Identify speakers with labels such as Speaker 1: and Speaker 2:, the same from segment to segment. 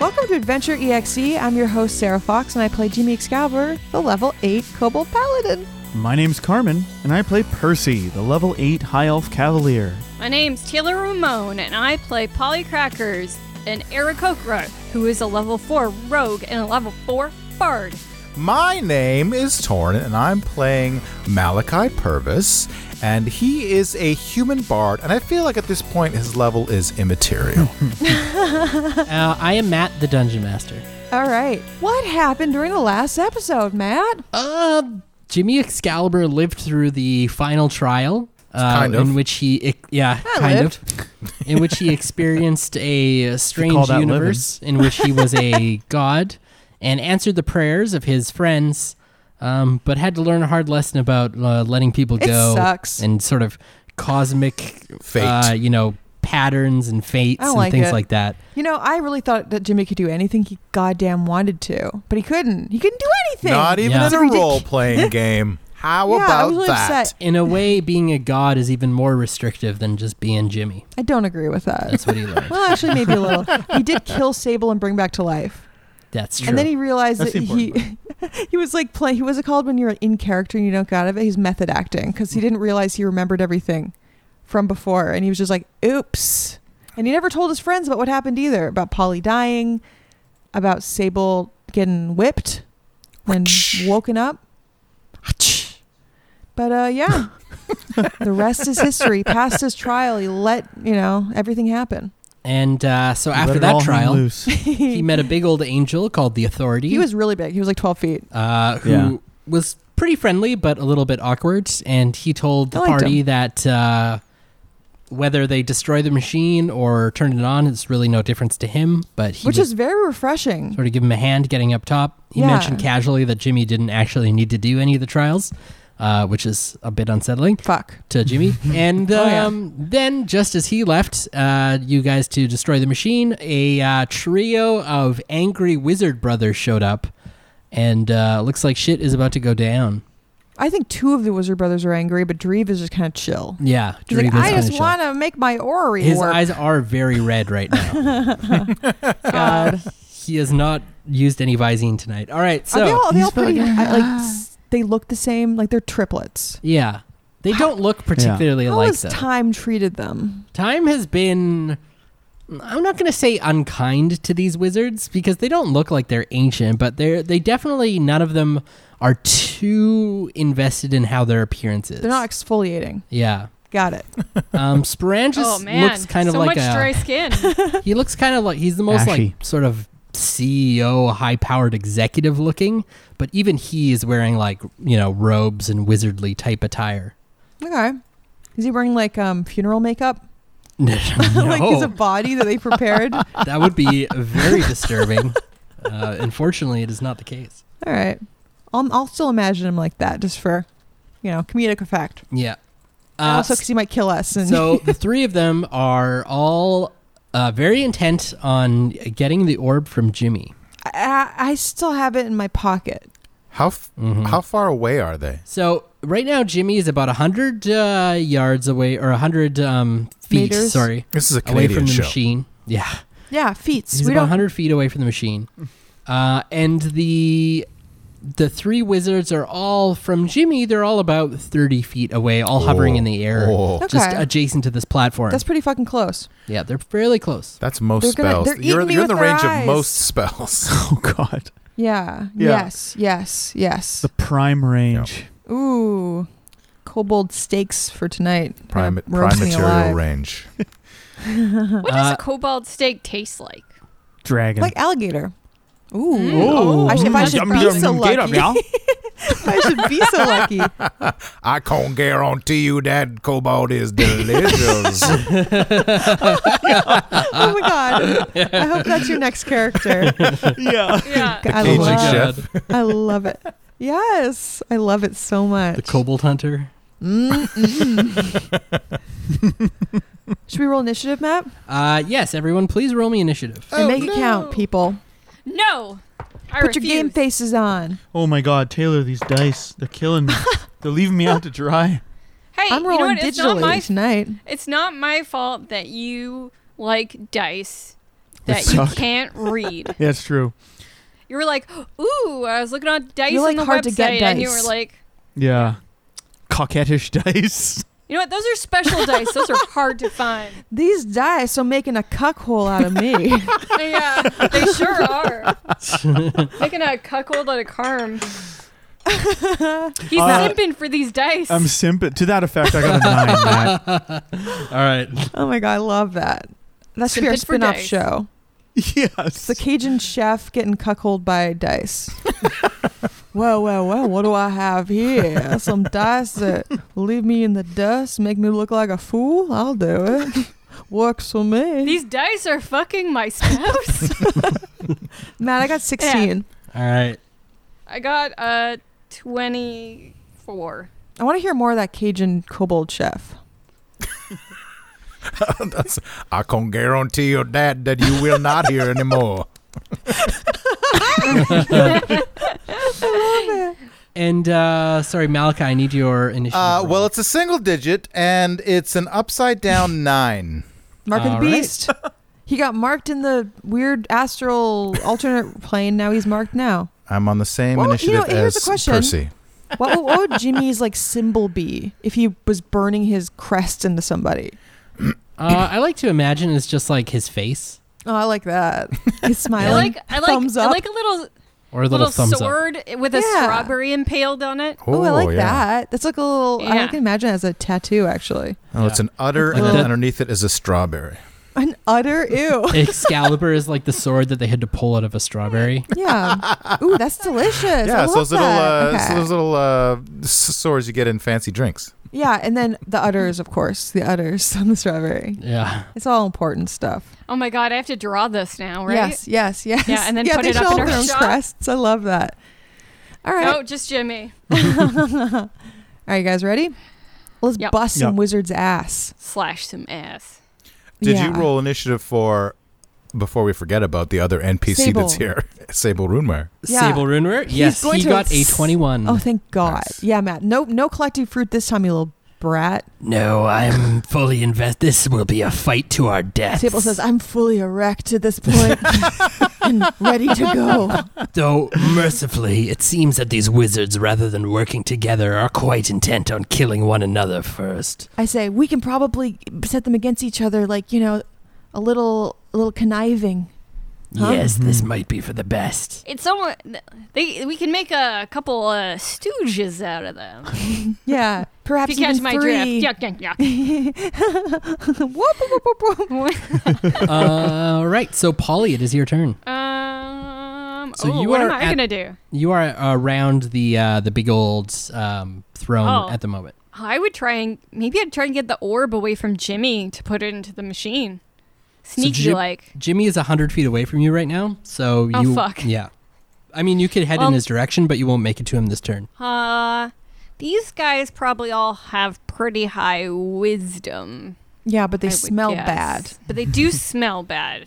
Speaker 1: Welcome to Adventure EXE. I'm your host, Sarah Fox, and I play Jimmy Excalibur, the level 8 Kobold Paladin.
Speaker 2: My name's Carmen, and I play Percy, the level 8 High Elf Cavalier.
Speaker 3: My name's Taylor Ramon, and I play Polly Crackers and Eric Okra, who is a level 4 rogue and a level 4 bard.
Speaker 4: My name is Torn, and I'm playing Malachi Purvis, and he is a human bard. And I feel like at this point, his level is immaterial.
Speaker 5: Uh, I am Matt, the Dungeon Master.
Speaker 1: All right. What happened during the last episode, Matt?
Speaker 5: Uh, Jimmy Excalibur lived through the final trial, uh,
Speaker 4: Kind of.
Speaker 5: in which he, ex- yeah,
Speaker 1: I
Speaker 5: kind
Speaker 1: lived.
Speaker 5: of, in which he experienced a uh,
Speaker 2: call
Speaker 5: strange
Speaker 2: that
Speaker 5: universe in which he was a god and answered the prayers of his friends, um, but had to learn a hard lesson about uh, letting people
Speaker 1: It
Speaker 5: go
Speaker 1: sucks.
Speaker 5: and sort of cosmic
Speaker 4: Fate.
Speaker 5: uh, you know, patterns and fates
Speaker 1: I
Speaker 5: and
Speaker 1: like
Speaker 5: things
Speaker 1: it.
Speaker 5: like that.
Speaker 1: You know, I really thought that Jimmy could do anything he goddamn wanted to, but he couldn't. He couldn't do anything.
Speaker 4: Not even
Speaker 5: Yeah.
Speaker 4: in a role playing game. How
Speaker 1: Yeah, I
Speaker 4: about
Speaker 1: was really
Speaker 4: that?
Speaker 1: upset.
Speaker 5: In a way, being a god is even more restrictive than just being Jimmy.
Speaker 1: I don't agree with that.
Speaker 5: That's what he learned.
Speaker 1: well, actually, maybe a little. He did kill Sable and bring back to life.
Speaker 5: That's true.
Speaker 1: And then he realized
Speaker 2: That's
Speaker 1: that
Speaker 2: the important
Speaker 1: he he was like playing. He was it called when you're in character and you don't go out of it? He's method acting because
Speaker 5: Mm.
Speaker 1: he didn't realize he remembered everything from before, and he was just like, "Oops!" And he never told his friends about what happened either about Polly dying, about Sable getting whipped and woken up. But uh, yeah, the rest is history. Past his trial, he let you know everything happen.
Speaker 5: And uh, so
Speaker 2: Let
Speaker 5: after
Speaker 2: it all hang
Speaker 5: that trial,
Speaker 2: loose.
Speaker 5: he met a big old angel called the Authority.
Speaker 1: He was really big. He was like twelve feet.
Speaker 5: uh, who
Speaker 2: Yeah.
Speaker 5: was pretty friendly but a little bit awkward. And he told the
Speaker 1: I liked
Speaker 5: party that uh, whether they destroy the machine or turn it on, it's really no difference to him. But he
Speaker 1: Which
Speaker 5: was
Speaker 1: is very refreshing.
Speaker 5: sort of give him a hand getting up top. He
Speaker 1: Yeah.
Speaker 5: mentioned casually that Jimmy didn't actually need to do any of the trials, uh, which is a bit unsettling.
Speaker 1: Fuck.
Speaker 5: to Jimmy. And
Speaker 1: Oh, yeah.
Speaker 5: um, then, just as he left, uh, you guys to destroy the machine, a uh, trio of angry wizard brothers showed up. And uh, looks like shit is about to go down.
Speaker 1: I think two of the Wizard Brothers are angry, but Dreve is just kind of chill.
Speaker 5: Yeah.
Speaker 1: He's like,
Speaker 5: Druid is
Speaker 1: I
Speaker 5: kinda
Speaker 1: just
Speaker 5: chill.
Speaker 1: want to make my orrery
Speaker 5: His
Speaker 1: work.
Speaker 5: eyes are very red right now.
Speaker 1: God.
Speaker 5: he has not used any Visine tonight. All right. So,
Speaker 1: are they all, are they
Speaker 2: he's
Speaker 1: all pretty,
Speaker 2: fucking-
Speaker 1: I- like, s- they look the same. Like, they're triplets.
Speaker 5: yeah. They don't look particularly
Speaker 1: How
Speaker 5: alike,
Speaker 1: has
Speaker 5: though.
Speaker 1: time treated them?
Speaker 5: Time has been. I'm not going to say unkind to these wizards because they don't look like they're ancient, but they're they definitely none of them are too invested in how their appearance is.
Speaker 1: They're not exfoliating.
Speaker 5: Yeah.
Speaker 1: Got it.
Speaker 5: Um, Sporangis
Speaker 3: oh man,
Speaker 5: looks kind of
Speaker 3: so much
Speaker 5: like a.
Speaker 3: dry skin.
Speaker 5: He looks kind of like he's the most
Speaker 2: Ashy.
Speaker 5: like sort of CEO, high-powered executive looking, but even he is wearing like you know robes and wizardly type attire.
Speaker 1: Okay. Is he wearing like um funeral makeup?
Speaker 5: no,
Speaker 1: like is a body that they prepared? All
Speaker 5: that would be very disturbing. Uh, unfortunately, it is not the case.
Speaker 1: right. Um, I'll, I'll still imagine him like that just for, you know, comedic effect.
Speaker 5: Yeah.
Speaker 1: Also 'cause
Speaker 5: Uh,
Speaker 1: also, because he might kill us. And
Speaker 5: so the three of them are all uh, very intent on getting the orb from Jimmy.
Speaker 1: I, I I still have it in my pocket.
Speaker 4: How f-
Speaker 5: Mhm.
Speaker 4: how far away are they?
Speaker 5: So right now, Jimmy is about hundred uh, yards away, or hundred um, feet.
Speaker 1: Meters?
Speaker 5: Sorry,
Speaker 4: This is a
Speaker 5: away
Speaker 4: Canadian
Speaker 5: from the
Speaker 4: show.
Speaker 5: machine. Yeah,
Speaker 1: Yeah, feats.
Speaker 5: he's
Speaker 1: We
Speaker 5: about
Speaker 1: don't.
Speaker 5: hundred feet away from the machine, uh, and the the three wizards are all from Jimmy. They're all about thirty feet away, all hovering in the air,
Speaker 4: Oh,
Speaker 5: just
Speaker 1: Okay.
Speaker 5: adjacent to this platform.
Speaker 1: That's pretty fucking close.
Speaker 5: yeah, they're fairly close.
Speaker 4: that's most
Speaker 1: They're gonna-
Speaker 4: spells.
Speaker 1: they're
Speaker 4: you're
Speaker 1: eating me
Speaker 4: you're in the
Speaker 1: with their
Speaker 4: range
Speaker 1: eyes.
Speaker 4: of most spells.
Speaker 2: Oh, God.
Speaker 1: Yeah.
Speaker 2: Yeah.
Speaker 1: Yes. Yes. Yes.
Speaker 2: The prime range.
Speaker 1: Ooh, kobold steaks for tonight.
Speaker 4: Prime,
Speaker 1: Kinda
Speaker 4: prime
Speaker 1: roast me
Speaker 4: material
Speaker 1: alive.
Speaker 4: range.
Speaker 3: what does
Speaker 5: Uh,
Speaker 3: a cobalt steak taste like?
Speaker 2: Dragon.
Speaker 1: like alligator. Ooh, Oh,
Speaker 3: Ooh.
Speaker 1: I should, if I should
Speaker 3: Mm. Yum,
Speaker 1: be
Speaker 3: yum,
Speaker 1: so lucky, if I should be so lucky.
Speaker 4: I can guarantee you that cobalt is delicious.
Speaker 1: Oh my god! I hope that's your next character.
Speaker 2: yeah.
Speaker 3: Yeah.
Speaker 1: I
Speaker 4: Cajun
Speaker 1: love,
Speaker 5: Oh
Speaker 4: chef.
Speaker 1: I love it. Yes, I love it so much.
Speaker 5: The Cobalt Hunter.
Speaker 1: Mm-mm. should we roll initiative, Matt?
Speaker 5: Uh, yes, everyone, please roll me initiative.
Speaker 1: And make it count,
Speaker 3: Oh, no.
Speaker 1: people.
Speaker 3: No. I
Speaker 1: Put
Speaker 3: refuse.
Speaker 1: your game faces on.
Speaker 2: Oh, my God. Taylor, these dice, they're killing me. they're leaving me out to dry.
Speaker 3: Hey,
Speaker 1: I'm
Speaker 3: you know
Speaker 1: rolling
Speaker 3: what? It's not
Speaker 1: digitally
Speaker 3: my
Speaker 1: tonight.
Speaker 3: it's not my fault that you like dice. that
Speaker 2: They
Speaker 3: you
Speaker 2: suck.
Speaker 3: can't read.
Speaker 2: Yeah, it's true.
Speaker 3: You were like, "Ooh, I was looking on dice
Speaker 1: You're,
Speaker 3: on
Speaker 1: like,
Speaker 3: the
Speaker 1: hard to
Speaker 3: website,"
Speaker 1: get
Speaker 3: and you were
Speaker 1: dice.
Speaker 3: like,
Speaker 2: Yeah. Coquettish dice.
Speaker 3: "You know what? Those are special dice. Those are hard to find."
Speaker 1: These dice are making a cuckhole out of me.
Speaker 3: Yeah, they sure are. Making a cuckold out of Carm. He's
Speaker 2: Uh,
Speaker 3: simping for these dice.
Speaker 2: I'm simp. To that effect, I got a nine, Matt.
Speaker 5: All right.
Speaker 1: oh my god, I love that. That should be our
Speaker 3: Simping for
Speaker 1: spin-off
Speaker 3: dice.
Speaker 1: show. It's
Speaker 2: Yes.
Speaker 1: the Cajun chef getting cuckolded by dice. well, well, well, what do I have here? Some dice that leave me in the dust, make me look like a fool? I'll do it. Works for me.
Speaker 3: These dice are fucking my spouse.
Speaker 1: Matt, I got 16.
Speaker 5: All right.
Speaker 3: I got uh, 24.
Speaker 1: I want to hear more of that Cajun kobold chef.
Speaker 4: That's, I can guarantee your dad that you will not hear anymore.
Speaker 5: And uh, sorry, Malachi, I need your initiative.
Speaker 4: Uh,
Speaker 5: roll.
Speaker 4: well, it's a single digit, and it's an upside down nine.
Speaker 1: Mark of
Speaker 5: All
Speaker 1: the
Speaker 5: right.
Speaker 1: Beast. He got marked in the weird astral alternate plane. Now he's marked now.
Speaker 4: I'm on the same
Speaker 1: Well, you
Speaker 4: initiative
Speaker 1: know, here's
Speaker 4: as
Speaker 1: a question.
Speaker 4: Percy.
Speaker 1: What, what would Jimmy's like symbol be if he was burning his crest into somebody?
Speaker 5: Uh, I like to imagine it's just like his face
Speaker 1: Oh, I like that. He's
Speaker 3: I
Speaker 1: smiling.
Speaker 3: like I like
Speaker 1: Thumbs
Speaker 3: I
Speaker 1: up.
Speaker 3: like a little
Speaker 5: or a little,
Speaker 3: little,
Speaker 5: thumbs up.
Speaker 3: sword with a
Speaker 1: Yeah.
Speaker 3: strawberry impaled on it.
Speaker 1: Oh, I like
Speaker 4: yeah.
Speaker 1: that. That's like a little. I
Speaker 3: Yeah.
Speaker 1: can imagine it as a tattoo, actually.
Speaker 4: Oh, it's an udder, and
Speaker 5: Like
Speaker 4: then
Speaker 1: Uh,
Speaker 5: that-
Speaker 4: underneath it is a strawberry.
Speaker 1: An utter ew.
Speaker 5: Excalibur is like the sword that they had to pull out of a strawberry.
Speaker 1: yeah. um, Ooh, that's delicious. I
Speaker 4: yeah, so
Speaker 1: love
Speaker 4: those little,
Speaker 1: that.
Speaker 4: uh, so
Speaker 1: Okay.
Speaker 4: those little uh, s- sores you get in fancy drinks.
Speaker 1: Yeah, and then the udders, of course, the udders on the strawberry.
Speaker 5: Yeah.
Speaker 1: It's all important stuff.
Speaker 3: Oh my god, I have to draw this now, right?
Speaker 1: Yes, yes, yes.
Speaker 3: Yeah, and then
Speaker 1: yeah,
Speaker 3: put
Speaker 1: they
Speaker 3: it up
Speaker 1: should
Speaker 3: in
Speaker 1: all
Speaker 3: our
Speaker 1: have their own
Speaker 3: shop.
Speaker 1: crests. I love that. All right,
Speaker 3: No, just Jimmy.
Speaker 1: all right, you guys ready? Let's
Speaker 3: Yep.
Speaker 1: bust some
Speaker 2: Yep.
Speaker 1: wizard's ass.
Speaker 3: Slash some ass.
Speaker 4: Did you
Speaker 1: Yeah.
Speaker 4: roll initiative for, before we forget about the other NPC that's
Speaker 1: Sable.
Speaker 4: here, Sable Runeware?
Speaker 1: Yeah.
Speaker 5: Sable Runeware.
Speaker 1: He's
Speaker 5: Yes,
Speaker 1: going
Speaker 5: he
Speaker 1: to
Speaker 5: got a
Speaker 1: ex-
Speaker 5: twenty-one.
Speaker 1: Oh, thank God.
Speaker 4: Nice.
Speaker 1: Yeah, Matt. No, no collecting fruit this time, you little brat.
Speaker 5: no, I'm fully invested. This will be a fight to our death.
Speaker 1: Sable says, "I'm fully erect at this point and ready to go."
Speaker 5: Though, mercifully, it seems that these wizards, rather than working together, are quite intent on killing one another first.
Speaker 1: I say, "We can probably set them against each other, like you know, a little, a little conniving." Huh?
Speaker 5: Yes, this might be for the best.
Speaker 3: It's someone they we can make a couple uh, stooges out of them.
Speaker 1: Yeah, perhaps
Speaker 3: if you catch
Speaker 1: even
Speaker 3: my
Speaker 1: three.
Speaker 3: drift. Yuck yuck yuck.
Speaker 1: Whoop, whoop, whoop, whoop, whoop.
Speaker 5: All right, so Polly, it is your turn.
Speaker 3: um
Speaker 5: So
Speaker 3: oh,
Speaker 5: you
Speaker 3: what am
Speaker 5: are
Speaker 3: I
Speaker 5: at-
Speaker 3: gonna do?
Speaker 5: You are around the uh, the big old um, throne
Speaker 3: Oh.
Speaker 5: at the moment.
Speaker 3: I would try and maybe I'd try and get the orb away from Jimmy to put it into the machine. Sneaky
Speaker 5: Jim-
Speaker 3: like.
Speaker 5: Jimmy is hundred feet away from you right now, so
Speaker 3: Oh,
Speaker 5: you
Speaker 3: fuck.
Speaker 5: yeah. I mean, you could head
Speaker 3: Well-
Speaker 5: in his direction, but you won't make it to him this turn.
Speaker 3: Uh these guys probably all have pretty high wisdom.
Speaker 1: Yeah, but they
Speaker 3: I would
Speaker 1: smell
Speaker 3: guess.
Speaker 1: bad.
Speaker 3: But they do smell bad.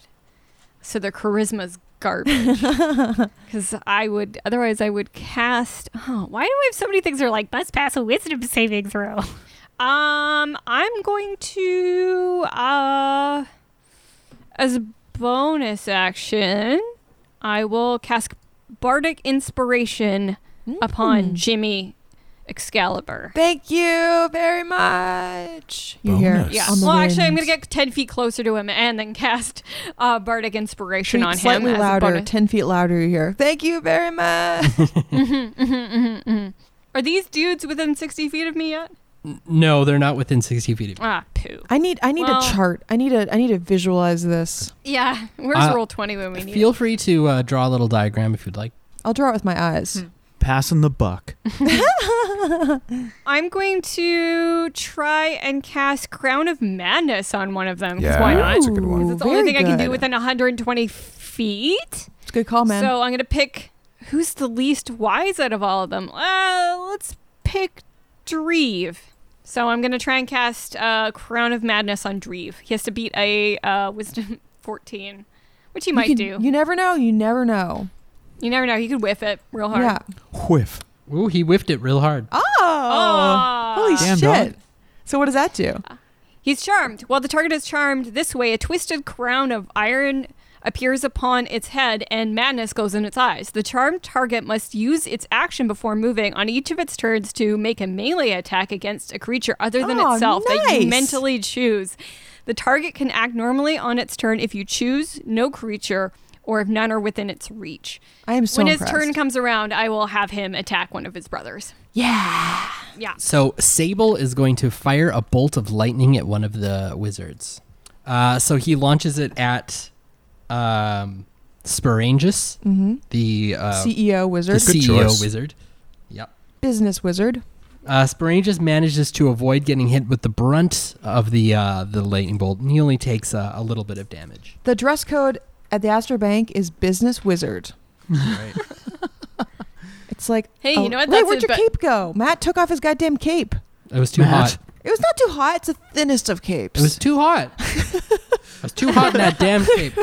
Speaker 3: So their charisma's garbage. Because I would, otherwise, I would cast. Oh, why do I have so many things that are like, must pass a wisdom saving throw? Um, I'm going to, uh, as a bonus action, I will cast Bardic Inspiration
Speaker 1: Hmm.
Speaker 3: upon
Speaker 1: Mm.
Speaker 3: Jimmy Excalibur.
Speaker 1: Thank you very much. You
Speaker 4: Bonus.
Speaker 1: hear?
Speaker 3: Yeah.
Speaker 1: on the
Speaker 3: Well, actually, I'm
Speaker 1: wind.
Speaker 3: gonna get ten feet closer to him and then cast uh, bardic inspiration
Speaker 1: Shriek
Speaker 3: on him.
Speaker 1: slightly
Speaker 3: as a
Speaker 1: louder,
Speaker 3: bonus.
Speaker 1: ten feet louder. You hear? Thank you very much.
Speaker 3: Mm-hmm, Are these dudes within sixty feet of me yet?
Speaker 5: No, they're not within sixty feet of you.
Speaker 3: Ah, poo.
Speaker 1: I need, I need
Speaker 3: Well-
Speaker 1: a chart. I need a, I need to visualize this.
Speaker 3: Yeah. Where's
Speaker 5: Uh,
Speaker 3: roll twenty when we need?
Speaker 5: Feel free to uh, draw a little diagram if you'd like.
Speaker 1: I'll draw it with my eyes.
Speaker 3: Hmm.
Speaker 2: Passing the buck.
Speaker 3: it? I'm going to try and cast Crown of Madness on one of them. 'cause
Speaker 4: Yeah,
Speaker 3: Why not?
Speaker 4: that's a good one.
Speaker 1: Ooh,
Speaker 3: It's the only
Speaker 1: very
Speaker 3: thing I can do
Speaker 1: good.
Speaker 3: within 120 feet.
Speaker 1: It's a good call, Oh, man.
Speaker 3: So I'm gonna pick who's the least wise out of all of them. Uh, let's pick Dreve. So I'm gonna try and cast uh, Crown of Madness on Dreve. He has to beat a uh, Wisdom 14, which he
Speaker 1: You
Speaker 3: might
Speaker 1: could-
Speaker 3: do. You,
Speaker 1: You never know. You never know.
Speaker 3: never know. He could whiff it real hard.
Speaker 1: Yeah.
Speaker 2: Whiff.
Speaker 5: Ooh, he whiffed it real hard.
Speaker 1: Oh.
Speaker 3: Ah.
Speaker 1: Holy
Speaker 2: Damn,
Speaker 1: shit.
Speaker 2: dog.
Speaker 1: So what does that do?
Speaker 3: Uh, He's charmed. While the target is charmed this way, a twisted crown of iron appears upon its head and madness goes in its eyes. The charmed target must use its action before moving on each of its turns to make a melee attack against a creature other than
Speaker 1: Oh,
Speaker 3: itself that you
Speaker 1: nice.
Speaker 3: mentally choose. The target can act normally on its turn if you choose no creature or if none are within its reach.
Speaker 1: I am so
Speaker 3: when
Speaker 1: impressed.
Speaker 3: his turn comes around, I will have him attack one of his brothers.
Speaker 1: yeah.
Speaker 3: Yeah.
Speaker 5: So Sable is going to fire a bolt of lightning at one of the wizards. Uh, so he launches it at um, Sporangus,
Speaker 1: Mm-hmm.
Speaker 5: the, uh,
Speaker 1: CEO E
Speaker 5: the
Speaker 1: wizard,
Speaker 4: Good
Speaker 5: CEO
Speaker 4: choice.
Speaker 5: wizard. Yep.
Speaker 1: business wizard.
Speaker 5: Uh, Sporangus manages to avoid getting hit with the brunt of the uh, the lightning bolt, and he only takes uh, a little bit of damage.
Speaker 1: The dress code at the Astor Bank is business wizard.
Speaker 5: Right.
Speaker 1: It's like,
Speaker 3: Hey, you know
Speaker 1: Oh, Wait,
Speaker 3: what? That's
Speaker 1: where'd
Speaker 3: it,
Speaker 1: your
Speaker 3: but-
Speaker 1: cape go? Matt took off his goddamn cape.
Speaker 5: it was too
Speaker 2: Matt.
Speaker 5: hot.
Speaker 1: It was not too hot. It's the thinnest of capes.
Speaker 5: It was too hot. it was too hot in that damn cape.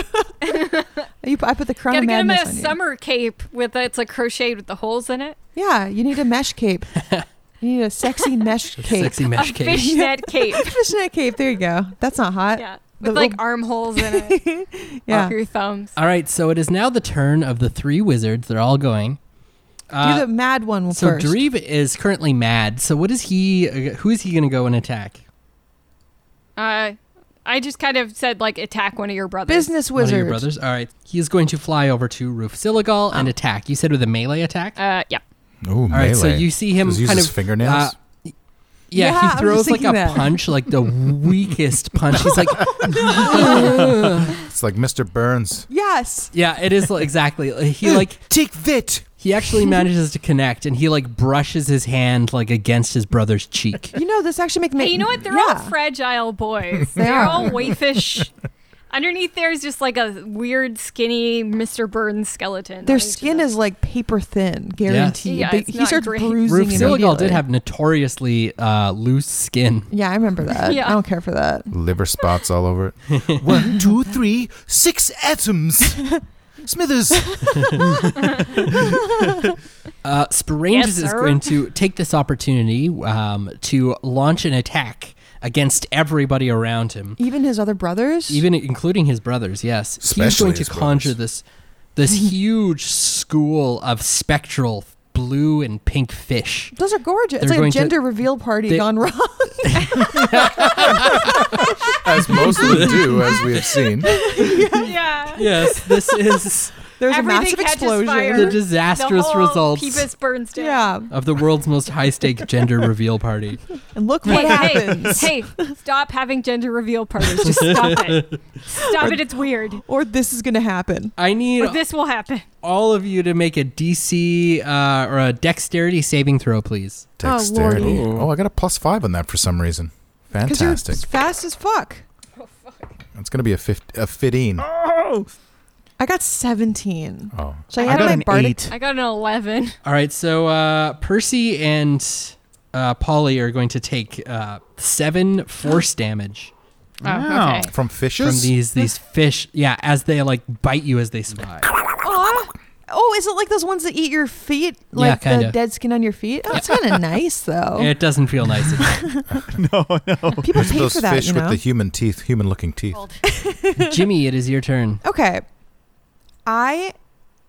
Speaker 1: you, I put the crown
Speaker 3: Gotta
Speaker 1: of
Speaker 3: get him
Speaker 1: madness
Speaker 3: a
Speaker 1: on you.
Speaker 3: summer cape with it's like crocheted with the holes in it.
Speaker 1: Yeah, you need a mesh cape. you need a sexy mesh cape.
Speaker 5: Sexy mesh
Speaker 3: a
Speaker 5: cape.
Speaker 3: fishnet cape.
Speaker 1: Fishnet cape. There you go. That's not hot.
Speaker 3: Yeah.
Speaker 1: Uh, The
Speaker 3: With like
Speaker 1: little-
Speaker 3: armholes in it.
Speaker 1: Yeah.
Speaker 3: Up your thumbs.
Speaker 5: All right, so it is now the turn of the three wizards. They're all going. Uh,
Speaker 1: Do the mad one
Speaker 5: so
Speaker 1: first.
Speaker 5: Dreve is currently mad. So what is he? uh, Who is he going to go and attack?
Speaker 3: Uh, I just kind of said like attack one of your brothers.
Speaker 1: business
Speaker 5: One of your
Speaker 1: wizard.
Speaker 5: brothers. All right, he is going to fly over to Roof
Speaker 1: Oh.
Speaker 5: Siligal and attack. You said with a melee attack.
Speaker 3: Uh, yeah.
Speaker 4: Ooh,
Speaker 5: All right, so you see him
Speaker 4: Does he use
Speaker 5: kind
Speaker 4: his
Speaker 5: of
Speaker 4: fingernails?
Speaker 5: uh, yeah,
Speaker 1: Yeah, I was
Speaker 5: he
Speaker 1: just
Speaker 5: throws like
Speaker 1: thinking
Speaker 5: a
Speaker 1: that.
Speaker 5: punch, like the weakest punch. He's like,
Speaker 4: It's like Mr. Burns.
Speaker 1: Yes.
Speaker 5: yeah, it is like- exactly. He like
Speaker 4: Take that.
Speaker 5: he actually manages to connect, and he like brushes his hand like against his brother's cheek.
Speaker 1: You know, this actually makes me.
Speaker 3: Hey, you know what? They're all
Speaker 1: yeah.
Speaker 3: fragile boys.
Speaker 1: They
Speaker 3: They're
Speaker 1: are.
Speaker 3: all waifish. Underneath there is just like a weird, skinny Mr. Burns skeleton.
Speaker 1: Their
Speaker 3: on each of
Speaker 1: skin
Speaker 3: them.
Speaker 1: is like paper thin, guaranteed.
Speaker 3: Yeah,
Speaker 1: They-
Speaker 3: it's
Speaker 1: he
Speaker 3: not
Speaker 1: starts
Speaker 3: great.
Speaker 1: bruising.
Speaker 5: Roof Siligal
Speaker 1: immediately.
Speaker 5: did have notoriously uh, loose skin.
Speaker 1: Yeah, I remember that.
Speaker 3: Yeah.
Speaker 1: I don't care for that.
Speaker 4: Liver spots all over it. One, two, three, six atoms. Smithers.
Speaker 5: Uh, Sporanges
Speaker 3: Yes,
Speaker 5: is
Speaker 3: sir.
Speaker 5: going to take this opportunity um, to launch an attack against everybody around him,
Speaker 1: Even his other brothers.
Speaker 5: even including his brothers. Yes, he's
Speaker 4: Especially
Speaker 5: going to
Speaker 4: his
Speaker 5: conjure
Speaker 4: brothers.
Speaker 5: this this huge school of spectral blue and pink fish.
Speaker 1: those are gorgeous. It's
Speaker 5: They're
Speaker 1: like a
Speaker 5: going to-
Speaker 1: gender reveal party
Speaker 5: they-
Speaker 1: gone wrong.
Speaker 4: as most of them do, as we have seen.
Speaker 3: yeah.
Speaker 5: Yes, this is
Speaker 1: There's a
Speaker 3: Everything
Speaker 1: massive
Speaker 3: catches
Speaker 1: explosion.
Speaker 3: fire.
Speaker 5: the
Speaker 3: The
Speaker 5: disastrous
Speaker 3: the whole
Speaker 5: results
Speaker 3: Peepus burns down.
Speaker 1: Yeah,
Speaker 5: of the world's most high stake gender reveal party.
Speaker 1: and look
Speaker 3: Hey,
Speaker 1: what
Speaker 3: hey,
Speaker 1: happens.
Speaker 3: hey, stop having gender reveal parties. Just stop it. Stop it. It's weird.
Speaker 1: Or this is gonna happen.
Speaker 5: I need
Speaker 3: Or this will happen.
Speaker 5: all of you to make a DC uh, or a dexterity saving throw, please.
Speaker 1: Oh,
Speaker 4: Dexterity.
Speaker 5: Lordy.
Speaker 4: Oh, I got a plus five on that for some reason.
Speaker 1: Because you're
Speaker 4: Fantastic.
Speaker 1: s- fast as fuck.
Speaker 4: It's going to be a, 15, a 15.
Speaker 1: I got 17.
Speaker 4: Oh.
Speaker 1: Should I,
Speaker 2: I
Speaker 1: add
Speaker 2: got
Speaker 1: my
Speaker 2: an
Speaker 1: bardic?
Speaker 2: eight.
Speaker 3: I got an 11.
Speaker 5: All right, so uh, Percy and uh, Polly are going to take uh, seven force damage
Speaker 2: Wow.
Speaker 3: Oh, okay.
Speaker 4: From
Speaker 5: from
Speaker 4: fishes?
Speaker 5: these these fish. Yeah, as they like bite you as they survive.
Speaker 1: Aw. Oh, is it like those ones that eat your feet? Like
Speaker 5: kinda.
Speaker 1: the dead skin on your feet? Oh, it's kind of nice, though.
Speaker 5: It doesn't feel nice. at
Speaker 1: People pay
Speaker 4: Those
Speaker 1: for that,
Speaker 4: fish
Speaker 1: you know?
Speaker 4: with the human teeth, human looking teeth.
Speaker 5: all. Jimmy, it is your turn.
Speaker 1: okay. I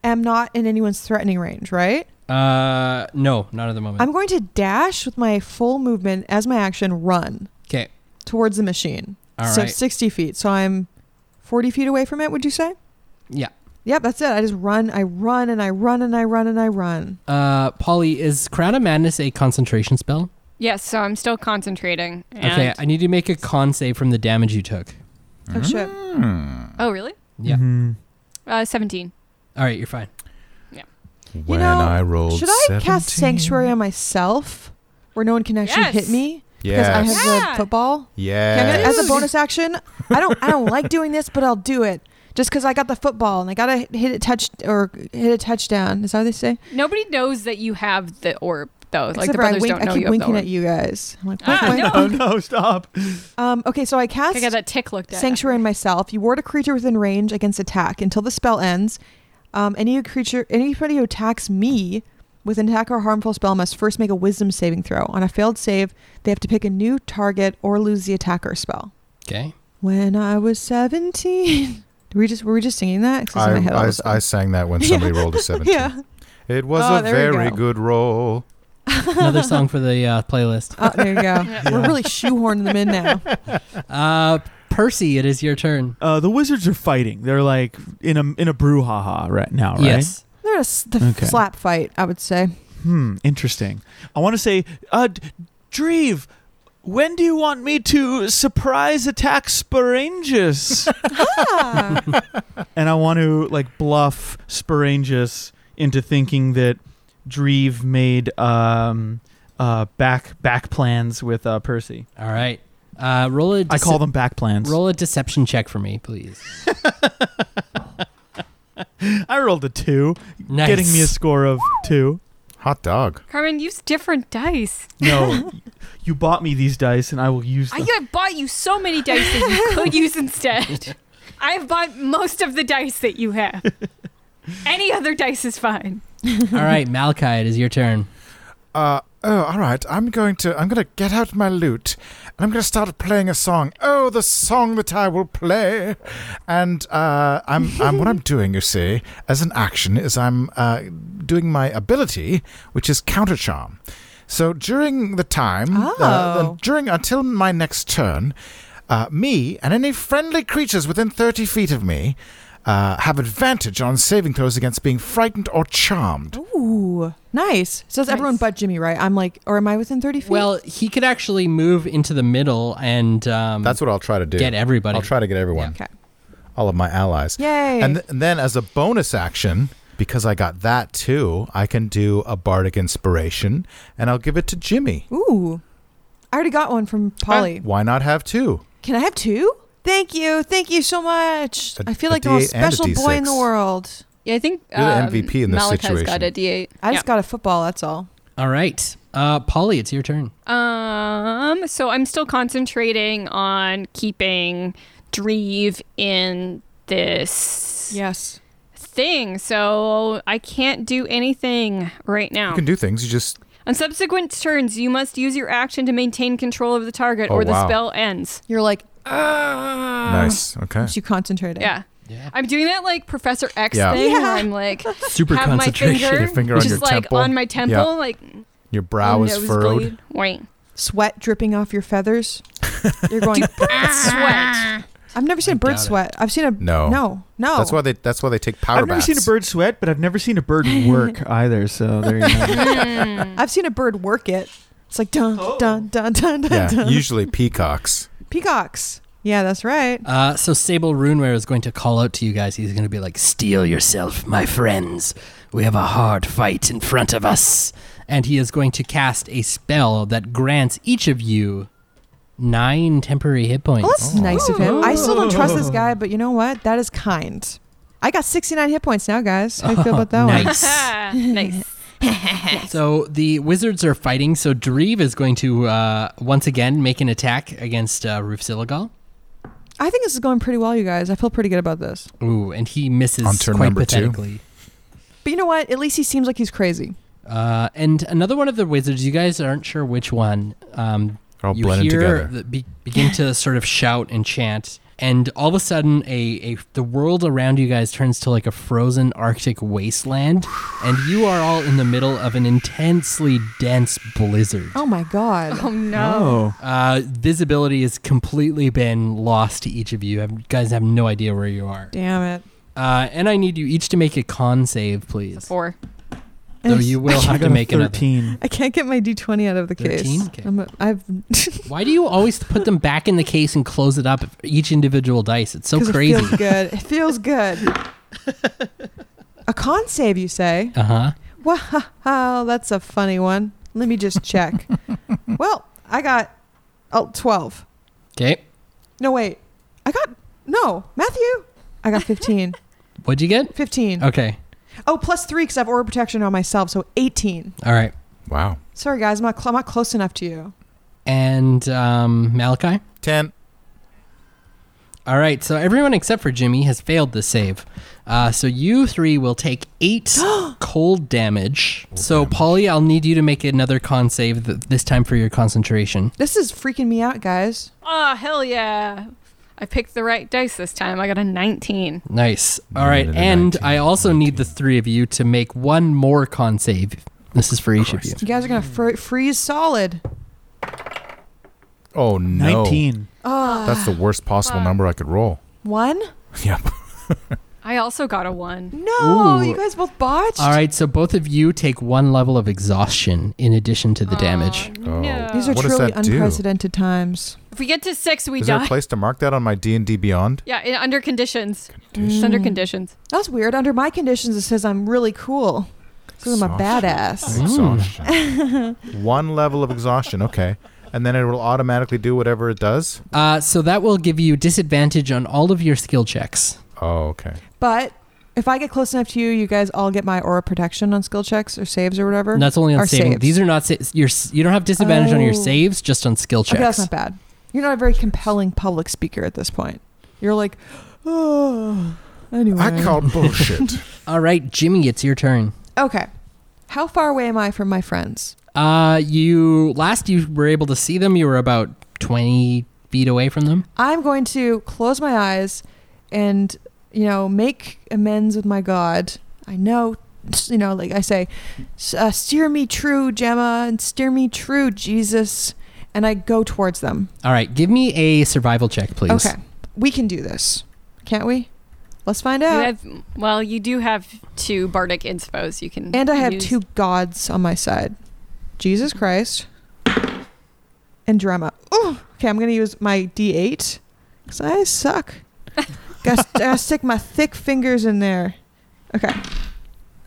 Speaker 1: am not in anyone's threatening range, right?
Speaker 5: Uh, no, not at the moment.
Speaker 1: I'm going to dash with my full movement as my action run
Speaker 5: Okay,
Speaker 1: towards the machine.
Speaker 5: all right.
Speaker 1: so 60 feet. So I'm 40 feet away from it, would you say?
Speaker 5: Yeah.
Speaker 1: Yep, that's it. I just run, I run, and I run, and I run, and I run.
Speaker 5: Uh, Polly, is Crown of Madness a concentration spell?
Speaker 3: Yes, so I'm still concentrating. And
Speaker 5: Okay, I need to make a con save from the damage you took.
Speaker 1: Oh, shit.
Speaker 4: Hmm.
Speaker 3: Oh, really?
Speaker 5: Yeah.
Speaker 3: Uh, 17.
Speaker 5: All right, you're fine.
Speaker 4: When
Speaker 1: know,
Speaker 4: I rolled
Speaker 1: Should
Speaker 5: Mm-hmm.
Speaker 1: I
Speaker 4: 17,
Speaker 1: cast Sanctuary on myself where no one can actually
Speaker 3: Yes.
Speaker 1: hit me? Because I
Speaker 4: Yes.
Speaker 1: have
Speaker 3: Yeah.
Speaker 1: the football. Can I,
Speaker 4: yes.
Speaker 1: as a bonus action, I don't I don't like doing this, but I'll do it. Just because I got the football and I gotta hit a touch or hit a touchdown. Is that what they say?
Speaker 3: Nobody knows that you have the orb, though. like
Speaker 1: Except
Speaker 3: the
Speaker 1: for I,
Speaker 3: brothers
Speaker 1: wink-
Speaker 3: don't know
Speaker 1: I keep
Speaker 3: you have the
Speaker 1: winking
Speaker 3: orb.
Speaker 1: at you guys. I'm like,
Speaker 3: Ah,
Speaker 1: wink, wink.
Speaker 2: Oh no! Stop.
Speaker 1: Um, okay, so I cast
Speaker 3: I got that tick looked at.
Speaker 1: Sanctuary in myself. You ward a creature within range against attack until the spell ends. Um, any creature, anybody who attacks me with an attack or harmful spell must first make a Wisdom saving throw. On a failed save, they have to pick a new target or lose the attacker spell.
Speaker 5: Okay.
Speaker 1: When I was seventeen, Did we just were we just singing that? 'Cause it's in my
Speaker 4: I,
Speaker 1: head all of
Speaker 4: I,
Speaker 1: a sudden.
Speaker 4: I sang that when somebody rolled a 17.
Speaker 1: yeah.
Speaker 4: It was
Speaker 1: Oh,
Speaker 4: a
Speaker 1: there we
Speaker 4: very
Speaker 1: go.
Speaker 4: good roll.
Speaker 5: Another song for the uh, playlist.
Speaker 1: Oh, there you go. We're really shoehorning them in now.
Speaker 5: Uh, Percy, it is your turn.
Speaker 2: Uh, the wizards are fighting. They're like in a in a brouhaha right now, right?
Speaker 5: Yes.
Speaker 1: They're a s- the
Speaker 2: Okay.
Speaker 1: slap fight, I would say.
Speaker 2: Hmm. Interesting. I want to say, uh, D- Dreve, when do you want me to surprise attack Sporangus?
Speaker 1: Ah,
Speaker 2: and I want to like bluff Sporangus into thinking that Dreve made um uh back back plans with uh Percy.
Speaker 5: All right. Uh, roll a
Speaker 2: I call
Speaker 5: dece-
Speaker 2: them back plans.
Speaker 5: roll a deception check for me, please.
Speaker 2: I rolled a two,
Speaker 5: Nice.
Speaker 2: getting me a score of two.
Speaker 4: Hot dog.
Speaker 3: Carmen, use different dice.
Speaker 2: No, you bought me these dice, and I will use
Speaker 3: I
Speaker 2: them.
Speaker 3: have bought you so many dice that you could use instead. I have bought most of the dice that you have. Any other dice is fine.
Speaker 5: All right, Malachi, it is your turn.
Speaker 4: Uh, oh, all right. I'm going to I'm going to get out my lute and I'm going to start playing a song. Oh, the song that I will play. And uh, I'm I'm what I'm doing, you see, as an action is I'm uh, doing my ability, which is counter charm. So during the time, uh, the-
Speaker 1: Oh.
Speaker 4: during until my next turn, uh, me and any friendly creatures within 30 feet of me uh, have advantage on saving throws against being frightened or charmed.
Speaker 1: Ooh, nice. So it's everyone
Speaker 3: Nice.
Speaker 1: but Jimmy, right? I'm like, or am I within 30 feet?
Speaker 5: Well, he could actually move into the middle and um,
Speaker 4: That's what I'll try to do.
Speaker 5: get everybody.
Speaker 4: I'll try to get everyone,
Speaker 1: okay.
Speaker 4: all of my allies.
Speaker 1: Yay.
Speaker 4: And, th- and then as a bonus action, because I got that too, I can do a bardic inspiration and I'll give it to Jimmy.
Speaker 1: Ooh, I already got one from Polly.
Speaker 4: Why not have two?
Speaker 1: Can I have two? Thank you. Thank you so much.
Speaker 4: A-
Speaker 1: I feel
Speaker 4: a
Speaker 1: like the most
Speaker 4: D8 and a
Speaker 1: special boy in the
Speaker 4: D6.
Speaker 1: world.
Speaker 3: Yeah, I think
Speaker 4: You're the MVP in this
Speaker 3: Malachi's
Speaker 4: situation.
Speaker 3: got a D8.
Speaker 1: I just got a football, that's all.
Speaker 5: All right. Uh, Polly, it's your turn.
Speaker 3: Um, so I'm still concentrating on keeping Dreve in this
Speaker 1: Yes.
Speaker 3: thing, so I can't do anything right now.
Speaker 4: You can do things. You just
Speaker 3: On subsequent turns, you must use your action to maintain control of the target,
Speaker 4: Oh,
Speaker 3: or the
Speaker 4: wow. Ah.
Speaker 3: spell ends.
Speaker 1: You're like,
Speaker 3: Oh.
Speaker 4: nice. Okay.
Speaker 1: you concentrating.
Speaker 3: Yeah.
Speaker 5: Yeah.
Speaker 3: I'm doing that like Professor X
Speaker 4: Yeah.
Speaker 3: thing where
Speaker 1: Yeah.
Speaker 3: I'm like
Speaker 5: Super
Speaker 3: have my
Speaker 5: concentration.
Speaker 3: finger,
Speaker 4: Your finger on
Speaker 3: just
Speaker 4: your
Speaker 3: like
Speaker 4: temple.
Speaker 3: on my temple,
Speaker 4: Yeah.
Speaker 3: like
Speaker 4: Your brow is furrowed.
Speaker 3: nosebleed. Wait,
Speaker 1: Sweat dripping off your feathers. You're going, "Ah,
Speaker 3: ah,
Speaker 4: Ah.
Speaker 3: sweat.
Speaker 1: I've never seen a bird
Speaker 5: doubt it.
Speaker 1: sweat. I've seen a.
Speaker 4: No.
Speaker 1: No. No.
Speaker 4: That's why they. That's why they take powder
Speaker 2: I've never
Speaker 4: baths.
Speaker 2: seen a bird sweat, but I've never seen a bird work either. So there you go.
Speaker 3: Mm.
Speaker 1: I've seen a bird work it. It's like dun dun dun dun dun
Speaker 4: Yeah.
Speaker 1: dun.
Speaker 4: usually peacocks.
Speaker 1: Peacocks. Yeah, that's right.
Speaker 5: Uh, so Sable Runeware is going to call out to you guys. He's going to be like, "Steel yourself, my friends. We have a hard fight in front of us." And he is going to cast a spell that grants each of you nine temporary hit points.
Speaker 1: Well, that's nice of him. I still don't trust this
Speaker 5: Oh.
Speaker 1: guy, but you know what? That is kind. I got 69 hit points now, guys. How do you feel about that one?
Speaker 3: Ah,
Speaker 5: nice.
Speaker 3: nice.
Speaker 5: so the wizards are fighting. So Dreve is going to uh, once again make an attack against uh, Roof Siligal.
Speaker 1: I think this is going pretty well, you guys. I feel pretty good about this.
Speaker 5: Ooh, and he misses
Speaker 4: On turn
Speaker 5: quite
Speaker 4: number two.
Speaker 5: pathetically.
Speaker 1: But you know what? At least he seems like he's crazy.
Speaker 5: Uh, and another one of the wizards, you guys aren't sure which one. Um,
Speaker 4: They're all
Speaker 5: you
Speaker 4: blended
Speaker 5: hear
Speaker 4: together.
Speaker 5: The, be, begin to sort of shout and chant, and all of a sudden, a, a the world around you guys turns to like a frozen Arctic wasteland, and you are all in the middle of an intensely dense blizzard.
Speaker 1: Oh my god.
Speaker 3: Oh no.
Speaker 2: Oh,
Speaker 5: Uh, visibility has completely been lost to each of you. Have- You guys have no idea where you are.
Speaker 1: Damn it.
Speaker 5: Uh, and I need you each to make a con save, please.
Speaker 3: Four.
Speaker 5: Though you will
Speaker 2: I
Speaker 5: have
Speaker 2: got
Speaker 5: to
Speaker 2: a
Speaker 5: make another.
Speaker 2: thirteen.
Speaker 1: I can't get my D20 out of the case.
Speaker 5: 13? Okay.
Speaker 1: I'm a, I've
Speaker 5: Why do you always put them back in the case and close it up each individual dice? It's so
Speaker 1: 'cause
Speaker 5: crazy.
Speaker 1: It feels good. It feels good. a con save, you say?
Speaker 5: Uh huh.
Speaker 1: Wow, that's a funny one. Let me just check. well, I got oh, 12.
Speaker 5: Okay.
Speaker 1: No, wait. I got, no, Matthew. I got 15.
Speaker 5: What'd you get?
Speaker 1: 15.
Speaker 5: Okay.
Speaker 1: Oh, plus three because I have aura protection on myself, so 18.
Speaker 5: All right.
Speaker 4: Wow.
Speaker 1: Sorry, guys, I'm not, cl- I'm not close enough to you.
Speaker 5: And um, Malachi?
Speaker 4: Ten.
Speaker 5: All right. So everyone except for Jimmy has failed the save. Uh, so you three will take eight cold damage. so, Polly, I'll need you to make another con save, th- this time for your concentration.
Speaker 1: This is freaking me out, guys.
Speaker 3: Oh hell yeah. I picked the right dice this time. I got a 19.
Speaker 5: Nice. All right,
Speaker 4: Roll it a
Speaker 5: and
Speaker 4: 19,
Speaker 5: I also need the three of you to make one more con save. This is for each of you.
Speaker 1: You guys are gonna fr- freeze solid.
Speaker 4: Oh no,
Speaker 2: Nineteen.
Speaker 4: That's the worst possible
Speaker 3: Fuck.
Speaker 4: number I could roll.
Speaker 1: One?
Speaker 4: Yep.
Speaker 3: I also got a 1.
Speaker 1: No,
Speaker 5: Ooh.
Speaker 1: you guys both botched.
Speaker 5: All right, so both of you take one level of exhaustion in addition to the
Speaker 1: Uh,
Speaker 5: damage.
Speaker 3: Aw,
Speaker 4: Oh.
Speaker 3: no.
Speaker 1: These are
Speaker 4: What does
Speaker 1: truly
Speaker 4: that do?
Speaker 1: unprecedented times.
Speaker 3: if we get to 6, we
Speaker 4: Is there
Speaker 3: die.
Speaker 4: a place to mark that on my D and D Beyond?
Speaker 3: yeah, in, under conditions. It's under conditions.
Speaker 1: Mm. That's weird. Under my conditions, it says I'm really cool. Because I'm a
Speaker 4: Soft.
Speaker 1: badass.
Speaker 4: Exhaustion. One level of exhaustion. Okay, and then it will automatically do whatever it does.
Speaker 5: Uh, so that will give you disadvantage on all of your skill checks.
Speaker 4: Oh, okay.
Speaker 1: But if I get close enough to you, you guys all get my aura protection on skill checks or saves or whatever.
Speaker 5: And that's only on
Speaker 1: Or
Speaker 5: saving.
Speaker 1: saves.
Speaker 5: These are not sa- your. You don't have disadvantage on your
Speaker 1: Oh.
Speaker 5: saves, just on skill
Speaker 1: Okay, that's not
Speaker 5: checks.
Speaker 1: bad. You're not a very compelling public speaker at this point. You're like, oh. Anyway.
Speaker 4: I call bullshit.
Speaker 5: all right, Jimmy, it's your turn.
Speaker 1: okay. How far away am I from my friends?
Speaker 5: Uh, you last you were able to see them. You were about twenty feet away from them.
Speaker 1: I'm going to close my eyes and, you know, make amends with my God. I know, you know, like I say, s- uh, steer me true, Gemma, and steer me true, Jesus. And I go towards them.
Speaker 5: All right, give me a survival check, please.
Speaker 1: Okay. We can do this, can't we? Let's find
Speaker 3: You
Speaker 1: out.
Speaker 3: have, well, you do have two bardic inspos you can
Speaker 1: and I have
Speaker 3: use.
Speaker 1: two gods on my side Jesus Christ and Drama. Ooh. Okay, I'm going to use my D8 because I suck. gotta, gotta stick my thick fingers in there. Okay.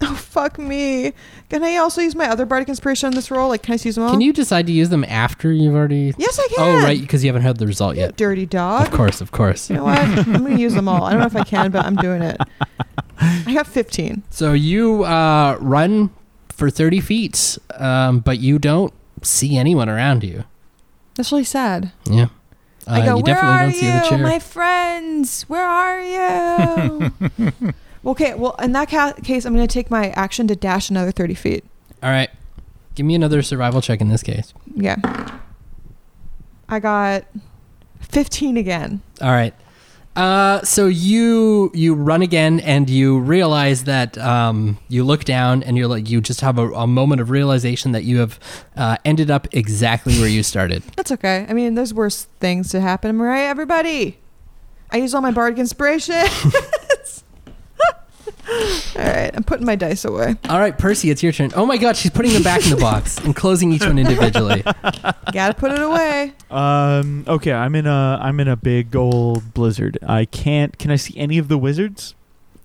Speaker 1: Oh, fuck me. Can I also use my other Bardic Inspiration on this roll? Like, can I just use them all?
Speaker 5: Can you decide to use them after you've already?
Speaker 1: Yes, I can.
Speaker 5: Oh, right, because you haven't heard the result
Speaker 1: You
Speaker 5: yet.
Speaker 1: dirty
Speaker 5: Of
Speaker 1: dog.
Speaker 5: course, of course.
Speaker 1: You know what? I'm going to use them all. I don't know if I can, but I'm doing it. I got 15.
Speaker 5: So you uh, run for 30 feet, um, but you don't see anyone around you.
Speaker 1: That's really sad.
Speaker 5: Yeah. Uh,
Speaker 1: I go,
Speaker 5: you
Speaker 1: where
Speaker 5: definitely
Speaker 1: are
Speaker 5: don't see the
Speaker 1: you,
Speaker 5: chair.
Speaker 1: my friends? Where are you? okay, well, in that ca- case, I'm going to take my action to dash another 30 feet.
Speaker 5: All right. Give me another survival check in this case.
Speaker 1: Yeah. I got 15 again.
Speaker 5: All right. Uh, so you you run again, and you realize that um, you look down, and you're like you just have a, a moment of realization that you have uh, ended up exactly where you started.
Speaker 1: That's okay. I mean, there's worse things to happen, right, everybody? I used all my bardic inspiration. all right, I'm putting my dice away.
Speaker 5: All right, Percy, it's your turn. Oh my God, she's putting them back in the box and closing each one individually.
Speaker 1: Gotta put it away.
Speaker 2: Um. Okay. I'm in a. I'm in a big old blizzard. I can't. Can I see any of the wizards?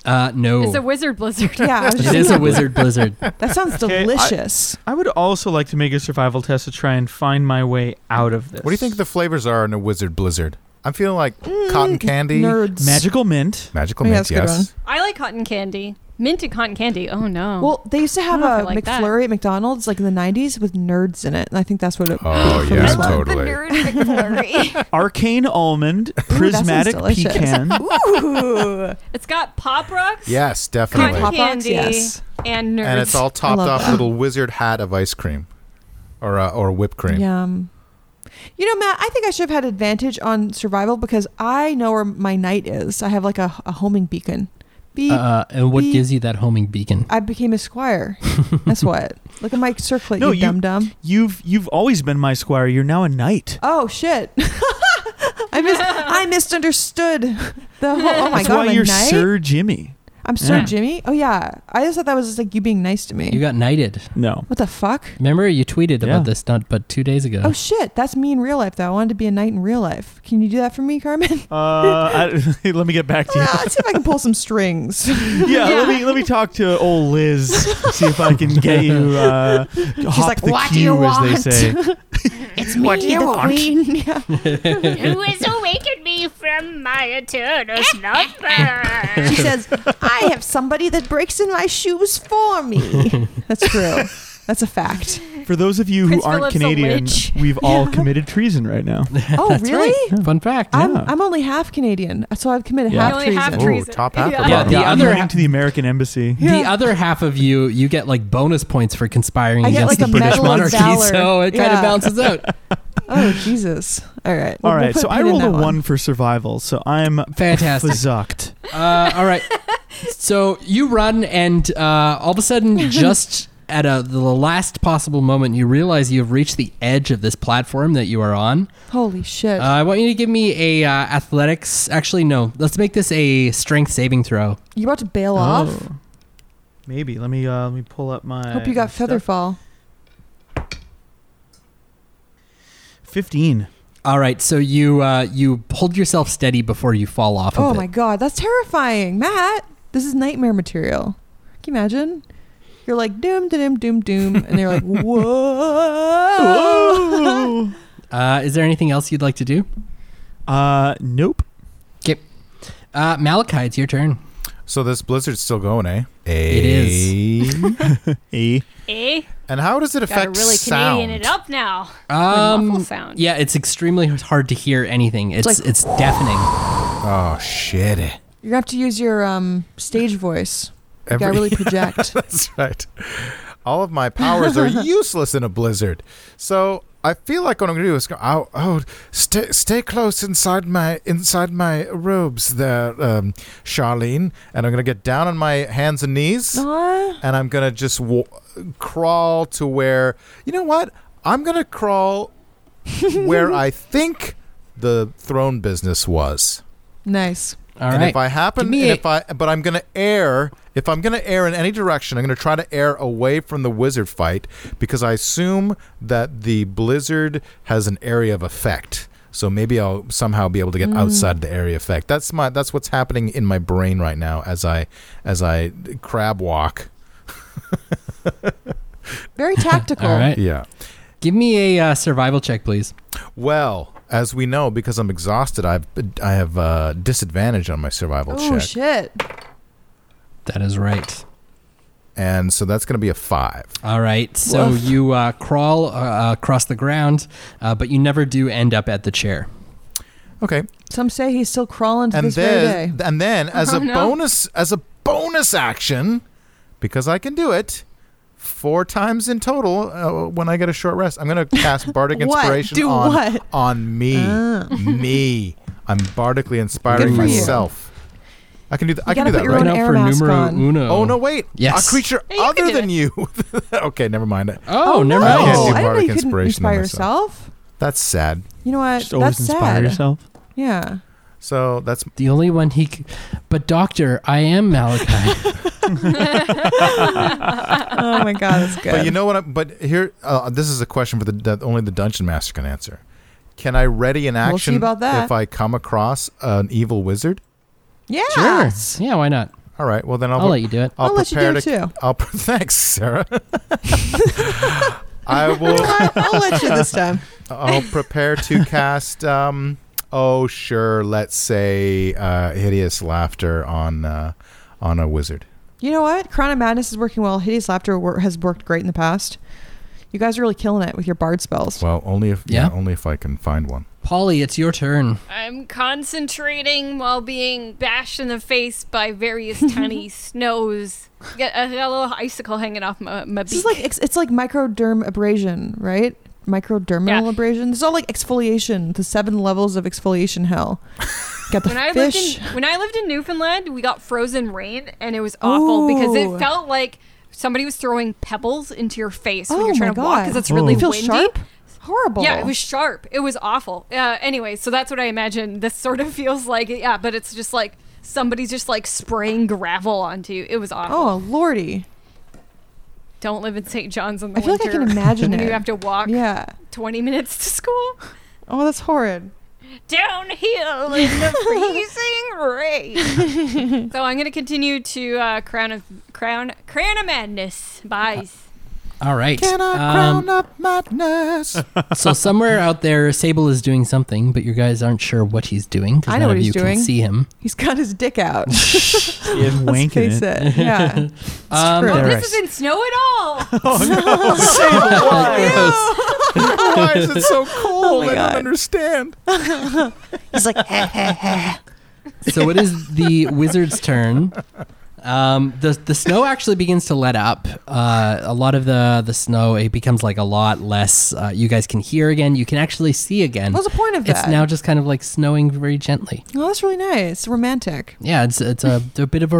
Speaker 5: Uh, no,
Speaker 3: It's a wizard blizzard.
Speaker 1: Yeah, I was
Speaker 5: it
Speaker 1: just
Speaker 5: is a
Speaker 1: thinking
Speaker 5: wizard blizzard.
Speaker 1: That sounds
Speaker 2: Okay, I-
Speaker 1: delicious.
Speaker 2: I would also like to make a survival test to try and find my way out of this.
Speaker 4: What do you think the flavors are in a wizard blizzard? I'm feeling like
Speaker 3: Mm,
Speaker 4: cotton candy,
Speaker 1: Nerds.
Speaker 2: magical mint?
Speaker 4: magical
Speaker 1: Yeah,
Speaker 4: mint.
Speaker 1: that's a good
Speaker 4: Yes.
Speaker 3: I like cotton candy. Mint and cotton candy. Oh no.
Speaker 1: Well, they used to have
Speaker 3: I don't know if
Speaker 1: a
Speaker 3: I like that.
Speaker 1: McFlurry at McDonald's, like in the '90s, with nerds in it, and I think that's what it.
Speaker 4: Oh
Speaker 1: for
Speaker 4: yeah,
Speaker 1: this one.
Speaker 4: totally.
Speaker 2: Arcane almond,
Speaker 1: sounds
Speaker 2: prismatic
Speaker 1: delicious.
Speaker 2: pecan.
Speaker 1: Ooh,
Speaker 3: it's got pop rocks
Speaker 4: Yes,
Speaker 3: Cotton
Speaker 4: definitely.
Speaker 1: Pop Rocks,
Speaker 3: candy.
Speaker 1: yes.
Speaker 3: and nerds.
Speaker 4: and it's all topped
Speaker 1: love
Speaker 4: off
Speaker 1: that.
Speaker 4: little wizard hat of ice cream, or uh, or whipped cream.
Speaker 1: yum. You know, Matt, I think I should have had advantage on survival because I know where my night is. I have like a, a homing beacon. Beep.
Speaker 2: Uh-uh.
Speaker 5: Uh, and what
Speaker 1: Beep.
Speaker 5: gives you that homing beacon?
Speaker 1: I became a squire. That's what. Look at my circlet,
Speaker 2: No,
Speaker 1: you
Speaker 2: you-
Speaker 1: dumb dumb.
Speaker 2: You've you've always been my squire. You're now a knight.
Speaker 1: Oh shit! I mis- I misunderstood the whole. Oh my
Speaker 2: That's
Speaker 1: god!
Speaker 2: why
Speaker 1: I'm a
Speaker 2: you're
Speaker 1: knight?
Speaker 2: Sir Jimmy.
Speaker 1: I'm Sir
Speaker 2: Yeah.
Speaker 1: Jimmy. Oh yeah, I just thought that was just like you being nice to me.
Speaker 5: You got knighted.
Speaker 2: No.
Speaker 1: what the fuck?
Speaker 5: Remember, you tweeted
Speaker 2: Yeah.
Speaker 5: about this not but two days ago.
Speaker 1: Oh shit, that's me in real life though. I wanted to be a knight in real life. Can you do that for me, Carmen?
Speaker 2: Uh, I, let me get back to you.
Speaker 1: Ah, let's see if I can pull some strings.
Speaker 2: yeah,
Speaker 3: Yeah.
Speaker 2: let me let me talk to old Liz. See if I can get you. Uh, She's hop
Speaker 1: like,
Speaker 2: the
Speaker 1: "What do
Speaker 2: queue,
Speaker 1: you
Speaker 2: as they say.
Speaker 6: It's me, the queen,
Speaker 1: Yeah.
Speaker 6: who has awakened me from my eternal slumber.
Speaker 1: She says, I have somebody that breaks in my shoes for me. That's true. That's a fact.
Speaker 2: For those of you who
Speaker 3: Prince
Speaker 2: aren't
Speaker 3: Philip's a
Speaker 2: Canadian,
Speaker 3: witch.
Speaker 2: we've all committed treason right now.
Speaker 1: oh,
Speaker 5: That's
Speaker 1: really?
Speaker 5: right. Fun fact.
Speaker 1: I'm,
Speaker 2: Yeah.
Speaker 1: I'm only half Canadian, so I've committed
Speaker 2: Yeah.
Speaker 1: half
Speaker 3: You're only
Speaker 1: treason.
Speaker 3: half
Speaker 4: Ooh,
Speaker 3: treason.
Speaker 4: top half
Speaker 3: Yeah.
Speaker 4: or
Speaker 5: Yeah,
Speaker 4: bottom?
Speaker 5: the
Speaker 2: I'm
Speaker 5: other
Speaker 2: heading
Speaker 5: ha-
Speaker 2: to the American embassy.
Speaker 5: The other half of you, you get like bonus points for conspiring
Speaker 1: I get, like,
Speaker 5: against the
Speaker 1: a
Speaker 5: British
Speaker 1: Medal of
Speaker 5: monarchy,
Speaker 1: Valor.
Speaker 5: so it kind
Speaker 1: Yeah.
Speaker 5: of balances out.
Speaker 1: Oh, Jesus. All right.
Speaker 2: All right,
Speaker 1: put
Speaker 2: so I
Speaker 1: pin in
Speaker 2: rolled
Speaker 1: that
Speaker 2: a one for survival, so I'm
Speaker 5: Fantastic.
Speaker 2: fuzzucked.
Speaker 5: uh, all right. So you run, and uh, all of a sudden, just at a, the last possible moment, you realize you've reached the edge of this platform that you are on.
Speaker 1: Holy shit.
Speaker 5: Uh, I want you to give me a uh, athletics. Actually, no. Let's make this a strength saving throw.
Speaker 1: you about to bail off?
Speaker 2: Oh. Maybe. Let me uh, let me pull up my.
Speaker 1: Hope you got
Speaker 2: stuff.
Speaker 1: Featherfall.
Speaker 2: Fifteen.
Speaker 5: All right. So you uh, you hold yourself steady before you fall off.
Speaker 1: Oh
Speaker 5: of
Speaker 1: my
Speaker 5: It.
Speaker 1: god, that's terrifying, Matt. This is nightmare material. Can you imagine? You're like doom, doom, doom, doom, and they're like, whoa.
Speaker 2: Whoa.
Speaker 5: Uh, is there anything else you'd like to do?
Speaker 2: uh, nope.
Speaker 5: Uh, Malachi, it's your turn.
Speaker 4: So this blizzard's still going, eh?
Speaker 5: It
Speaker 4: is.
Speaker 2: E.
Speaker 3: Eh?
Speaker 4: and how does it affect
Speaker 3: Gotta really
Speaker 4: sound?
Speaker 3: Canadian it up now.
Speaker 5: Um,
Speaker 3: muffle sound.
Speaker 5: Yeah, it's extremely hard to hear anything. It's
Speaker 1: like-
Speaker 5: it's deafening.
Speaker 4: Oh shit!
Speaker 1: You're gonna have to use your um, stage voice. You gotta
Speaker 4: Every-
Speaker 1: really project.
Speaker 4: That's right. All of my powers are useless in a blizzard. So I feel like what I'm gonna do is go. Oh, oh stay, stay close inside my inside my robes there, um, Charlene. And I'm gonna get down on my hands and knees,
Speaker 1: Aw.
Speaker 4: and I'm gonna just wa- crawl to where. You know what? I'm gonna crawl where I think the throne business was.
Speaker 1: nice.
Speaker 5: All right.
Speaker 4: and if I happen,
Speaker 5: Give me
Speaker 4: and
Speaker 5: a-
Speaker 4: if I, but I'm gonna err. If I'm gonna err in any direction, I'm gonna try to err away from the wizard fight because I assume that the blizzard has an area of effect. So maybe I'll somehow be able to
Speaker 5: Mm.
Speaker 4: get outside the area effect. That's my that's what's happening in my brain right now as I as I crab walk.
Speaker 1: Very tactical.
Speaker 5: All right.
Speaker 4: Yeah.
Speaker 5: Give me a uh, survival check, please.
Speaker 4: Well, as we know, because I'm exhausted, I've I have uh, disadvantage on my survival
Speaker 1: Oh
Speaker 4: check,
Speaker 1: shit.
Speaker 5: That is right.
Speaker 4: and so that's gonna be a five.
Speaker 5: All right. So
Speaker 1: Woof.
Speaker 5: you uh, crawl uh, across the ground, uh, but you never do end up at the chair.
Speaker 4: Okay.
Speaker 1: Some say he's still crawling to
Speaker 4: and
Speaker 1: this very
Speaker 4: then
Speaker 1: day.
Speaker 4: and then as
Speaker 3: Oh,
Speaker 4: a
Speaker 3: no.
Speaker 4: bonus as a bonus action because I can do it four times in total uh, when I get a short rest I'm going to cast bardic
Speaker 1: What?
Speaker 4: inspiration
Speaker 1: Do
Speaker 4: on
Speaker 1: what?
Speaker 4: on me
Speaker 1: Oh.
Speaker 4: me I'm bardically inspiring
Speaker 1: Good for you.
Speaker 4: myself I can do that I can
Speaker 1: gotta
Speaker 4: do
Speaker 1: put
Speaker 4: that
Speaker 1: your
Speaker 4: right
Speaker 1: own
Speaker 5: Looking
Speaker 1: air
Speaker 5: out for
Speaker 1: mask
Speaker 5: numero
Speaker 1: on.
Speaker 5: uno.
Speaker 4: Oh no! Wait,
Speaker 5: Yes.
Speaker 4: a creature
Speaker 3: Yeah, you can
Speaker 4: other
Speaker 3: do
Speaker 4: than you. okay, never mind.
Speaker 5: Oh, never
Speaker 4: I
Speaker 5: mind.
Speaker 4: can't do
Speaker 1: I didn't know
Speaker 4: bardic
Speaker 1: you couldn't
Speaker 4: inspiration on
Speaker 1: inspire
Speaker 4: myself.
Speaker 1: yourself.
Speaker 4: That's sad.
Speaker 1: You know what?
Speaker 2: Just always
Speaker 1: That's
Speaker 2: inspire
Speaker 1: sad.
Speaker 2: yourself.
Speaker 1: Yeah.
Speaker 4: So that's
Speaker 5: The only one he. C- but doctor, I am Malachi.
Speaker 1: Oh my god, that's good.
Speaker 4: But you know what? I, but here, uh, this is a question for the that only the dungeon master can answer. Can I ready an
Speaker 1: see
Speaker 4: action
Speaker 1: about that.
Speaker 4: if I come across an evil wizard?
Speaker 1: yeah.
Speaker 5: Yeah, why not?
Speaker 4: All right. Well, then I'll,
Speaker 5: I'll, let you do it.
Speaker 1: I'll let you
Speaker 4: prepare
Speaker 1: do it
Speaker 4: to-
Speaker 1: too.
Speaker 4: I'll pre- thanks, Sarah. I will.
Speaker 1: I'll let you this time.
Speaker 4: I'll prepare to cast. Um, oh sure, let's say uh, hideous laughter on uh, on a wizard.
Speaker 1: You know what? Crown of Madness is working well. Hideous Laughter wor- has worked great in the past. You guys are really killing it with your bard spells.
Speaker 4: Well, only if yeah,
Speaker 5: Yeah.
Speaker 4: only if I can find one.
Speaker 5: Polly, it's your turn.
Speaker 3: I'm concentrating while being bashed in the face by various tiny snows. Got, I got a little icicle hanging off my, my
Speaker 1: This is
Speaker 3: beak.
Speaker 1: like ex- it's like microderm abrasion, right? Microdermal
Speaker 3: Yeah.
Speaker 1: abrasion. This is all like exfoliation. The seven levels of exfoliation hell. Got the
Speaker 3: when I lived
Speaker 1: fish.
Speaker 3: in when I lived in Newfoundland, we got frozen rain, and it was awful because
Speaker 1: Ooh.
Speaker 3: it felt like somebody was throwing pebbles into your face when
Speaker 1: Oh
Speaker 3: you're trying
Speaker 1: my
Speaker 3: to walk
Speaker 1: God.
Speaker 3: because it's
Speaker 2: Ooh.
Speaker 3: really
Speaker 1: It feels
Speaker 3: windy.
Speaker 1: sharp. Horrible.
Speaker 3: Yeah, it was sharp. It was awful. Uh, anyway, so that's what I imagine. This sort of feels like, yeah, but it's just like somebody's just like spraying gravel onto you. It was awful.
Speaker 1: oh lordy.
Speaker 3: Don't live in St. John's in the
Speaker 1: I feel like I
Speaker 3: winter.
Speaker 1: can imagine
Speaker 3: when
Speaker 1: it.
Speaker 3: you have to walk
Speaker 1: yeah.
Speaker 3: 20 minutes to school
Speaker 1: Oh, that's horrid.
Speaker 3: downhill in the freezing rain. so I'm going to continue to uh, Crown of Crown Crown of Madness buys.
Speaker 5: All right.
Speaker 4: Can I
Speaker 5: Um,
Speaker 4: crown up madness?
Speaker 5: so somewhere out there, Sable is doing something, but you guys aren't sure what he's doing because
Speaker 1: I
Speaker 5: none
Speaker 1: know what
Speaker 5: of
Speaker 1: he's
Speaker 5: you
Speaker 1: doing.
Speaker 5: can see him.
Speaker 1: He's got his dick out.
Speaker 2: He's
Speaker 1: Let's
Speaker 2: wanking
Speaker 1: face
Speaker 2: it.
Speaker 1: it. Yeah. It's
Speaker 5: Um,
Speaker 1: true.
Speaker 3: Oh,
Speaker 5: There
Speaker 3: this
Speaker 5: is.
Speaker 3: isn't snow at all.
Speaker 5: Gross.
Speaker 4: Why is it
Speaker 5: Oh
Speaker 4: so cold?
Speaker 1: my
Speaker 4: I
Speaker 1: God.
Speaker 4: don't understand.
Speaker 6: He's like,
Speaker 5: so it is the wizard's turn. Um, the the snow actually begins to let up. Uh, a lot of the the snow it becomes like a lot less. Uh, you guys can hear again. You can actually see again.
Speaker 1: What was the point of
Speaker 5: It's
Speaker 1: that?
Speaker 5: now just kind of like snowing very gently.
Speaker 1: oh, that's really nice. Romantic.
Speaker 5: Yeah, it's it's a, a bit of a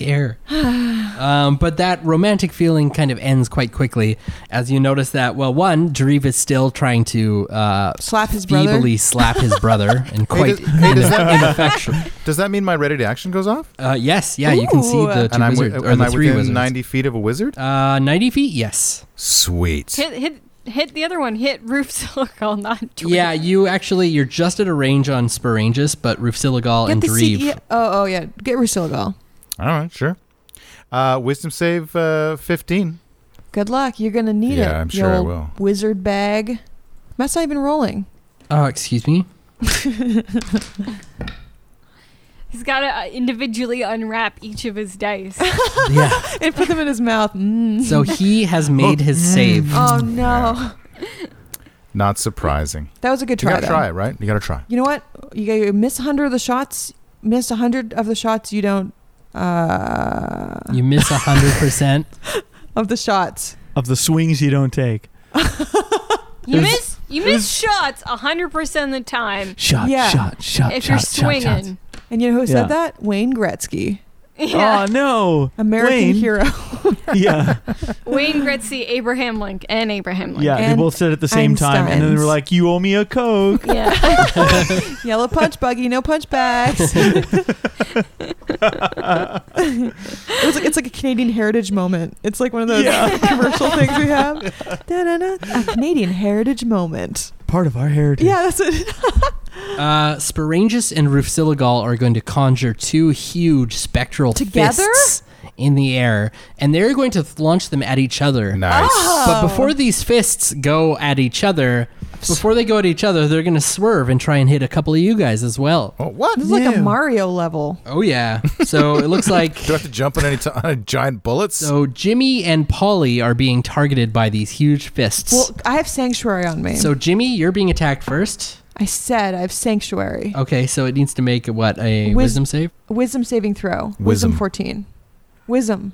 Speaker 5: air. Um, but that romantic feeling kind of ends quite quickly as you notice that. Well, one, Dreve is still trying to uh,
Speaker 1: Slap his brother.
Speaker 5: feebly slap his brother and quite
Speaker 4: does- hey, does that-
Speaker 5: ineffectual.
Speaker 4: Does that mean my ready to action goes off?
Speaker 5: Uh, yes, yeah, you can see
Speaker 1: Ooh.
Speaker 5: the two
Speaker 4: and I'm,
Speaker 5: wizards,
Speaker 4: wi-
Speaker 5: or
Speaker 4: am
Speaker 5: the
Speaker 4: I
Speaker 5: three
Speaker 4: within
Speaker 5: wizards.
Speaker 4: 90 feet of a wizard?
Speaker 5: uh, 90 feet, yes.
Speaker 4: Sweet.
Speaker 3: hit, hit, hit the other one. Hit Roof Silicol, not Tweet.
Speaker 5: Yeah, you actually, you're just at a range on Sporangus, but Rufsiligal
Speaker 1: Get
Speaker 5: and
Speaker 1: the
Speaker 5: Dreve.
Speaker 1: CEO. Oh, oh yeah. Get Rusilgal.
Speaker 4: All right, sure. Uh, wisdom save uh, 15.
Speaker 1: Good luck. You're gonna need it.
Speaker 4: yeah, I'm
Speaker 1: you
Speaker 4: sure I
Speaker 1: old
Speaker 4: will.
Speaker 1: Wizard bag. Matt's not even rolling.
Speaker 5: Oh, excuse me.
Speaker 3: He's got to uh, individually unwrap each of his dice.
Speaker 5: yeah.
Speaker 1: It put them in his mouth. Mm.
Speaker 5: So mm. he has made his save.
Speaker 1: oh no,
Speaker 4: Not surprising.
Speaker 1: that was a good
Speaker 4: You
Speaker 1: try.
Speaker 4: gotta
Speaker 1: though.
Speaker 4: try it, right? You gotta try.
Speaker 1: You know what? You, got- you miss hundred of the shots. Miss hundred of the shots. You don't. Uh,
Speaker 5: You miss 100%.
Speaker 1: of the shots.
Speaker 2: Of the swings you don't take.
Speaker 3: You
Speaker 5: Is-
Speaker 3: miss, you miss shots hundred percent of the time
Speaker 5: shot,
Speaker 1: Yeah.
Speaker 5: shot, shot,
Speaker 3: if
Speaker 5: shot,
Speaker 3: you're
Speaker 5: shot, shot.
Speaker 3: swinging.
Speaker 1: And you know who
Speaker 2: Yeah.
Speaker 1: said that? Wayne Gretzky,
Speaker 3: Yeah.
Speaker 2: Oh no.
Speaker 1: American
Speaker 2: Wayne.
Speaker 1: hero.
Speaker 2: yeah.
Speaker 3: Wayne Gretzky, Abraham Lincoln, and Abraham Lincoln.
Speaker 2: Yeah.
Speaker 1: And
Speaker 2: they both said it at the same time. And then they
Speaker 1: Einstein's.
Speaker 2: were like, You owe me a Coke.
Speaker 3: Yeah.
Speaker 1: Yellow punch buggy, no punch bags. it was like it's like a Canadian heritage moment. It's like one of those
Speaker 2: Yeah.
Speaker 1: commercial things we have. Da-da-da. A Canadian heritage moment.
Speaker 2: Part of our heritage.
Speaker 1: Yeah, that's it.
Speaker 5: Uh, Sporangus and Rufsiligal are going to conjure two huge spectral
Speaker 1: Together?
Speaker 5: fists in the air, and they're going to launch them at each other.
Speaker 4: Nice.
Speaker 1: Ah! Oh.
Speaker 5: But before these fists go at each other, before they go at each other, they're going to swerve and try and hit a couple of you guys as well.
Speaker 4: Oh, what?
Speaker 1: This
Speaker 4: Do
Speaker 1: is like a
Speaker 2: Yeah.
Speaker 1: Mario level.
Speaker 5: Oh, yeah. So it looks like.
Speaker 4: I have to jump on any t- on giant bullets?
Speaker 5: So Jimmy and Polly are being targeted by these huge fists.
Speaker 1: Well, I have sanctuary on me.
Speaker 5: so Jimmy, you're being attacked first.
Speaker 1: I said I have sanctuary.
Speaker 5: Okay, so it needs to make what a
Speaker 1: Wis-
Speaker 5: wisdom save.
Speaker 1: Wisdom saving throw. Wisdom,
Speaker 4: Wisdom.
Speaker 1: 14. Wisdom.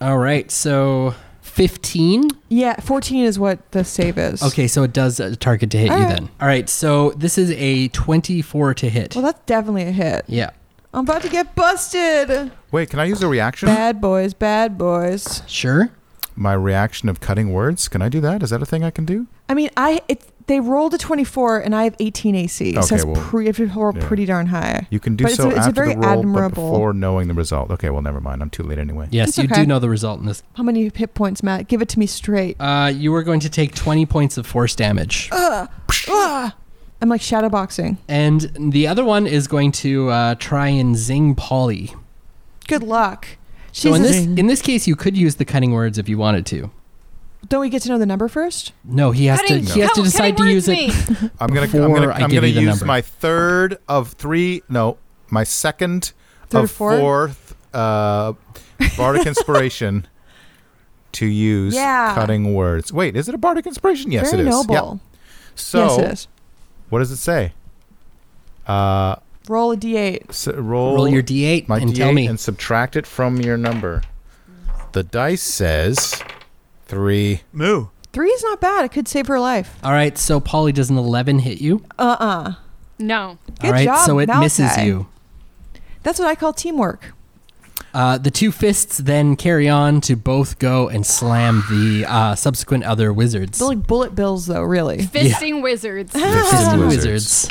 Speaker 5: All right, so fifteen.
Speaker 1: Yeah, 14 is what the save is.
Speaker 5: Okay, so it does uh, target to hit you
Speaker 1: All right.
Speaker 5: then. All right, so this is a 24 to hit.
Speaker 1: Well, that's definitely a hit.
Speaker 5: yeah.
Speaker 1: I'm about to get busted.
Speaker 4: Wait, can I use a reaction?
Speaker 1: Bad boys, bad boys.
Speaker 5: Sure.
Speaker 4: My reaction of cutting words? Can I do that? Is that a thing I can do?
Speaker 1: I mean, I it, they rolled a 24 and I have 18 AC. so
Speaker 4: Okay,
Speaker 1: that's
Speaker 4: well,
Speaker 1: pre, if you roll
Speaker 4: yeah.
Speaker 1: pretty darn high.
Speaker 4: You can do
Speaker 1: But it's
Speaker 4: so
Speaker 1: a- it's a
Speaker 4: after
Speaker 1: very
Speaker 4: the roll,
Speaker 1: admirable-
Speaker 4: but before knowing the result. Okay, well, never mind. I'm too late anyway.
Speaker 5: Yes,
Speaker 1: It's
Speaker 5: you
Speaker 1: okay.
Speaker 5: do know the result in this.
Speaker 1: How many hit points, Matt? Give it to me straight.
Speaker 5: Uh, you are going to take 20 points of force damage.
Speaker 1: Ah! I'm like shadow boxing.
Speaker 5: And the other one is going to uh, try and zing Polly.
Speaker 1: Good luck.
Speaker 5: So in
Speaker 1: Jesus,
Speaker 5: this in this case you could use the cutting words if you wanted to.
Speaker 1: don't we get to know the number first?
Speaker 5: No, he has
Speaker 3: Cutting-
Speaker 5: to he has to
Speaker 3: no, cutting
Speaker 5: decide to
Speaker 3: words
Speaker 5: use it.
Speaker 3: mean-
Speaker 4: I'm gonna, I'm
Speaker 5: Before
Speaker 4: gonna,
Speaker 5: I
Speaker 4: I'm
Speaker 5: give
Speaker 4: gonna
Speaker 5: you the
Speaker 4: use
Speaker 5: number.
Speaker 4: my third of three. No, my second
Speaker 1: Third
Speaker 4: of
Speaker 1: of four?
Speaker 4: fourth uh, bardic inspiration to use
Speaker 1: Yeah.
Speaker 4: cutting words. Wait, is it a bardic inspiration? Yes,
Speaker 1: Very
Speaker 4: it is. Yeah.
Speaker 1: noble.
Speaker 4: So,
Speaker 1: yes, it is.
Speaker 4: what does it say? Uh,
Speaker 1: Roll a d8.
Speaker 4: s roll,
Speaker 5: Roll your d8
Speaker 4: my
Speaker 5: and
Speaker 4: d8
Speaker 5: tell me.
Speaker 4: and subtract it from your number. The dice says
Speaker 5: Uh,
Speaker 4: three.
Speaker 2: Moo.
Speaker 1: Three is not bad. It could save her life.
Speaker 5: All right, so Polly does an 11 hit you.
Speaker 1: Uh uh
Speaker 3: No.
Speaker 5: All
Speaker 1: Good
Speaker 5: right,
Speaker 1: job,
Speaker 5: so it
Speaker 1: Malachi.
Speaker 5: misses you.
Speaker 1: That's what I call teamwork.
Speaker 5: Uh, the two fists then carry on to both go and slam the uh, subsequent other wizards.
Speaker 1: They're like bullet bills, though, really.
Speaker 3: Fisting wizards.
Speaker 5: Fist
Speaker 4: and
Speaker 5: wizards.
Speaker 4: wizards.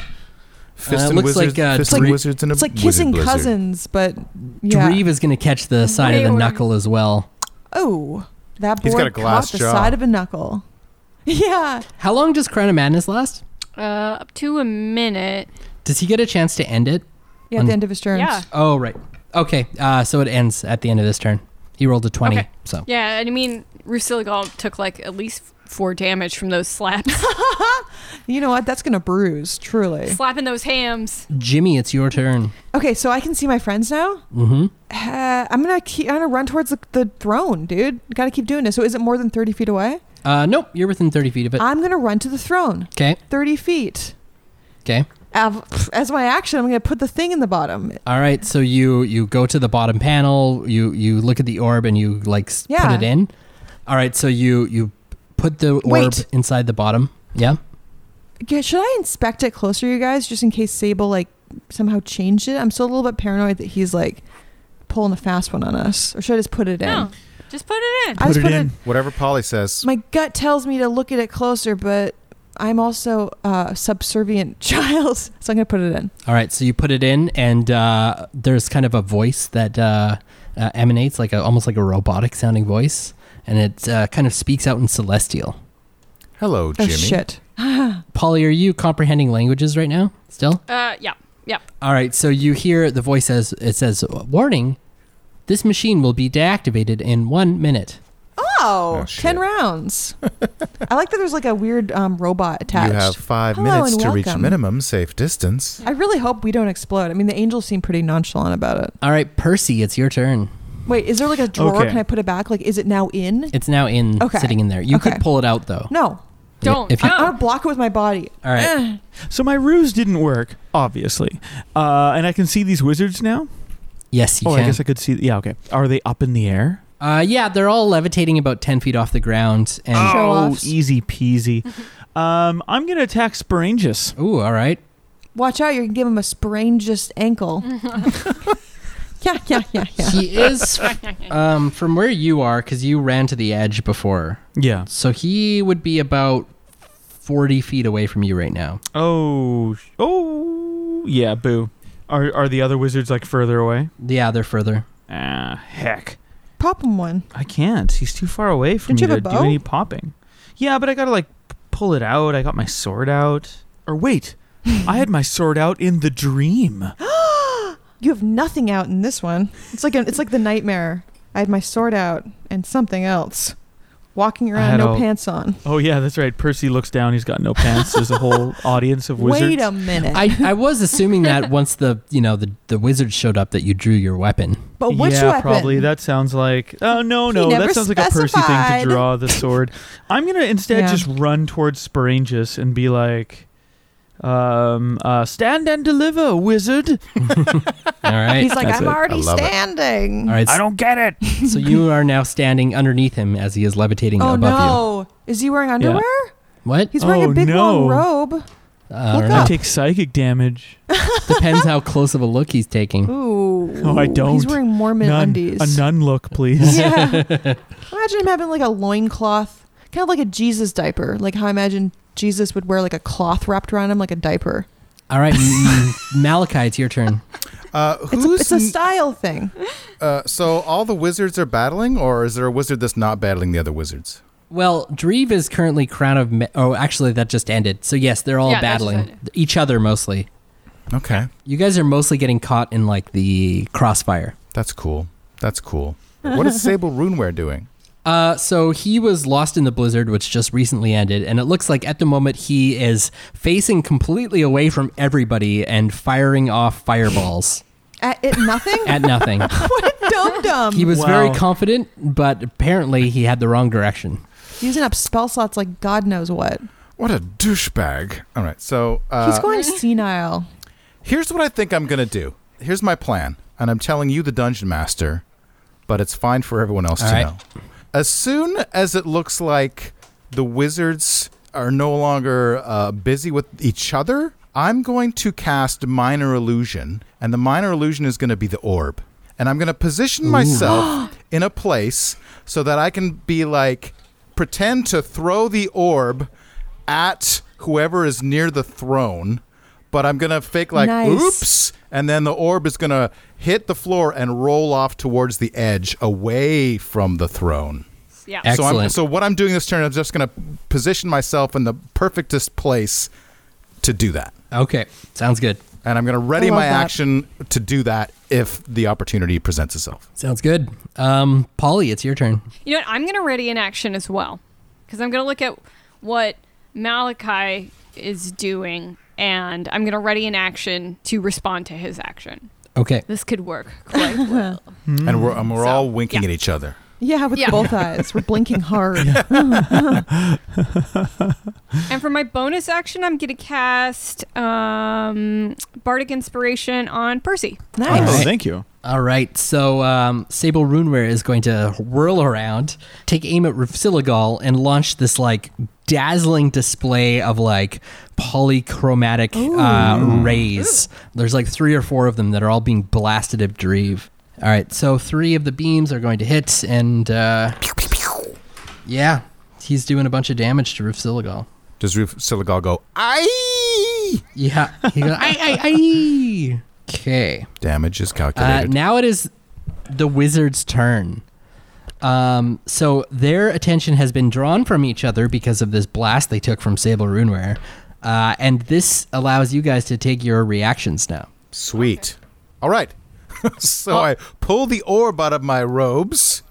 Speaker 4: Fist
Speaker 5: it
Speaker 4: and
Speaker 5: looks
Speaker 4: wizards,
Speaker 5: like, uh,
Speaker 4: fist
Speaker 5: it's
Speaker 4: and
Speaker 5: like-
Speaker 4: wizards and a
Speaker 1: It's like kissing
Speaker 4: wizard blizzard.
Speaker 1: cousins, but yeah.
Speaker 5: Dreve is going to catch the side of the
Speaker 3: Wayward.
Speaker 5: knuckle as well.
Speaker 1: Oh, that boy
Speaker 4: He's got a glass
Speaker 1: caught the
Speaker 4: jaw.
Speaker 1: side of a knuckle. Yeah,
Speaker 5: How long does Crown of Madness last?
Speaker 3: Uh, up to a minute.
Speaker 5: Does he get a chance to end it?
Speaker 1: yeah. At the end of his turn.
Speaker 3: Yeah.
Speaker 5: Oh, right. Okay, uh, so it ends at the end of this turn. He rolled a 20.
Speaker 3: Okay.
Speaker 5: So
Speaker 3: Yeah, and I mean, Rusilgal took like at least four damage from those slaps,
Speaker 1: You know what? That's gonna bruise, truly.
Speaker 3: slapping those hams.
Speaker 5: Jimmy, it's your turn.
Speaker 1: Okay, so I can see my friends now.
Speaker 5: Mhm.
Speaker 1: Uh, I'm gonna keep. I'm gonna run towards the, the throne, dude. Gotta keep doing this. So is it more than thirty feet away?
Speaker 5: Uh nope, you're within 30 feet of it.
Speaker 1: I'm gonna run to the throne.
Speaker 5: Okay.
Speaker 1: Thirty feet.
Speaker 5: Okay.
Speaker 1: Av- As my action, I'm gonna put the thing in the bottom.
Speaker 5: All right, so you you go to the bottom panel, you you look at the orb and you like s put
Speaker 1: Yeah.
Speaker 5: it in. All right, so you you put the orb
Speaker 1: Wait.
Speaker 5: inside the bottom. Yeah.
Speaker 1: Yeah, should I inspect it closer, you guys, just in case Sable like somehow changed it? I'm still a little bit paranoid that he's like pulling a fast one on us. Or should I just put it in?
Speaker 3: No, just put it in.
Speaker 1: I just
Speaker 2: Put it in.
Speaker 4: Whatever Polly says.
Speaker 1: My gut tells me to look at it closer, but I'm also a subservient child, so I'm gonna put it in.
Speaker 5: All right, so you put it in and uh there's kind of a voice that uh, uh emanates like a almost like a robotic sounding voice and it uh, kind of speaks out in celestial.
Speaker 4: Hello,
Speaker 1: Oh
Speaker 4: Jimmy.
Speaker 1: shit!
Speaker 5: Polly, are you comprehending languages right now? Still?
Speaker 3: Uh, yeah, yeah.
Speaker 5: All right, so you hear the voice says it says warning, this machine will be deactivated in 1 minute.
Speaker 1: Oh,
Speaker 4: Oh,
Speaker 1: 10
Speaker 4: shit.
Speaker 1: rounds. I like that there's like a weird um, robot attached.
Speaker 4: You have five
Speaker 1: Hello
Speaker 4: minutes
Speaker 1: and
Speaker 4: to reach
Speaker 1: welcome.
Speaker 4: minimum safe distance.
Speaker 1: I really hope we don't explode. I mean, the angels seem pretty nonchalant about it.
Speaker 5: All right, Percy, it's your turn.
Speaker 1: Wait, is there like a drawer?
Speaker 2: Okay.
Speaker 1: Can I put it back? Like, is it now in?
Speaker 5: It's now in
Speaker 1: Okay.
Speaker 5: sitting in there. You
Speaker 1: Okay.
Speaker 5: could pull it out though.
Speaker 1: No.
Speaker 3: Don't.
Speaker 5: If you-
Speaker 1: I- I'm
Speaker 3: no.
Speaker 1: gonna block it with my body.
Speaker 5: All right.
Speaker 1: Eh.
Speaker 2: So my ruse didn't work, obviously. Uh, and I can see these wizards now.
Speaker 5: Yes, you
Speaker 2: oh,
Speaker 5: can.
Speaker 2: I guess I could see. Yeah, okay. Are they up in the air?
Speaker 5: uh, yeah, they're all levitating about 10 feet off the ground and
Speaker 1: Oh.
Speaker 2: oh,
Speaker 1: Show-offs.
Speaker 2: easy peasy. um, I'm gonna attack Sporangus.
Speaker 1: Oh.
Speaker 5: Ooh, all right.
Speaker 1: Watch out, you're gonna give him a sporangious ankle. yeah, yeah, yeah, yeah.
Speaker 5: He is um from where you are cuz you ran to the edge before.
Speaker 2: Yeah.
Speaker 5: So he would be about 40 feet away from you right now.
Speaker 2: Oh. sh- Oh. Yeah. Boo. Are are the other wizards like further away?
Speaker 5: Yeah, they're further.
Speaker 2: Ah, heck.
Speaker 1: Pop him one.
Speaker 2: I can't. He's too far away from
Speaker 1: Don't you
Speaker 2: me
Speaker 1: have
Speaker 2: to
Speaker 1: a
Speaker 2: do
Speaker 1: bow?
Speaker 2: any popping. Yeah, but I gotta like pull it out. I got my sword out. Or wait, I had my sword out in the dream.
Speaker 1: You have nothing out in this one. It's like a, it's like the nightmare. I had my sword out and something else. Walking
Speaker 2: had
Speaker 1: around, no
Speaker 2: all-
Speaker 1: pants on.
Speaker 2: Oh yeah, that's right. Percy looks down. He's got no pants. There's a whole audience of wizards.
Speaker 1: Wait a minute.
Speaker 5: I, I was assuming that once the you know the the wizard showed up that you drew your weapon.
Speaker 1: but which
Speaker 2: yeah,
Speaker 1: weapon?
Speaker 2: probably. That sounds like oh no
Speaker 1: He
Speaker 2: no.
Speaker 1: never
Speaker 2: That sounds like a Percy thing
Speaker 1: specified.
Speaker 2: to draw the sword. I'm gonna instead
Speaker 1: Yeah.
Speaker 2: just run towards Sporangus and be like, um, uh, stand and deliver, wizard.
Speaker 5: All right.
Speaker 1: He's like,
Speaker 2: That's
Speaker 1: I'm
Speaker 2: it. I
Speaker 1: already
Speaker 4: love it.
Speaker 1: standing.
Speaker 5: All right.
Speaker 2: I don't get it.
Speaker 5: So you are now standing underneath him as he is levitating
Speaker 1: Oh
Speaker 5: above
Speaker 1: no! Is he wearing underwear?
Speaker 5: you. What?
Speaker 1: He's wearing
Speaker 2: Oh,
Speaker 1: a big
Speaker 2: no.
Speaker 1: long robe.
Speaker 5: I
Speaker 1: Look
Speaker 5: don't
Speaker 2: I
Speaker 5: know.
Speaker 1: up.
Speaker 2: take psychic damage.
Speaker 5: Depends how close of a look he's taking.
Speaker 1: Ooh.
Speaker 2: Oh, I
Speaker 1: He's
Speaker 2: don't.
Speaker 1: wearing Mormon
Speaker 2: Nun,
Speaker 1: undies.
Speaker 2: a nun look, please.
Speaker 1: yeah. Imagine him having like a loincloth, kind of like a Jesus diaper, like how I imagine Jesus would wear like a cloth wrapped around him like a diaper.
Speaker 5: All right, M- Malachi, it's your turn.
Speaker 4: Uh,
Speaker 1: It's a,
Speaker 4: who's
Speaker 1: it's a style thing.
Speaker 4: uh, so all the wizards are battling, or is there a wizard that's not battling the other wizards?
Speaker 5: Well, Dreve is currently crown of. Ma- oh, actually, that just ended. So yes, they're all
Speaker 3: Yeah, that just
Speaker 5: battling
Speaker 3: ended.
Speaker 5: each other mostly.
Speaker 4: Okay,
Speaker 5: You guys are mostly getting caught in like the crossfire.
Speaker 4: that's cool. That's cool. What is Sable Runeware doing?
Speaker 5: Uh, so he was lost in the blizzard, which just recently ended, and it looks like at the moment he is facing completely away from everybody and firing off fireballs
Speaker 1: At it nothing?
Speaker 5: at nothing.
Speaker 1: what a dum dum.
Speaker 5: He was
Speaker 2: Wow.
Speaker 5: very confident, but apparently he had the wrong direction.
Speaker 1: Using up spell slots like God knows what.
Speaker 4: What a douchebag! All right, so
Speaker 1: He's
Speaker 4: uh,
Speaker 1: going senile.
Speaker 4: here's what I think I'm gonna do. Here's my plan, and I'm telling you, the dungeon master, but it's fine for everyone else
Speaker 5: All
Speaker 4: to
Speaker 5: right.
Speaker 4: know. As soon as it looks like the wizards are no longer uh, busy with each other, I'm going to cast minor illusion, and the minor illusion is going to be the orb, and I'm going to position myself in a place so that I can be like pretend to throw the orb at whoever is near the throne. But I'm gonna fake like
Speaker 1: Nice.
Speaker 4: oops, and then the orb is gonna hit the floor and roll off towards the edge, away from the throne.
Speaker 3: Yeah.
Speaker 5: Ex-
Speaker 4: So, I'm,
Speaker 5: Excellent.
Speaker 4: so what I'm doing this turn, I'm just going to position myself in the perfectest place to do that.
Speaker 5: Okay, sounds good.
Speaker 4: and I'm going to ready
Speaker 1: love
Speaker 4: my
Speaker 1: that.
Speaker 4: action to do that if the opportunity presents itself.
Speaker 5: Sounds good. Um, Polly, it's your turn.
Speaker 3: You know what? I'm going to ready an action as well because I'm going to look at what Malachi is doing and I'm going to ready an action to respond to his action.
Speaker 5: Okay.
Speaker 3: This could work quite well.
Speaker 4: And we're, and we're
Speaker 3: So,
Speaker 4: all winking
Speaker 3: yeah.
Speaker 4: at each other.
Speaker 1: Mm. Yeah, with
Speaker 3: Yeah.
Speaker 1: both eyes. We're blinking hard.
Speaker 3: and for my bonus action, I'm going to cast um, Bardic Inspiration on Percy.
Speaker 1: Nice.
Speaker 2: Oh,
Speaker 5: Alright.
Speaker 2: thank you.
Speaker 5: All right. So um, Sable Runeware is going to whirl around, take aim at Rufsiligal, and launch this like dazzling display of like polychromatic uh, rays. There's like three or four of them that are all being blasted at Dreve. All right. So three of the beams are going to hit, and uh, yeah, he's doing a bunch of damage to Rufsiligal.
Speaker 4: Does Ruf Siligal go, aye?
Speaker 5: Yeah. He goes, aye, aye, aye. Okay.
Speaker 4: Damage is
Speaker 5: Uh,
Speaker 4: calculated.
Speaker 5: now it is the wizard's turn. Um, so their attention has been drawn from each other because of this blast they took from Sable Runeware. Uh, and this allows you guys to take your reactions now.
Speaker 4: Sweet. All right. so I pull the orb out of my robes.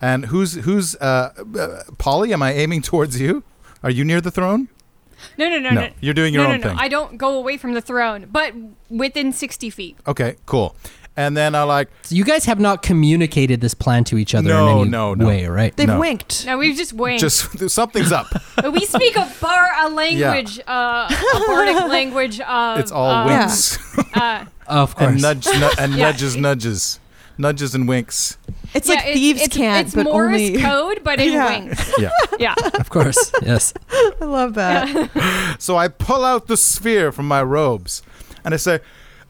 Speaker 4: And who's, who's, uh, uh, Polly, am I aiming towards you? Are you near the throne?
Speaker 3: No, no, no,
Speaker 4: No,
Speaker 3: no.
Speaker 4: you're doing your
Speaker 3: no,
Speaker 4: own
Speaker 3: no, no.
Speaker 4: thing.
Speaker 3: I don't go away from the throne, but within 60 feet.
Speaker 4: Okay, cool. And then I like,
Speaker 5: So you guys have not communicated this plan to each other
Speaker 4: No,
Speaker 5: in any
Speaker 4: no, no.
Speaker 5: way, right?
Speaker 1: They've
Speaker 4: No.
Speaker 1: winked.
Speaker 3: No, we've just waited.
Speaker 4: just something's up.
Speaker 3: But we speak a bar a language, uh, a bardic language of
Speaker 4: It's all
Speaker 3: uh,
Speaker 1: wit.
Speaker 4: winks
Speaker 3: uh,
Speaker 5: Of
Speaker 4: and
Speaker 5: course.
Speaker 4: nudge nu- and
Speaker 3: Yeah.
Speaker 4: nudges, nudges, nudges and winks.
Speaker 1: It's
Speaker 3: yeah,
Speaker 1: like thieves
Speaker 3: it's,
Speaker 1: can't,
Speaker 3: It's
Speaker 1: but
Speaker 3: Morse
Speaker 1: only.
Speaker 3: code, but in
Speaker 1: Yeah.
Speaker 3: wings.
Speaker 4: Yeah.
Speaker 3: Yeah,
Speaker 5: of course. Yes.
Speaker 1: I love that.
Speaker 4: So I pull out the sphere from my robes, and I say,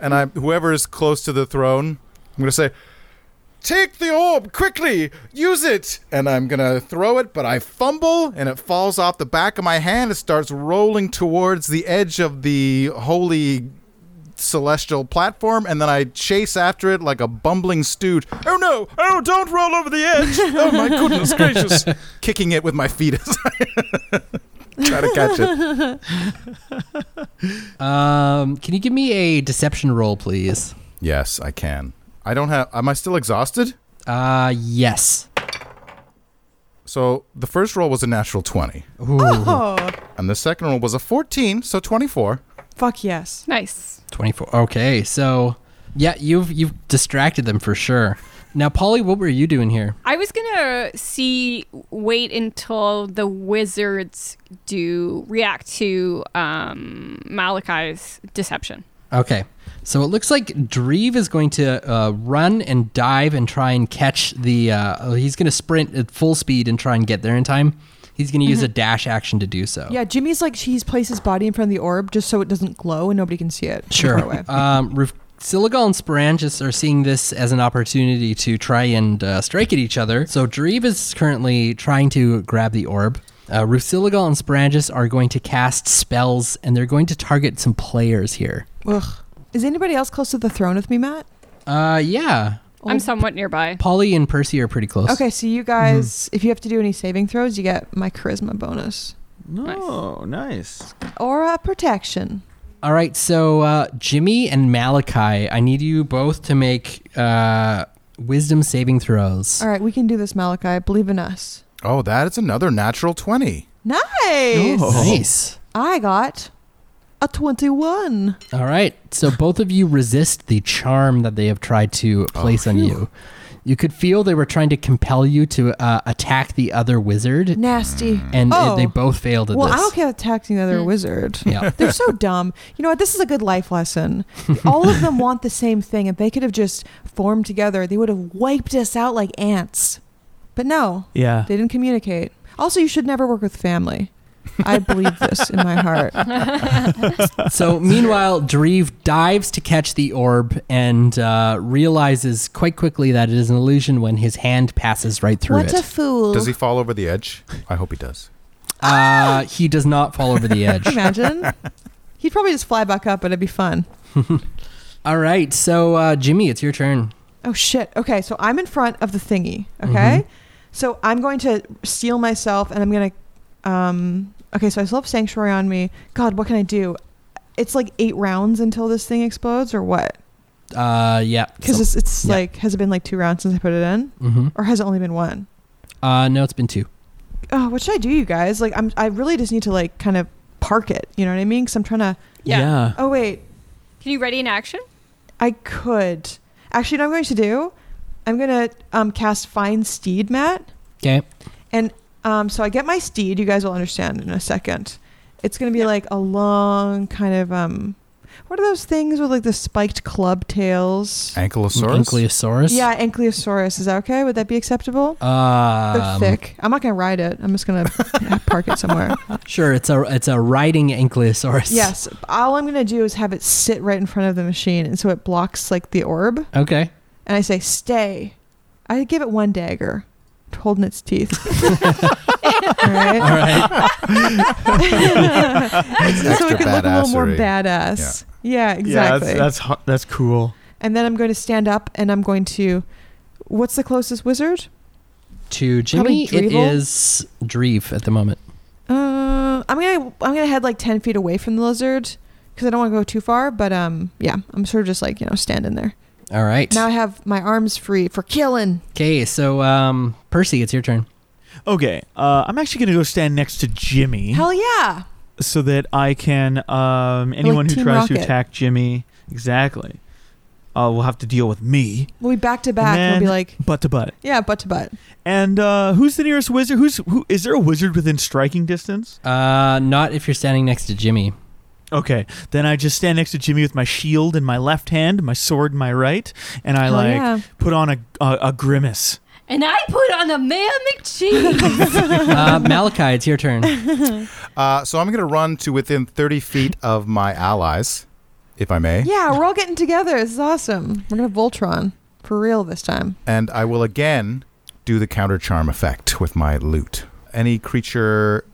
Speaker 4: and I whoever is close to the throne, I'm gonna say, take the orb quickly, use it, and I'm gonna throw it, but I fumble, and it falls off the back of my hand. It starts rolling towards the edge of the holy celestial platform and then I chase after it like a bumbling stooge. Oh no! Oh don't roll over the edge! Oh my goodness gracious! Kicking it with my feet as I try to catch it.
Speaker 5: Um, can you give me a deception roll, please?
Speaker 4: Yes, I can. I don't have. Am I still exhausted?
Speaker 5: Uh, yes.
Speaker 4: So the first roll was a natural 20,
Speaker 5: Ooh,
Speaker 1: Oh,
Speaker 4: and the second roll was a 14, so 24.
Speaker 1: fuck yes.
Speaker 3: nice.
Speaker 5: 24. Okay. So, yeah, you've you've distracted them for sure. Now, Polly, what were you doing here?
Speaker 3: I was gonna see wait until the wizards do react to um, Malachi's deception.
Speaker 5: Okay. So it looks like Dreve is going to uh, run and dive and try and catch the. Uh, oh, he's going to sprint at full speed and try and get there in time. He's going to use a dash action to do so.
Speaker 1: Mm-hmm. Yeah, Jimmy's like he's placed his body in front of the orb just so it doesn't glow and nobody can see it. from
Speaker 5: Sure.
Speaker 1: far away.
Speaker 5: um, Ruf- Siligal and Sporangis are seeing this as an opportunity to try and uh, strike at each other. So Dreve is currently trying to grab the orb. Uh, Rufsiligal and Sporangis are going to cast spells, and they're going to target some players here.
Speaker 1: Ugh. Is anybody else close to the throne with me, Matt?
Speaker 5: Uh, yeah.
Speaker 1: Oh.
Speaker 3: I'm somewhat nearby.
Speaker 5: Polly and Percy are pretty close.
Speaker 1: Okay, so you guys, if you have to do any saving throws, you get my charisma bonus
Speaker 2: No, nice.
Speaker 1: or uh, protection.
Speaker 5: All right, so uh, Jimmy and Malachi, I need you both to make uh, wisdom saving throws.
Speaker 1: All right, we can do this, Malachi. Believe in us.
Speaker 4: Oh, that is another natural 20.
Speaker 1: Nice.
Speaker 2: Oh.
Speaker 5: Nice.
Speaker 1: I got a twenty-one.
Speaker 5: All right, so both of you resist the charm that they have tried to place on you. You could feel they were trying to compel you to uh, attack the other wizard,
Speaker 1: Nasty.
Speaker 5: and uh,
Speaker 1: Oh.
Speaker 5: they both failed at
Speaker 1: Well,
Speaker 5: this.
Speaker 1: I don't care attacking the other
Speaker 3: Mm.
Speaker 1: wizard.
Speaker 5: Yeah.
Speaker 1: They're so dumb. You know what? This is a good life lesson. All of them want the same thing. If they could have just formed together, they would have wiped us out like ants. But no,
Speaker 2: Yeah.
Speaker 1: they didn't communicate. Also, you should never work with family. I believe this in my heart.
Speaker 5: so meanwhile, Dreve dives to catch the orb and uh, realizes quite quickly that it is an illusion when his hand passes right through
Speaker 1: what
Speaker 5: it.
Speaker 1: a fool.
Speaker 4: Does he fall over the edge? I hope he does.
Speaker 5: uh, he does not fall over the edge.
Speaker 1: Imagine. He'd probably just fly back up, but it'd be fun.
Speaker 5: All right, so uh, Jimmy, it's your turn.
Speaker 1: Oh shit. Okay, so I'm in front of the thingy. Okay, so I'm going to steal myself, and I'm gonna. Um, okay, so I still have sanctuary on me. God, what can I do? it's like eight rounds until this thing explodes, or what?
Speaker 5: Uh, yeah.
Speaker 1: Because it's, it's
Speaker 5: yeah.
Speaker 1: like has it been like two rounds since I put it in,
Speaker 5: hmm
Speaker 1: or has it only been one?
Speaker 5: Uh, no, it's been two.
Speaker 1: Oh, what should I do, you guys? Like, I'm I really just need to like kind of park it. You know what I mean? Because I'm trying to.
Speaker 3: Yeah.
Speaker 1: Oh wait,
Speaker 3: Can you ready in action?
Speaker 1: I could. Actually, you know what I'm going to do? I'm going to um, cast Fine Steed, Matt.
Speaker 5: Okay.
Speaker 1: And um, so I get my steed. You guys will understand in a second. It's going to be like a long kind of um, what are those things with like the spiked club tails?
Speaker 4: Ankylosaurus.
Speaker 5: Ankylosaurus.
Speaker 1: Yeah, ankylosaurus. Is that okay? Would that be acceptable? They're
Speaker 5: Um,
Speaker 1: thick. I'm not going to ride it. I'm just going to park it somewhere.
Speaker 5: Sure, it's a it's a riding ankylosaurus.
Speaker 1: Yes. All I'm going to do is have it sit right in front of the machine, and so it blocks like the orb.
Speaker 5: Okay.
Speaker 1: And I say, "Stay." I give it one dagger, holding its teeth. All right.
Speaker 5: All right.
Speaker 1: so it
Speaker 4: extra
Speaker 1: could look a little more
Speaker 4: badassery.
Speaker 1: badass. Yeah,
Speaker 2: Yeah,
Speaker 1: exactly.
Speaker 2: that's that's, ho- that's cool.
Speaker 1: and then I'm going to stand up and I'm going to. What's the closest wizard?
Speaker 5: to
Speaker 1: Probably
Speaker 5: Jimmy, it
Speaker 1: Drevel?
Speaker 5: is Dreve at the moment.
Speaker 1: Uh, I'm gonna I'm gonna head like ten feet away from the lizard because I don't want to go too far. But um, yeah, I'm sort of just like you know standing there.
Speaker 5: All right.
Speaker 1: Now I have my arms free for killing.
Speaker 5: Okay, so um, Percy, it's your turn.
Speaker 2: Okay, uh, I'm actually gonna go stand next to Jimmy
Speaker 1: Hell yeah!
Speaker 2: so that I can um, anyone who
Speaker 1: Team
Speaker 2: tries to
Speaker 1: Rocket.
Speaker 2: attack Jimmy exactly uh, will have to deal with me
Speaker 1: We'll be back to back.
Speaker 2: And
Speaker 1: We'll be
Speaker 2: then-
Speaker 1: like
Speaker 2: butt to butt.
Speaker 1: yeah, butt to butt.
Speaker 2: And uh, who's the nearest wizard? Who's who? Is there a wizard within striking distance?
Speaker 5: Uh, not if you're standing next to Jimmy.
Speaker 2: Okay, then I just stand next to Jimmy with my shield in my left hand, my sword in my right, and I
Speaker 1: Hell
Speaker 2: like
Speaker 1: yeah.
Speaker 2: put on a a, a grimace.
Speaker 3: And I put on a man McCheese.
Speaker 5: Uh, Malachi, it's your turn.
Speaker 4: Uh, so I'm going to run to within 30 feet of my allies, if I may.
Speaker 1: Yeah, we're all getting together. This is awesome. We're gonna Voltron for real this time.
Speaker 4: And I will again do the counter charm effect with my loot. Any creature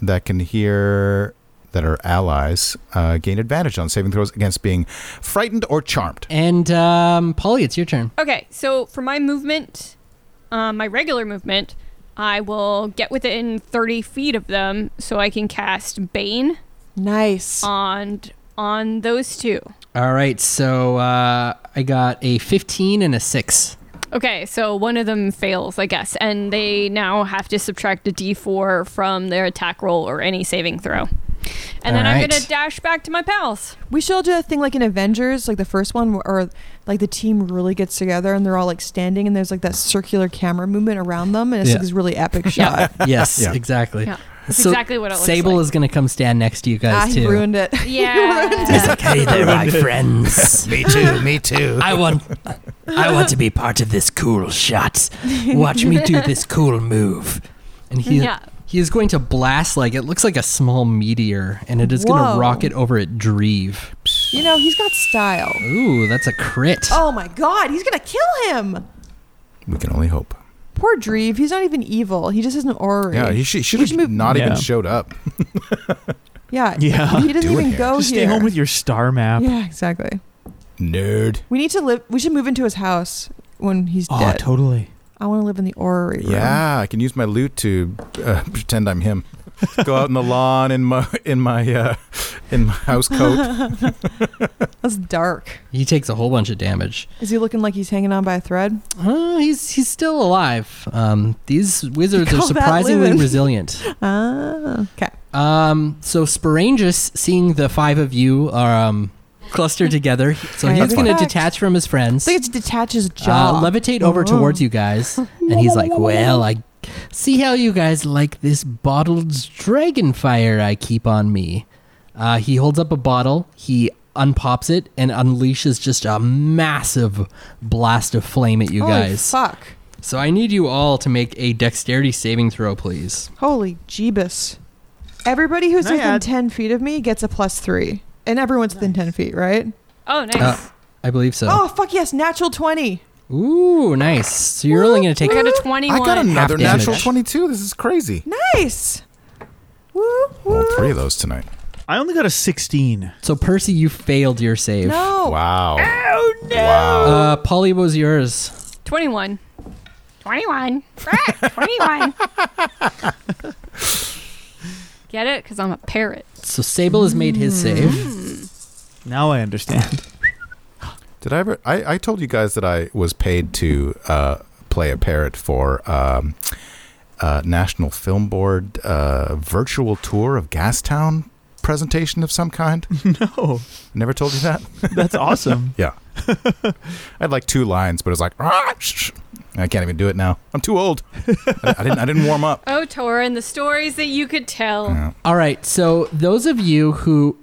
Speaker 4: that can hear that are allies uh, gain advantage on saving throws against being frightened or charmed.
Speaker 5: And um, Polly, it's your turn.
Speaker 3: okay, so for my movement, um, my regular movement, I will get within 30 feet of them so I can cast Bane
Speaker 1: Nice.
Speaker 3: on on those two.
Speaker 5: All right, so uh, I got a 15 and a 6.
Speaker 3: Okay, so one of them fails, I guess, and they now have to subtract a d4 from their attack roll or any saving throw. And then I'm
Speaker 5: Alright.
Speaker 3: going to dash back to my pals.
Speaker 1: We should all do a thing like in Avengers, like the first one, where- or like the team really gets together and they're all like standing, and there's like that circular camera movement around them, and it's
Speaker 5: Yeah.
Speaker 1: like this really epic
Speaker 3: Yeah.
Speaker 1: shot.
Speaker 5: Yes,
Speaker 4: Yeah.
Speaker 5: exactly.
Speaker 3: Yeah. That's
Speaker 5: So
Speaker 3: exactly what it looks
Speaker 5: Sable
Speaker 3: like.
Speaker 5: is going to come stand next to you
Speaker 1: ah,
Speaker 5: guys,
Speaker 1: he
Speaker 5: too.
Speaker 1: ruined it. He
Speaker 3: Yeah.
Speaker 1: ruined
Speaker 5: He's
Speaker 1: it.
Speaker 5: like, hey there, my friends.
Speaker 4: Me too, me too.
Speaker 5: I want, I want to be part of this cool shot. Watch me do this cool move. And he,
Speaker 3: Yeah.
Speaker 5: he is going to blast like it looks like a small meteor, and it is going
Speaker 1: Whoa.
Speaker 5: to rocket over at Dreve.
Speaker 1: You know, he's got style.
Speaker 5: Ooh, that's a crit.
Speaker 1: Oh my god, he's gonna kill him.
Speaker 4: We can only hope.
Speaker 1: Poor Dreve, he's not even evil. He just has an aura.
Speaker 4: Yeah, he should, should have
Speaker 1: should move-
Speaker 4: not
Speaker 2: Yeah.
Speaker 4: even showed up.
Speaker 1: yeah.
Speaker 2: Yeah.
Speaker 1: He doesn't
Speaker 4: Doing
Speaker 1: even
Speaker 4: here.
Speaker 1: go
Speaker 2: just
Speaker 1: Oh, here.
Speaker 2: stay home with your star map.
Speaker 1: yeah, exactly.
Speaker 4: Nerd.
Speaker 1: We need to live. We should move into his house when he's
Speaker 2: Oh,
Speaker 1: dead.
Speaker 2: totally.
Speaker 1: I want to live in the orrery room.
Speaker 4: Yeah, I can use my loot to uh, pretend I'm him. Go out in the lawn in my in my uh, in my house coat.
Speaker 1: That's dark.
Speaker 5: He takes a whole bunch of damage.
Speaker 1: Is he looking like he's hanging on by a thread?
Speaker 5: Uh, he's he's still alive. Um, these wizards
Speaker 1: You
Speaker 5: are
Speaker 1: call that
Speaker 5: surprisingly
Speaker 1: living?
Speaker 5: resilient.
Speaker 1: Ah, okay.
Speaker 5: Um, so Sporangus, seeing the five of you are um, clustered together, so
Speaker 1: Right.
Speaker 5: he's
Speaker 1: That's
Speaker 5: going to
Speaker 1: fine.
Speaker 5: detach from his friends,
Speaker 1: I think it's detach his jaw.
Speaker 5: uh, levitate over
Speaker 1: Oh.
Speaker 5: towards you guys, and he's like, "Well, I see how you guys like this bottled dragon fire I keep on me." Uh, he holds up a bottle. He unpops it and unleashes just a massive blast of flame at you
Speaker 1: Holy
Speaker 5: guys.
Speaker 1: Fuck.
Speaker 5: So I need you all to make a dexterity saving throw, please.
Speaker 1: Holy jeebus. Everybody who's
Speaker 2: Can I
Speaker 1: within
Speaker 2: add-
Speaker 1: 10 feet of me gets a plus three. And everyone's within 10 feet, right?
Speaker 3: Oh, nice.
Speaker 5: Uh, I believe so.
Speaker 1: Oh, fuck yes. Natural 20.
Speaker 5: Ooh, nice. So you're only going to
Speaker 3: I
Speaker 5: take
Speaker 3: got a
Speaker 4: I
Speaker 3: 21.
Speaker 4: got another
Speaker 5: damage.
Speaker 4: natural twenty-two. This is crazy.
Speaker 1: Nice. Woo, woo.
Speaker 4: All three of those tonight.
Speaker 2: I only got a 16.
Speaker 5: So Percy, you failed your save.
Speaker 1: No.
Speaker 4: Wow.
Speaker 6: Oh no.
Speaker 4: Wow.
Speaker 5: Uh, Polly what was yours.
Speaker 3: 21.
Speaker 6: 21. Ah, 21.
Speaker 3: Get it? Because I'm a parrot.
Speaker 1: Mm.
Speaker 5: So Sable has made his save.
Speaker 2: Now I understand.
Speaker 4: Did I ever? I, I told you guys that I was paid to uh, play a parrot for um, uh, National Film Board uh, virtual tour of Gastown presentation of some kind.
Speaker 2: no,
Speaker 4: Never told you that.
Speaker 2: that's awesome.
Speaker 4: I had like two lines, but it was like, "Ah, shh, shh." I can't even do it now. I'm too old. I, I didn't. I didn't warm up.
Speaker 3: Oh, Tora, and the stories that you could tell.
Speaker 4: Yeah.
Speaker 5: All right, so those of you who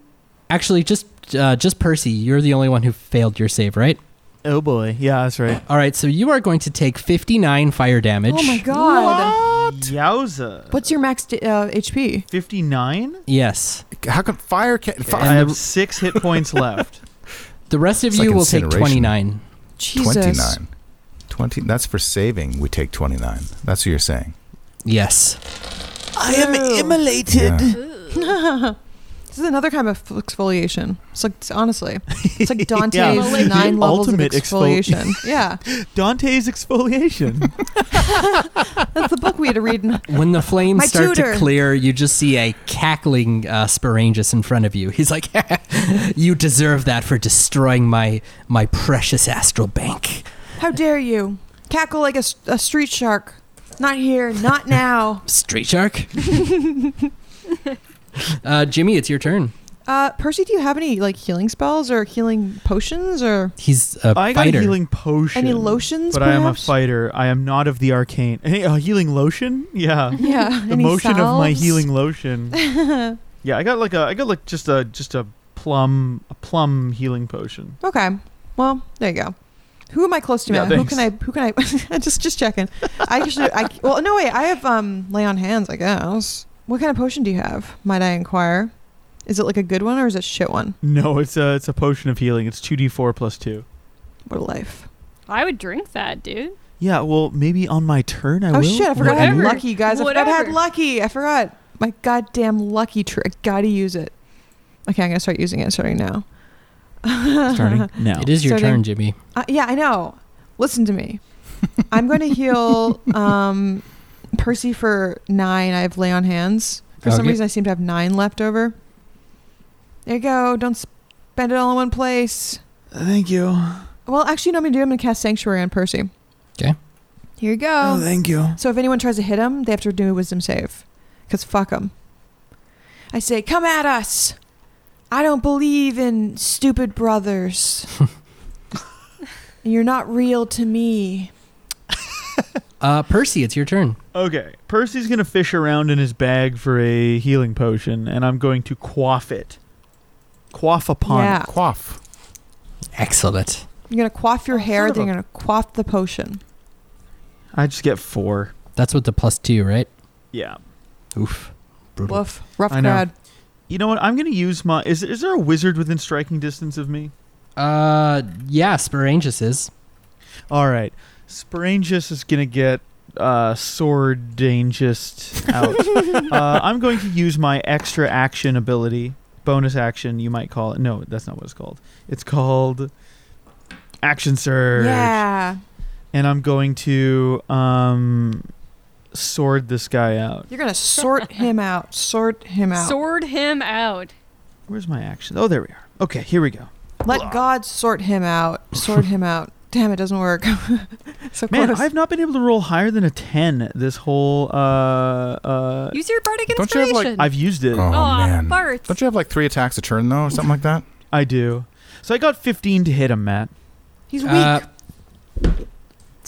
Speaker 5: actually just uh, just Percy, you're the only one who failed your save, right?
Speaker 2: oh boy, yeah, that's right.
Speaker 5: All right, so you are going to take 59 fire damage.
Speaker 1: Oh my god.
Speaker 2: Yowza.
Speaker 1: What's your max d- uh, HP?
Speaker 2: Fifty nine.
Speaker 5: Yes.
Speaker 4: How come fire can?
Speaker 2: I
Speaker 4: Fire,
Speaker 5: And
Speaker 2: have
Speaker 5: the-
Speaker 2: six hit points left.
Speaker 5: The rest of
Speaker 4: It's
Speaker 5: you
Speaker 4: like
Speaker 5: will take
Speaker 4: incineration.
Speaker 5: 29.
Speaker 1: Jesus.
Speaker 4: Twenty nine. Twenty. That's for saving. We take twenty nine. That's what you're saying.
Speaker 5: Yes.
Speaker 2: I
Speaker 1: am
Speaker 2: immolated.
Speaker 4: Yeah.
Speaker 1: This is another kind of exfoliation. It's like it's honestly, it's like Dante's
Speaker 2: Yeah.
Speaker 1: nine levels
Speaker 2: Ultimate
Speaker 1: of
Speaker 2: exfol-
Speaker 1: exfoliation. yeah,
Speaker 2: Dante's exfoliation.
Speaker 1: that's the book we had to read. In-
Speaker 5: When the flames
Speaker 1: My
Speaker 5: start
Speaker 1: tutor.
Speaker 5: to clear, you just see a cackling uh, Sporangus in front of you. He's like, "You deserve that for destroying my my precious astral bank."
Speaker 1: How dare you cackle like a, s- a street shark? Not here, not now.
Speaker 5: Street shark. uh, Jimmy, it's your turn.
Speaker 1: Uh, Percy, do you have any like healing spells or healing potions or
Speaker 5: He's a
Speaker 2: I got
Speaker 5: fighter.
Speaker 2: a healing potion.
Speaker 1: any lotions?
Speaker 2: But I am a
Speaker 1: perhaps?
Speaker 2: fighter. I am not of the arcane. Hey, a healing lotion? Yeah.
Speaker 1: Yeah,
Speaker 2: the
Speaker 1: any
Speaker 2: motion of my
Speaker 1: salves?
Speaker 2: healing lotion. yeah, I got like a I got like just a just a plum a plum healing potion.
Speaker 1: Okay. Well, there you go. Who am I close to
Speaker 2: Yeah,
Speaker 1: now? who
Speaker 2: thanks.
Speaker 1: can I? Who can I? just just checking. I actually. I well, no wait. I have um lay on hands. I guess. What kind of potion do you have? Might I inquire? Is it like a good one or is it a shit one?
Speaker 2: No, it's a it's a potion of healing. It's 2d4 plus 2.
Speaker 1: What a life.
Speaker 3: I would drink that, dude.
Speaker 2: Yeah, well, maybe on my turn I
Speaker 1: oh
Speaker 2: will.
Speaker 1: shit! I forgot I had
Speaker 3: Whatever.
Speaker 1: lucky guys. I forgot I had
Speaker 3: Whatever.
Speaker 1: lucky. I forgot my goddamn lucky trick. Gotta use it. Okay, I'm gonna start using it starting now.
Speaker 2: Starting now.
Speaker 5: It is your
Speaker 1: Starting-
Speaker 5: turn, Jimmy.
Speaker 1: Uh, yeah, I know. Listen to me. I'm going to heal um, Percy for nine. I have lay on hands. For some
Speaker 5: Okay.
Speaker 1: reason, I seem to have nine left over. There you go. Don't spend it all in one place.
Speaker 2: Thank you.
Speaker 1: Well, actually, you know what I'm going to do? I'm going to cast Sanctuary on Percy.
Speaker 5: 'Kay.
Speaker 1: Here you go.
Speaker 2: thank you.
Speaker 1: So if anyone tries to hit him, they have to do a wisdom save. Because fuck them. I say, come at us. I don't believe in stupid brothers. You're not real to me.
Speaker 5: Uh, Percy, it's your turn.
Speaker 2: Okay, Percy's going to fish around in his bag for a healing potion and I'm going to quaff it. Quaff upon
Speaker 1: Yeah.
Speaker 2: it.
Speaker 4: Quaff.
Speaker 5: Excellent.
Speaker 1: You're going to quaff your
Speaker 2: Oh,
Speaker 1: hair,
Speaker 2: son of
Speaker 1: then
Speaker 2: a-
Speaker 1: you're going to quaff the potion.
Speaker 2: I just get 4.
Speaker 5: That's what the plus two, right?
Speaker 2: Yeah.
Speaker 5: Oof. Brutal.
Speaker 1: Woof. Rough
Speaker 2: I know.
Speaker 1: crowd.
Speaker 2: You know what? I'm going to use my Is is there a wizard within striking distance of me?
Speaker 5: Uh, yeah, Sporangus is.
Speaker 2: All right. Sporangus is going to get uh, Sword Dangest out. uh, I'm going to use my extra action ability, bonus action, you might call it. No, that's not what it's called. It's called Action Surge.
Speaker 1: Yeah.
Speaker 2: And I'm going to um, sword this guy out.
Speaker 1: You're going to sort him out. Sort him out.
Speaker 3: Sword him out.
Speaker 2: Where's my action? Oh, there we are. Okay, here we go.
Speaker 1: Let God sort him out. Sort him out. Damn, it doesn't work. so
Speaker 2: Man,
Speaker 1: close.
Speaker 2: I've not been able to roll higher than a 10 this whole. Uh, uh,
Speaker 3: Use your bardic
Speaker 4: Don't you have, like-
Speaker 3: inspiration.
Speaker 2: I've used it.
Speaker 4: Oh,
Speaker 3: Aw,
Speaker 4: man.
Speaker 3: farts.
Speaker 4: Don't you have like three attacks a turn though, or something like that?
Speaker 2: I do. So I got 15 to hit him, Matt.
Speaker 1: He's weak.
Speaker 5: Uh,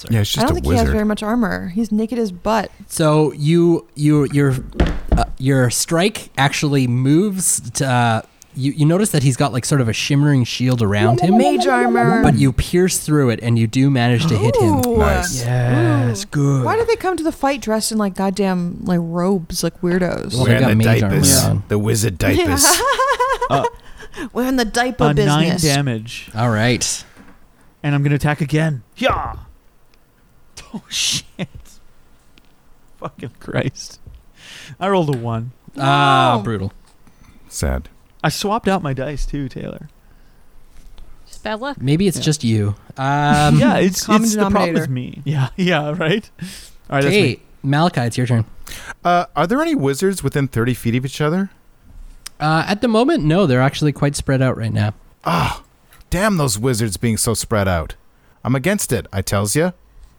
Speaker 4: Yeah, it's just
Speaker 1: I
Speaker 4: a
Speaker 1: don't think he has
Speaker 4: wizard.
Speaker 1: very much armor. He's naked as butt.
Speaker 5: So you you your uh, your strike actually moves. To, uh, you you notice that he's got like sort of a shimmering shield around him,
Speaker 1: Mage armor.
Speaker 5: but you pierce through it and you do manage to hit him.
Speaker 1: Ooh.
Speaker 4: Nice.
Speaker 2: Yes, good.
Speaker 1: Why do they come to the fight dressed in like goddamn like robes, like weirdos?
Speaker 5: Well, they got mage armor on.
Speaker 4: The wizard diapers.
Speaker 1: We're in the diaper
Speaker 2: a nine
Speaker 1: business.
Speaker 2: damage,
Speaker 5: All right.
Speaker 2: and I'm gonna attack again. Yeah. Oh shit! Fucking Christ! I rolled a one.
Speaker 5: Ah,
Speaker 1: No.
Speaker 5: brutal.
Speaker 4: Sad.
Speaker 2: I swapped out my dice too, Taylor.
Speaker 3: Just bad luck.
Speaker 5: Maybe it's
Speaker 2: Yeah.
Speaker 5: just you. Um,
Speaker 2: yeah, it's,
Speaker 1: Common
Speaker 2: it's the problem
Speaker 1: denominator.
Speaker 2: with me. Yeah, yeah, right. All right, that's me.
Speaker 5: Hey, Malachi, it's your turn.
Speaker 4: Uh, are there any wizards within 30 feet of each other?
Speaker 5: Uh, at the moment, no, they're actually quite spread out right now.
Speaker 4: Ah, damn those wizards being so spread out. I'm against it, I tells ya.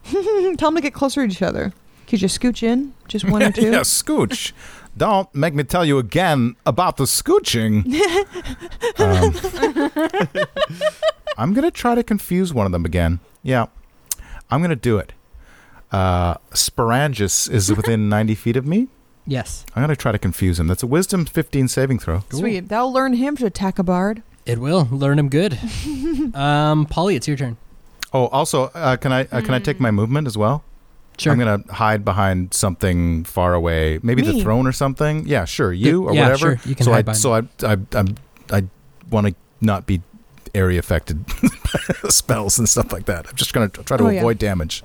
Speaker 1: Hmm, Tell them to get closer to each other. Could you scooch in? Just one or two?
Speaker 4: yeah, scooch. Don't make me tell you again about the scooching. Um, I'm going to try to confuse one of them again. Yeah, I'm going to do it. Uh, Sporangus is within 90 feet of me.
Speaker 5: Yes,
Speaker 4: I'm going to try to confuse him. That's a wisdom 15 saving throw.
Speaker 1: Sweet. That'll learn him to attack a bard.
Speaker 5: it will learn him good. um, Polly, it's your turn.
Speaker 4: Oh, also, uh, can I uh, can I
Speaker 1: Hmm.
Speaker 4: take my movement as well?
Speaker 5: Sure.
Speaker 4: I'm gonna hide behind something far away, maybe the
Speaker 1: Me?
Speaker 4: throne or something. Yeah, sure. You or
Speaker 5: yeah,
Speaker 4: whatever.
Speaker 5: sure, you can
Speaker 4: so
Speaker 5: hide
Speaker 4: I
Speaker 5: behind
Speaker 4: so I I I, I want to not be area affected by spells and stuff like that. I'm just gonna try to
Speaker 1: Oh, yeah.
Speaker 4: avoid damage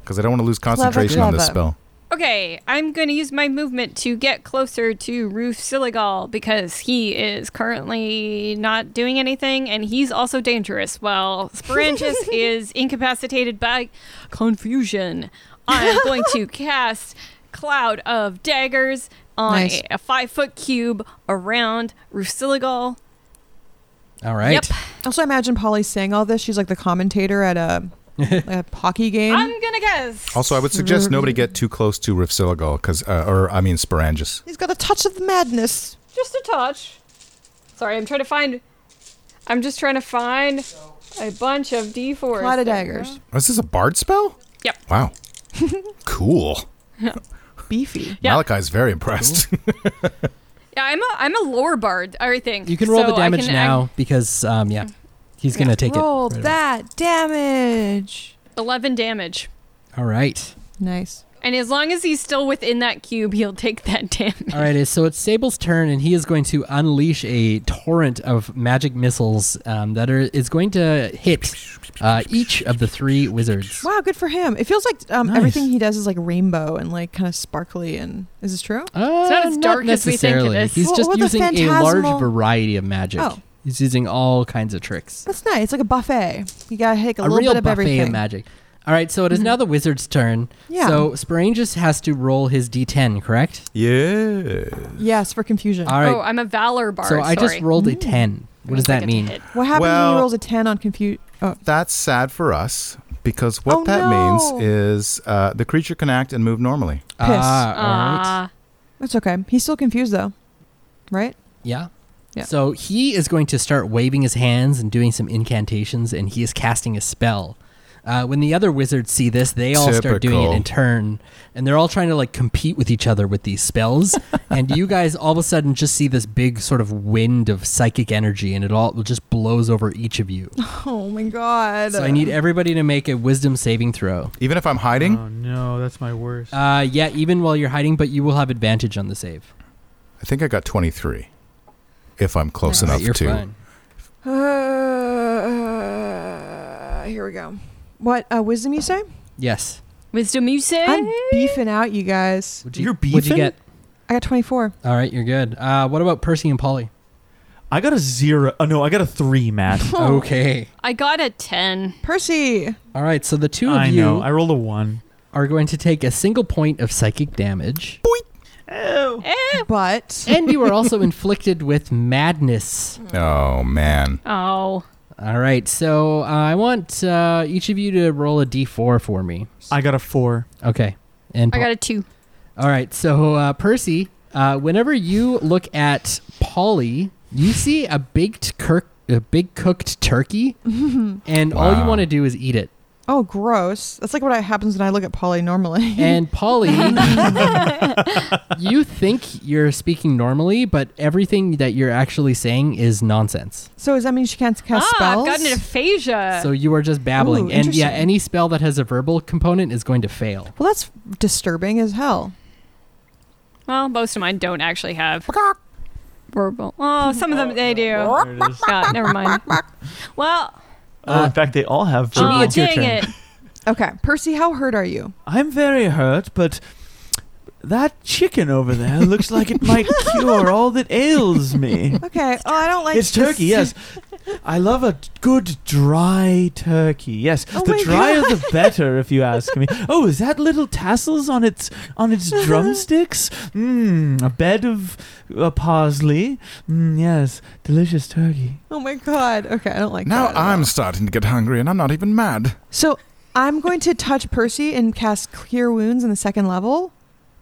Speaker 4: because I don't want to lose concentration on this
Speaker 1: clever.
Speaker 4: spell.
Speaker 3: Okay, I'm going to use my movement to get closer to Roof Siligal because he is currently not doing anything and he's also dangerous. While Sporangus is incapacitated by confusion, I'm going to cast Cloud of Daggers on
Speaker 1: Nice.
Speaker 3: a, a five foot cube around Roof Siligal.
Speaker 5: All right.
Speaker 3: Yep.
Speaker 1: Also, I imagine Polly saying all this. She's like the commentator at a, a hockey game.
Speaker 3: I'm going to guess.
Speaker 4: Also, I would suggest
Speaker 1: Sure.
Speaker 4: nobody get too close to Rifsiligal because, uh, or I mean, Sporangus.
Speaker 1: He's got a touch of the madness.
Speaker 3: just a touch. Sorry, I'm trying to find. I'm just trying to find a bunch of d4s.
Speaker 1: A lot of
Speaker 3: There we
Speaker 1: daggers.
Speaker 4: Oh, is this a bard spell?
Speaker 3: Yep.
Speaker 4: Wow. cool.
Speaker 1: Beefy.
Speaker 3: Yeah.
Speaker 4: Malachi's very impressed.
Speaker 3: go. Yeah, I'm a I'm a lore bard. Everything.
Speaker 5: You can roll
Speaker 3: So
Speaker 5: the
Speaker 3: I
Speaker 5: damage
Speaker 3: can- I-
Speaker 5: now because um, yeah, he's gonna take
Speaker 1: Roll
Speaker 5: it. right away.
Speaker 1: that damage.
Speaker 3: Eleven damage,
Speaker 5: All right.
Speaker 1: Nice.
Speaker 3: and as long as he's still within that cube, he'll take that damage.
Speaker 5: All right, so it's Sable's turn, and he is going to unleash a torrent of magic missiles um, that are is going to hit uh, each of the three wizards.
Speaker 1: Wow, good for him. It feels like um,
Speaker 2: Nice.
Speaker 1: everything he does is like rainbow and like kind of sparkly. And is this true?
Speaker 5: Uh,
Speaker 3: It's not as dark as we think it
Speaker 5: necessarily.
Speaker 3: is.
Speaker 5: He's
Speaker 1: Well,
Speaker 5: just
Speaker 1: with the
Speaker 5: using a
Speaker 1: phantasmal-
Speaker 5: large variety of magic.
Speaker 1: Oh.
Speaker 5: He's using all kinds of tricks.
Speaker 1: That's nice. It's like a buffet. You gotta take a,
Speaker 5: a
Speaker 1: little
Speaker 5: real
Speaker 1: bit of
Speaker 5: buffet
Speaker 1: everything.
Speaker 5: of magic. All right, so it
Speaker 3: Mm-hmm.
Speaker 5: is now the wizard's turn.
Speaker 1: Yeah.
Speaker 5: So Sporangus has to roll his d10, correct?
Speaker 4: yeah.
Speaker 1: Yes, for confusion.
Speaker 5: All right.
Speaker 3: Oh, I'm a valor bard.
Speaker 5: so I
Speaker 3: sorry.
Speaker 5: just rolled a 10. What does
Speaker 3: I get
Speaker 5: that
Speaker 3: to
Speaker 5: mean?
Speaker 3: hit.
Speaker 1: what happens when
Speaker 4: Well-
Speaker 1: he rolls a ten on confusion? Oh,
Speaker 4: That's sad for us because what
Speaker 1: Oh,
Speaker 4: that
Speaker 1: no.
Speaker 4: means is uh, the creature can act and move normally.
Speaker 5: Ah, all right.
Speaker 3: Ah,
Speaker 1: that's okay. He's still confused though, right?
Speaker 5: Yeah.
Speaker 1: Yeah.
Speaker 5: So he is going to start waving his hands and doing some incantations, and he is casting a spell. Uh, when the other wizards see this, they all start doing it
Speaker 4: Typical.
Speaker 5: in turn, and they're all trying to like compete with each other with these spells. and you guys all of a sudden just see this big sort of wind of psychic energy, and it all just blows over each of you.
Speaker 1: Oh my god.
Speaker 5: So I need e-, everybody to make a wisdom saving throw.
Speaker 4: Even if I'm hiding,
Speaker 2: Oh no, that's my worst.
Speaker 5: Uh, yeah, even while you're hiding, but you will have advantage on the save.
Speaker 4: I think I got 23 if I'm close
Speaker 5: All right,
Speaker 4: enough
Speaker 5: you're
Speaker 4: to.
Speaker 5: fine.
Speaker 1: Uh, here we go. What uh, wisdom you say?
Speaker 5: Yes.
Speaker 3: wisdom you say?
Speaker 1: I'm beefing out, you guys.
Speaker 5: Would
Speaker 2: You're
Speaker 5: Would you
Speaker 2: beefing?
Speaker 5: get?
Speaker 1: I got 24.
Speaker 5: All right, you're good. Uh, what about Percy and Polly?
Speaker 2: I got a zero. Oh no, I got a three, Matt.
Speaker 5: Okay.
Speaker 3: I got a ten.
Speaker 1: Percy.
Speaker 5: All right, so the two of
Speaker 2: I
Speaker 5: you
Speaker 2: know. I rolled a one.
Speaker 5: are going to take a single point of psychic damage,
Speaker 3: Eh.
Speaker 1: But
Speaker 5: and you are also inflicted with madness.
Speaker 4: Oh, man.
Speaker 3: Oh,
Speaker 5: All right, so uh, I want uh, each of you to roll a d4 for me.
Speaker 2: I got a four.
Speaker 5: Okay. And
Speaker 3: I got a two.
Speaker 5: all right, so uh, Percy, uh, whenever you look at Polly, you see a baked kirk, a big cooked turkey, and all you
Speaker 4: Wow.
Speaker 5: want to do is eat it.
Speaker 1: oh, gross. That's like what happens when I look at Polly normally.
Speaker 5: And Polly, you think you're speaking normally, but everything that you're actually saying is nonsense.
Speaker 1: so does that mean she can't cast
Speaker 3: ah,
Speaker 1: spells?
Speaker 3: I've got an aphasia.
Speaker 5: So you are just babbling.
Speaker 1: Uh, Ooh,
Speaker 5: and yeah,
Speaker 1: interesting.
Speaker 5: any spell that has a verbal component is going to fail.
Speaker 1: well, that's disturbing as hell.
Speaker 3: Well, most of mine don't actually have verbal. Oh, some of them they do.
Speaker 2: There it is.
Speaker 3: God, never mind. Well,
Speaker 2: Oh, in fact, they all have.
Speaker 5: Jimmy,
Speaker 2: verbal.
Speaker 3: oh,
Speaker 5: it's your
Speaker 3: dang
Speaker 5: turn.
Speaker 3: it.
Speaker 1: Okay. Percy, how hurt are you?
Speaker 2: I'm very hurt, but that chicken over there looks like it might cure all that ails me.
Speaker 1: Okay. Oh, I don't like
Speaker 2: it's turkey,
Speaker 1: this.
Speaker 2: yes. I love a good dry turkey. Yes,
Speaker 1: Oh
Speaker 2: the
Speaker 1: my
Speaker 2: drier the better, if you ask me. Oh, is that little tassels on its on its
Speaker 1: Uh-huh.
Speaker 2: drumsticks? Mmm, a bed of uh, parsley. Mm, yes, delicious turkey.
Speaker 1: Oh my god. Okay, I don't like
Speaker 4: now
Speaker 1: that. at
Speaker 4: I'm
Speaker 1: all.
Speaker 4: starting to get hungry, and I'm not even mad.
Speaker 1: So I'm going to touch Percy and cast Clear Wounds in the second level.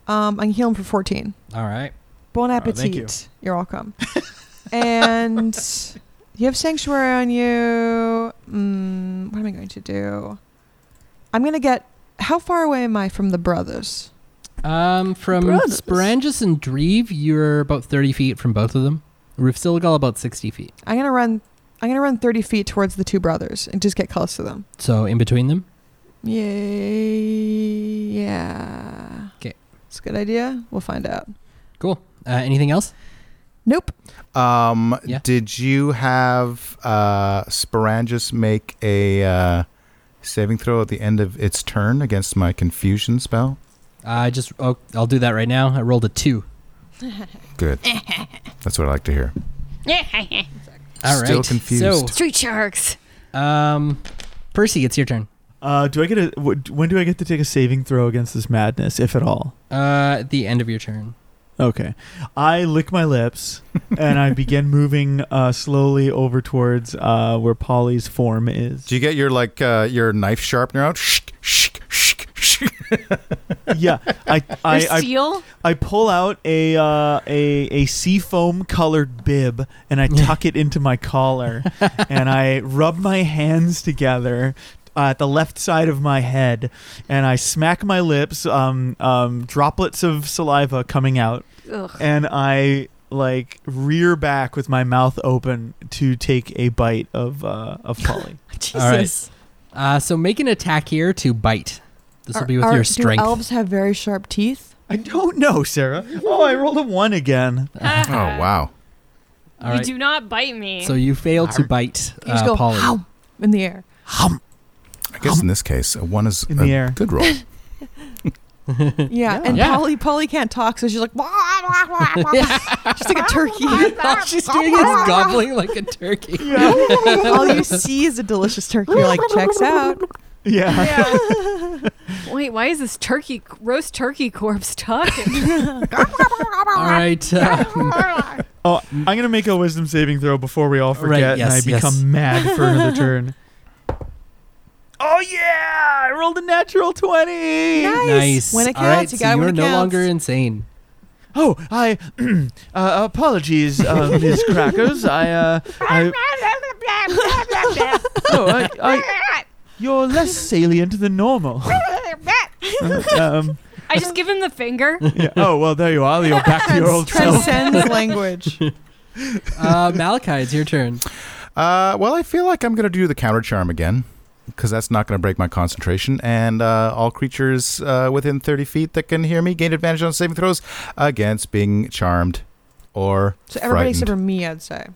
Speaker 1: Um, I can heal him for 14.
Speaker 5: All right.
Speaker 1: Bon
Speaker 5: Oh,
Speaker 1: appetit.
Speaker 5: thank you.
Speaker 1: You're welcome. and you have Sanctuary on you. Mm, what am I going to do? I'm going to get. How far away am I from the brothers?
Speaker 5: Um, from
Speaker 1: Brothers.
Speaker 5: Sporangis and Dreve, you're about 30 feet from both of them. Rufsilgal about 60 feet.
Speaker 1: I'm going to run. I'm gonna run 30 feet towards the two brothers and just get close to them.
Speaker 5: So in between them.
Speaker 1: Yay! Yeah.
Speaker 5: 'Kay.
Speaker 1: It's a good idea. We'll find out.
Speaker 5: Cool. Uh, anything else?
Speaker 1: Nope.
Speaker 7: Um,
Speaker 5: Yeah.
Speaker 7: Did you have uh, Sporangis make a uh, saving throw at the end of its turn against my confusion spell?
Speaker 5: I just, oh, I'll do that right now. I rolled a two.
Speaker 7: Good. That's what I like to hear.
Speaker 5: All right.
Speaker 7: Still confused.
Speaker 3: Street sharks.
Speaker 5: So, um, Percy, it's your turn.
Speaker 2: Uh, do I get a? W- when do I get to take a saving throw against this madness, if at all?
Speaker 5: Uh, at the end of your turn.
Speaker 2: Okay. I lick my lips and I begin moving uh, slowly over towards uh, where Polly's form is.
Speaker 7: Do you get your like uh, your knife sharpener out? Shh, shh, shh, shh.
Speaker 2: yeah, I I,
Speaker 3: Or
Speaker 2: I,
Speaker 3: seal.
Speaker 2: I pull out a uh, a a seafoam colored bib and I tuck it into my collar and I rub my hands together. Uh, at the left side of my head, and I smack my lips, um, um, droplets of saliva coming out,
Speaker 3: Ugh.
Speaker 2: and I like rear back with my mouth open to take a bite of uh, of Polly.
Speaker 5: All right. Uh, so make an attack here to bite. This will
Speaker 1: Are-
Speaker 5: be with
Speaker 1: are-
Speaker 5: your strength.
Speaker 1: Do elves have very sharp teeth?
Speaker 2: I don't know, Sarah. Oh, I rolled a one again.
Speaker 7: Oh
Speaker 3: Ah.
Speaker 7: wow.
Speaker 5: All
Speaker 3: you
Speaker 5: right.
Speaker 3: do not bite me.
Speaker 5: So you fail to bite
Speaker 1: You just
Speaker 5: uh,
Speaker 1: go
Speaker 5: Polly.
Speaker 1: "Howl" in the air.
Speaker 2: Hum.
Speaker 7: I guess in this case, a one is
Speaker 2: In
Speaker 7: a
Speaker 2: the air.
Speaker 7: good roll.
Speaker 1: Yeah, and
Speaker 5: Yeah.
Speaker 1: Polly Polly can't talk, so she's like, she's like a turkey.
Speaker 5: All she's doing is gobbling like a turkey.
Speaker 1: All you see is a delicious turkey. You're like, checks out.
Speaker 2: Yeah.
Speaker 3: Wait, why is this turkey roast turkey corpse talking?
Speaker 5: All right. Um,
Speaker 2: Oh, I'm gonna make a wisdom saving throw before we all forget,
Speaker 5: Right, yes,
Speaker 2: and I become
Speaker 5: yes.
Speaker 2: mad for another turn. Oh yeah! I rolled a natural twenty.
Speaker 1: Nice. When it
Speaker 5: All right.
Speaker 1: counts, you
Speaker 5: so
Speaker 1: got it
Speaker 5: you
Speaker 1: when
Speaker 5: are
Speaker 1: it
Speaker 5: no
Speaker 1: counts.
Speaker 5: longer insane.
Speaker 2: Oh, I uh, apologies, uh, Ms. Crackers. I uh, I oh, I, I you're less salient than normal. um,
Speaker 3: I just give him the finger.
Speaker 2: yeah. Oh well, there you are. You're back to your old self.
Speaker 1: transcends language.
Speaker 5: Uh, Malachi, it's your turn.
Speaker 7: Uh, well, I feel like I'm going to do the counter charm again because that's not going to break my concentration. And uh, all creatures uh, within 30 feet that can hear me gain advantage on saving throws against being charmed or
Speaker 1: So
Speaker 7: frightened.
Speaker 1: everybody except for me, I'd say.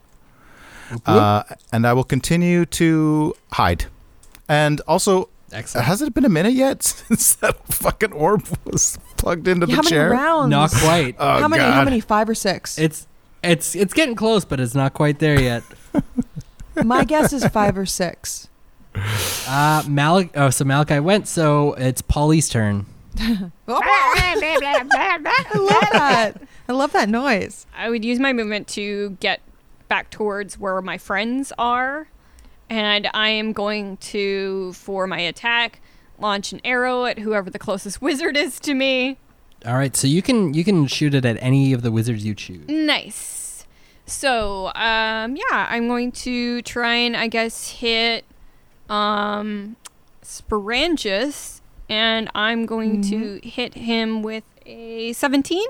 Speaker 7: uh, and I will continue to hide. And also,
Speaker 5: Excellent.
Speaker 7: has it been a minute yet since that fucking orb was plugged into
Speaker 1: Yeah,
Speaker 7: the
Speaker 1: how many
Speaker 7: chair?
Speaker 1: rounds?
Speaker 5: Not quite.
Speaker 4: uh,
Speaker 7: Oh,
Speaker 1: how many?
Speaker 7: God.
Speaker 1: How many? Five or six?
Speaker 5: It's it's it's getting close, but it's not quite there yet.
Speaker 1: My guess is five or six.
Speaker 5: Uh, Mal- oh, so Malachi went. So it's Polly's turn.
Speaker 1: Oh, I love that. I love that noise.
Speaker 3: I would use my movement to get back towards where my friends are. And I am going to, for my attack, launch an arrow at whoever the closest wizard is to me.
Speaker 5: All right. So you can you can shoot it at any of the wizards you choose.
Speaker 3: Nice. So, um, yeah, I'm going to try and, I guess, hit um, Sporangis. And I'm going to hit him with a 17.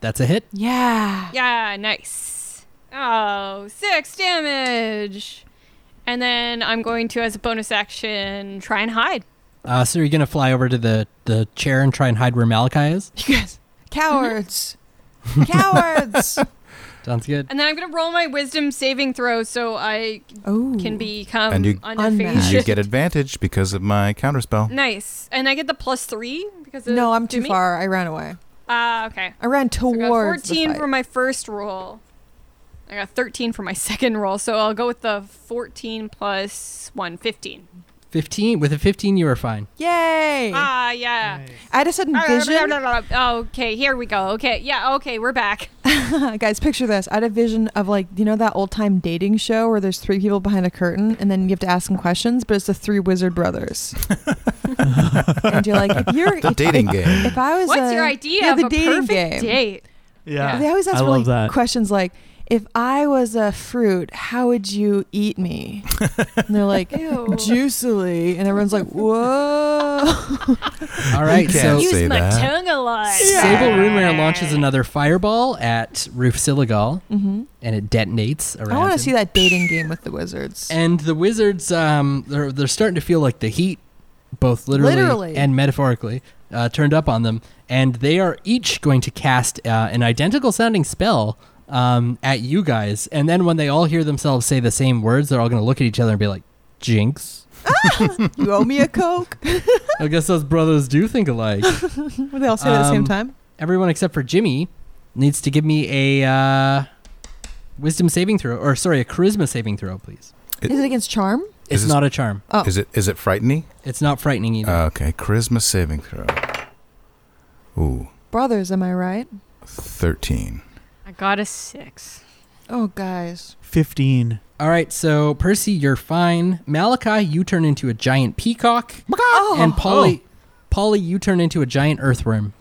Speaker 5: That's a hit.
Speaker 1: Yeah.
Speaker 3: Yeah, nice. Oh, six damage. And then I'm going to, as a bonus action, try and hide.
Speaker 5: Uh, so you're gonna fly over to the the chair and try and hide where Malachi is.
Speaker 1: You guys, cowards. cowards.
Speaker 5: Sounds good.
Speaker 3: And then I'm going to roll my wisdom saving throw so I
Speaker 1: Oh.
Speaker 3: can become
Speaker 7: And you-
Speaker 1: Unmatched.
Speaker 3: unfazed.
Speaker 7: You get advantage because of my counter spell.
Speaker 3: Nice. And I get the plus three because of
Speaker 1: No, I'm too
Speaker 3: Jimmy?
Speaker 1: far. I ran away.
Speaker 3: Ah, okay.
Speaker 1: I ran
Speaker 3: So I got
Speaker 1: towards the
Speaker 3: 14
Speaker 1: fight.
Speaker 3: for my first roll. I got 13 for my second roll, so I'll go with the 14 plus 1, 15.
Speaker 5: 15 with a 15 you are fine.
Speaker 1: Yay!
Speaker 3: Ah, yeah.
Speaker 1: I had a sudden vision.
Speaker 3: Okay, here we go. Okay, yeah, okay, we're back.
Speaker 1: Guys, picture this. I had a vision of like, you know, that old time dating show where there's three people behind a curtain and then you have to ask them questions, but it's the three wizard brothers. and you're like, if you're.
Speaker 7: The
Speaker 1: if-
Speaker 7: dating
Speaker 1: if-
Speaker 7: game.
Speaker 1: If I was.
Speaker 3: What's
Speaker 1: a-
Speaker 3: your idea
Speaker 1: yeah,
Speaker 3: of
Speaker 1: the
Speaker 3: a
Speaker 1: dating
Speaker 3: perfect
Speaker 1: game.
Speaker 3: date?
Speaker 2: Yeah.
Speaker 1: They always ask
Speaker 2: I
Speaker 1: really
Speaker 2: love that.
Speaker 1: questions like, if I was a fruit, how would you eat me? And they're like,
Speaker 3: Ew.
Speaker 1: juicily. And everyone's like, whoa.
Speaker 5: All right,
Speaker 7: can't
Speaker 5: so
Speaker 7: Use say my that.
Speaker 3: tongue a lot.
Speaker 5: Sable Rumor launches another fireball at Roof Siligal
Speaker 1: hmm
Speaker 5: and it detonates around.
Speaker 1: I want
Speaker 5: him.
Speaker 1: to see that dating game with the wizards.
Speaker 5: And the wizards, um, they're, they're starting to feel like the heat, both literally,
Speaker 1: Literally.
Speaker 5: and metaphorically, uh, turned up on them. And they are each going to cast uh, an identical sounding spell um, at you guys. And then when they all hear themselves say the same words, they're all going to look at each other and be like, Jinx.
Speaker 1: you owe me a Coke?
Speaker 5: I guess those brothers do think alike.
Speaker 1: Would they all say it at the same
Speaker 5: Um,
Speaker 1: time?
Speaker 5: Everyone except for Jimmy needs to give me a uh, wisdom saving throw, or sorry, a charisma saving throw, please.
Speaker 7: It-
Speaker 1: Is it against charm?
Speaker 5: It's
Speaker 7: this-
Speaker 5: not a charm.
Speaker 1: Oh.
Speaker 7: Is it is it frightening?
Speaker 5: It's not frightening either.
Speaker 4: Uh.
Speaker 7: Okay, charisma saving throw. Ooh,
Speaker 1: Brothers, am I right?
Speaker 7: thirteen.
Speaker 3: I got a six.
Speaker 1: Oh, guys.
Speaker 2: 15.
Speaker 5: All right, so Percy, you're fine. Malachi, you turn into a giant peacock,
Speaker 1: Oh,
Speaker 5: and Polly, Polly, you turn into a giant earthworm.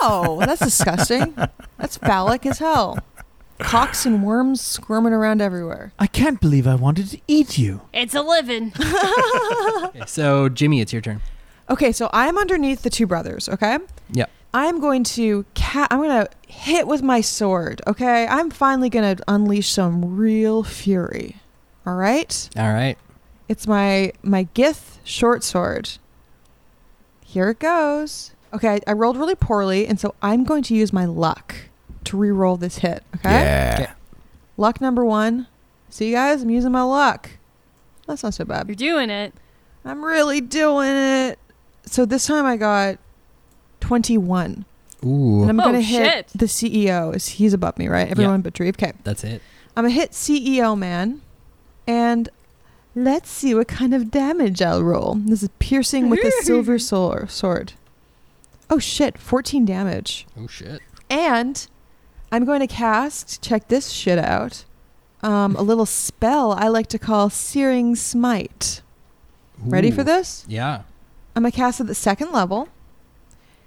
Speaker 1: oh, that's disgusting. That's phallic as hell. Cocks and worms squirming around everywhere.
Speaker 2: I can't believe I wanted to eat you.
Speaker 3: It's a living.
Speaker 5: Okay, so Jimmy, it's your turn.
Speaker 1: Okay, so I'm underneath the two brothers, okay?
Speaker 5: Yep.
Speaker 1: I'm going to ca- I'm going to hit with my sword, okay? I'm finally going to unleash some real fury. All right?
Speaker 5: All right.
Speaker 1: It's my my Gith short sword. Here it goes. Okay, I, I rolled really poorly, and so I'm going to use my luck to re-roll this hit. Okay,
Speaker 7: Yeah.
Speaker 5: Okay.
Speaker 1: luck number one. See, guys, I'm using my luck. That's not so bad.
Speaker 3: You're doing it.
Speaker 1: I'm really doing it. So this time I got 21, and
Speaker 5: Ooh,
Speaker 1: I'm
Speaker 3: Oh,
Speaker 1: gonna hit
Speaker 3: shit.
Speaker 1: the CEO. Is he's above me, right? Everyone but Dreve. Okay,
Speaker 5: that's it.
Speaker 1: I'm a hit CEO man, and let's see what kind of damage I'll roll. This is piercing with a silver sor- sword. Oh shit, 14 damage.
Speaker 5: Oh shit.
Speaker 1: And I'm going to cast, check this shit out, um, a little spell I like to call Searing Smite. Ready for
Speaker 5: Ooh.
Speaker 1: this?
Speaker 5: Yeah.
Speaker 1: I'm going to cast at the second level.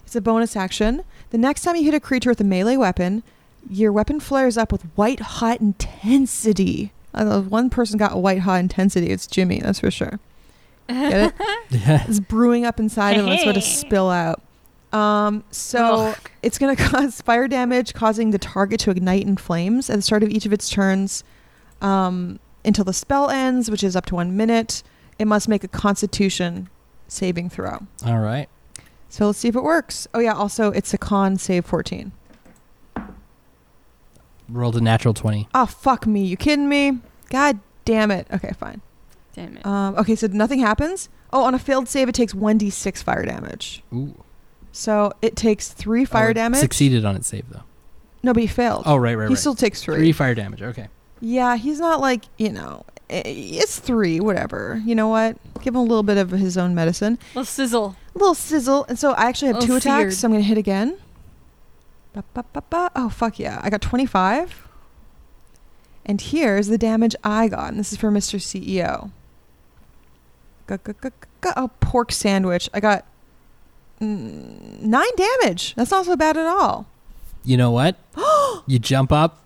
Speaker 1: It's a bonus action. The next time you hit a creature with a melee weapon, your weapon flares up with white hot intensity. I know one person got white hot intensity. It's Jimmy, that's for sure. Get it? it's brewing up inside him. and It's about to spill out. Um, so it's going to cause fire damage, causing the target to ignite in flames at the start of each of its turns um, until the spell ends, which is up to one minute. It must make a Constitution saving throw.
Speaker 5: All right.
Speaker 1: So let's see if it works. Oh yeah, also it's a con save 14.
Speaker 5: Rolled a natural twenty.
Speaker 1: Oh fuck me, you kidding me? God damn it. Okay, fine.
Speaker 3: Damn it.
Speaker 1: Um, okay, so nothing happens. Oh, on a failed save it takes 1d6 fire damage.
Speaker 5: Ooh.
Speaker 1: So it takes 3
Speaker 5: Oh,
Speaker 1: fire
Speaker 5: it
Speaker 1: damage.
Speaker 5: Succeeded on its save though.
Speaker 1: No, but he failed.
Speaker 5: Oh right, right,
Speaker 1: he
Speaker 5: right.
Speaker 1: still takes 3.
Speaker 5: Three fire damage. Okay.
Speaker 1: Yeah, he's not like, you know, i- it's 3, whatever. You know what? Give him a little bit of his own medicine.
Speaker 3: Little sizzle.
Speaker 1: A little sizzle. And so I actually have
Speaker 3: Oh,
Speaker 1: two
Speaker 3: seared.
Speaker 1: attacks, so I'm going to hit again. Ba, ba, ba, ba. Oh, fuck yeah. I got 25. And here's the damage I got. And this is for E Mr. CEO. Gu- gu- gu- gu- gu- Oh, pork sandwich. I got mm, nine damage. That's not so bad at all.
Speaker 5: You know what? you jump up,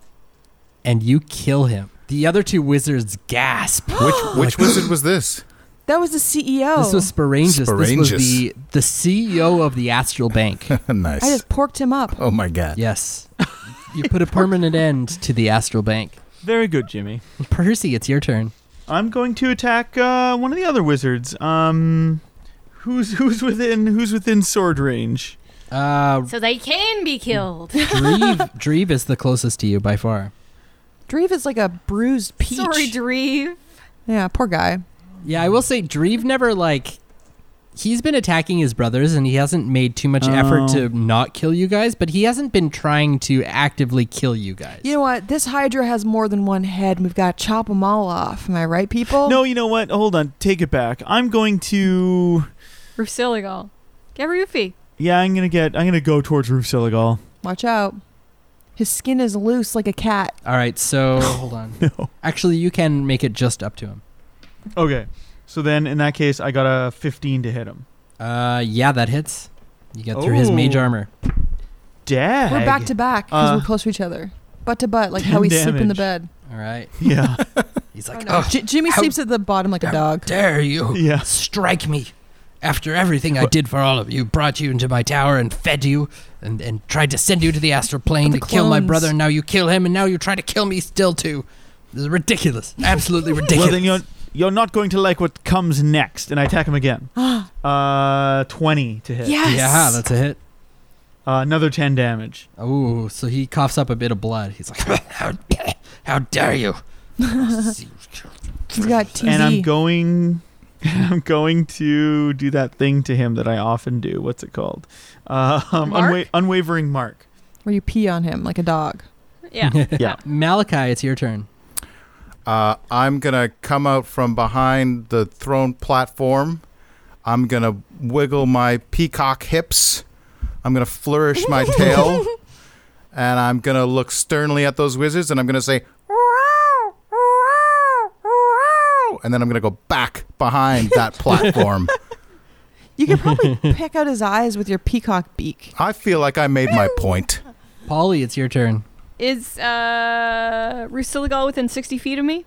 Speaker 5: and you kill him. The other two wizards gasp.
Speaker 7: Which which wizard was this?
Speaker 1: That was the E CEO.
Speaker 5: This was Sporanges. This was
Speaker 7: Sporanges.
Speaker 5: the the CEO of the Astral Bank.
Speaker 7: nice.
Speaker 1: I just porked him up.
Speaker 7: oh my god.
Speaker 5: yes. You put a permanent end to the Astral Bank.
Speaker 2: Very good, Jimmy.
Speaker 5: Percy, it's your turn.
Speaker 2: I'm going to attack uh, one of the other wizards. Um, who's who's within who's within sword range?
Speaker 5: Uh
Speaker 3: So they can be killed.
Speaker 5: Dreve, Dreve is the closest to you by far.
Speaker 1: Dreve is like a bruised peach.
Speaker 3: Sorry, Dreve.
Speaker 1: yeah, poor guy.
Speaker 5: Yeah, I will say Dreve never like he's been attacking his brothers and he hasn't made too much effort
Speaker 2: Oh.
Speaker 5: to not kill you guys, but he hasn't been trying to actively kill you guys.
Speaker 1: You know what? This Hydra has more than one head, and we've got to chop them all off. Am I right, people?
Speaker 2: No, you know what? Hold on. Take it back. I'm going to.
Speaker 3: Roof Siligal. Get Roofy.
Speaker 2: Yeah, I'm gonna get. I'm gonna go towards Roof Siligal.
Speaker 1: Watch out. His skin is loose like a cat.
Speaker 5: All right, so hold on.
Speaker 2: No.
Speaker 5: Actually, you can make it just up to him.
Speaker 2: Okay. So then, in that case, I got a 15 to hit him.
Speaker 5: Uh, yeah, that hits. You get through his mage
Speaker 2: Ooh.
Speaker 5: armor.
Speaker 2: Dag.
Speaker 1: We're back to back because
Speaker 2: Uh,
Speaker 1: we're close to each other, butt to butt, like
Speaker 2: ten
Speaker 1: how we sleep in the bed.
Speaker 2: damage.
Speaker 5: All right.
Speaker 2: Yeah.
Speaker 5: He's
Speaker 1: Oh,
Speaker 5: like,
Speaker 1: no.
Speaker 5: "Ugh,
Speaker 1: J- Jimmy
Speaker 5: how
Speaker 1: sleeps at the bottom like a dog.
Speaker 5: dare you
Speaker 2: Yeah.
Speaker 5: strike me after everything I did for all of you, brought you into my tower and fed you and, and tried to send you to the astral plane
Speaker 1: the
Speaker 5: to kill my
Speaker 1: clones-
Speaker 5: brother, and now you kill him, and now you try to kill me still too. This is ridiculous. Absolutely ridiculous.
Speaker 2: well, then you're you're not going to like what comes next, and I attack him again.
Speaker 1: Ah.
Speaker 2: uh, 20 to hit.
Speaker 1: Yes.
Speaker 5: Yeah, that's a hit.
Speaker 2: Uh, another 10 damage.
Speaker 5: Oh, so he coughs up a bit of blood. He's like, how, how dare you?
Speaker 1: He's got TZ.
Speaker 2: And I'm going. I'm going to do that thing to him that I often do. What's it called? Um, unwa-
Speaker 3: Mark?
Speaker 2: unwavering mark.
Speaker 1: where you pee on him like a dog.
Speaker 3: Yeah.
Speaker 2: Yeah.
Speaker 5: Malachi, it's your turn.
Speaker 7: Uh, I'm gonna come out from behind the throne platform. I'm gonna wiggle my peacock hips. I'm gonna flourish my tail, and I'm gonna look sternly at those wizards, and I'm gonna say, "Wow, wow, wow," and then I'm gonna go back behind that platform.
Speaker 1: You could probably peck out his eyes with your peacock beak.
Speaker 7: I feel like I made my point.
Speaker 5: Polly, it's your turn.
Speaker 3: Is uh, Roof Siligal within 60 feet of me?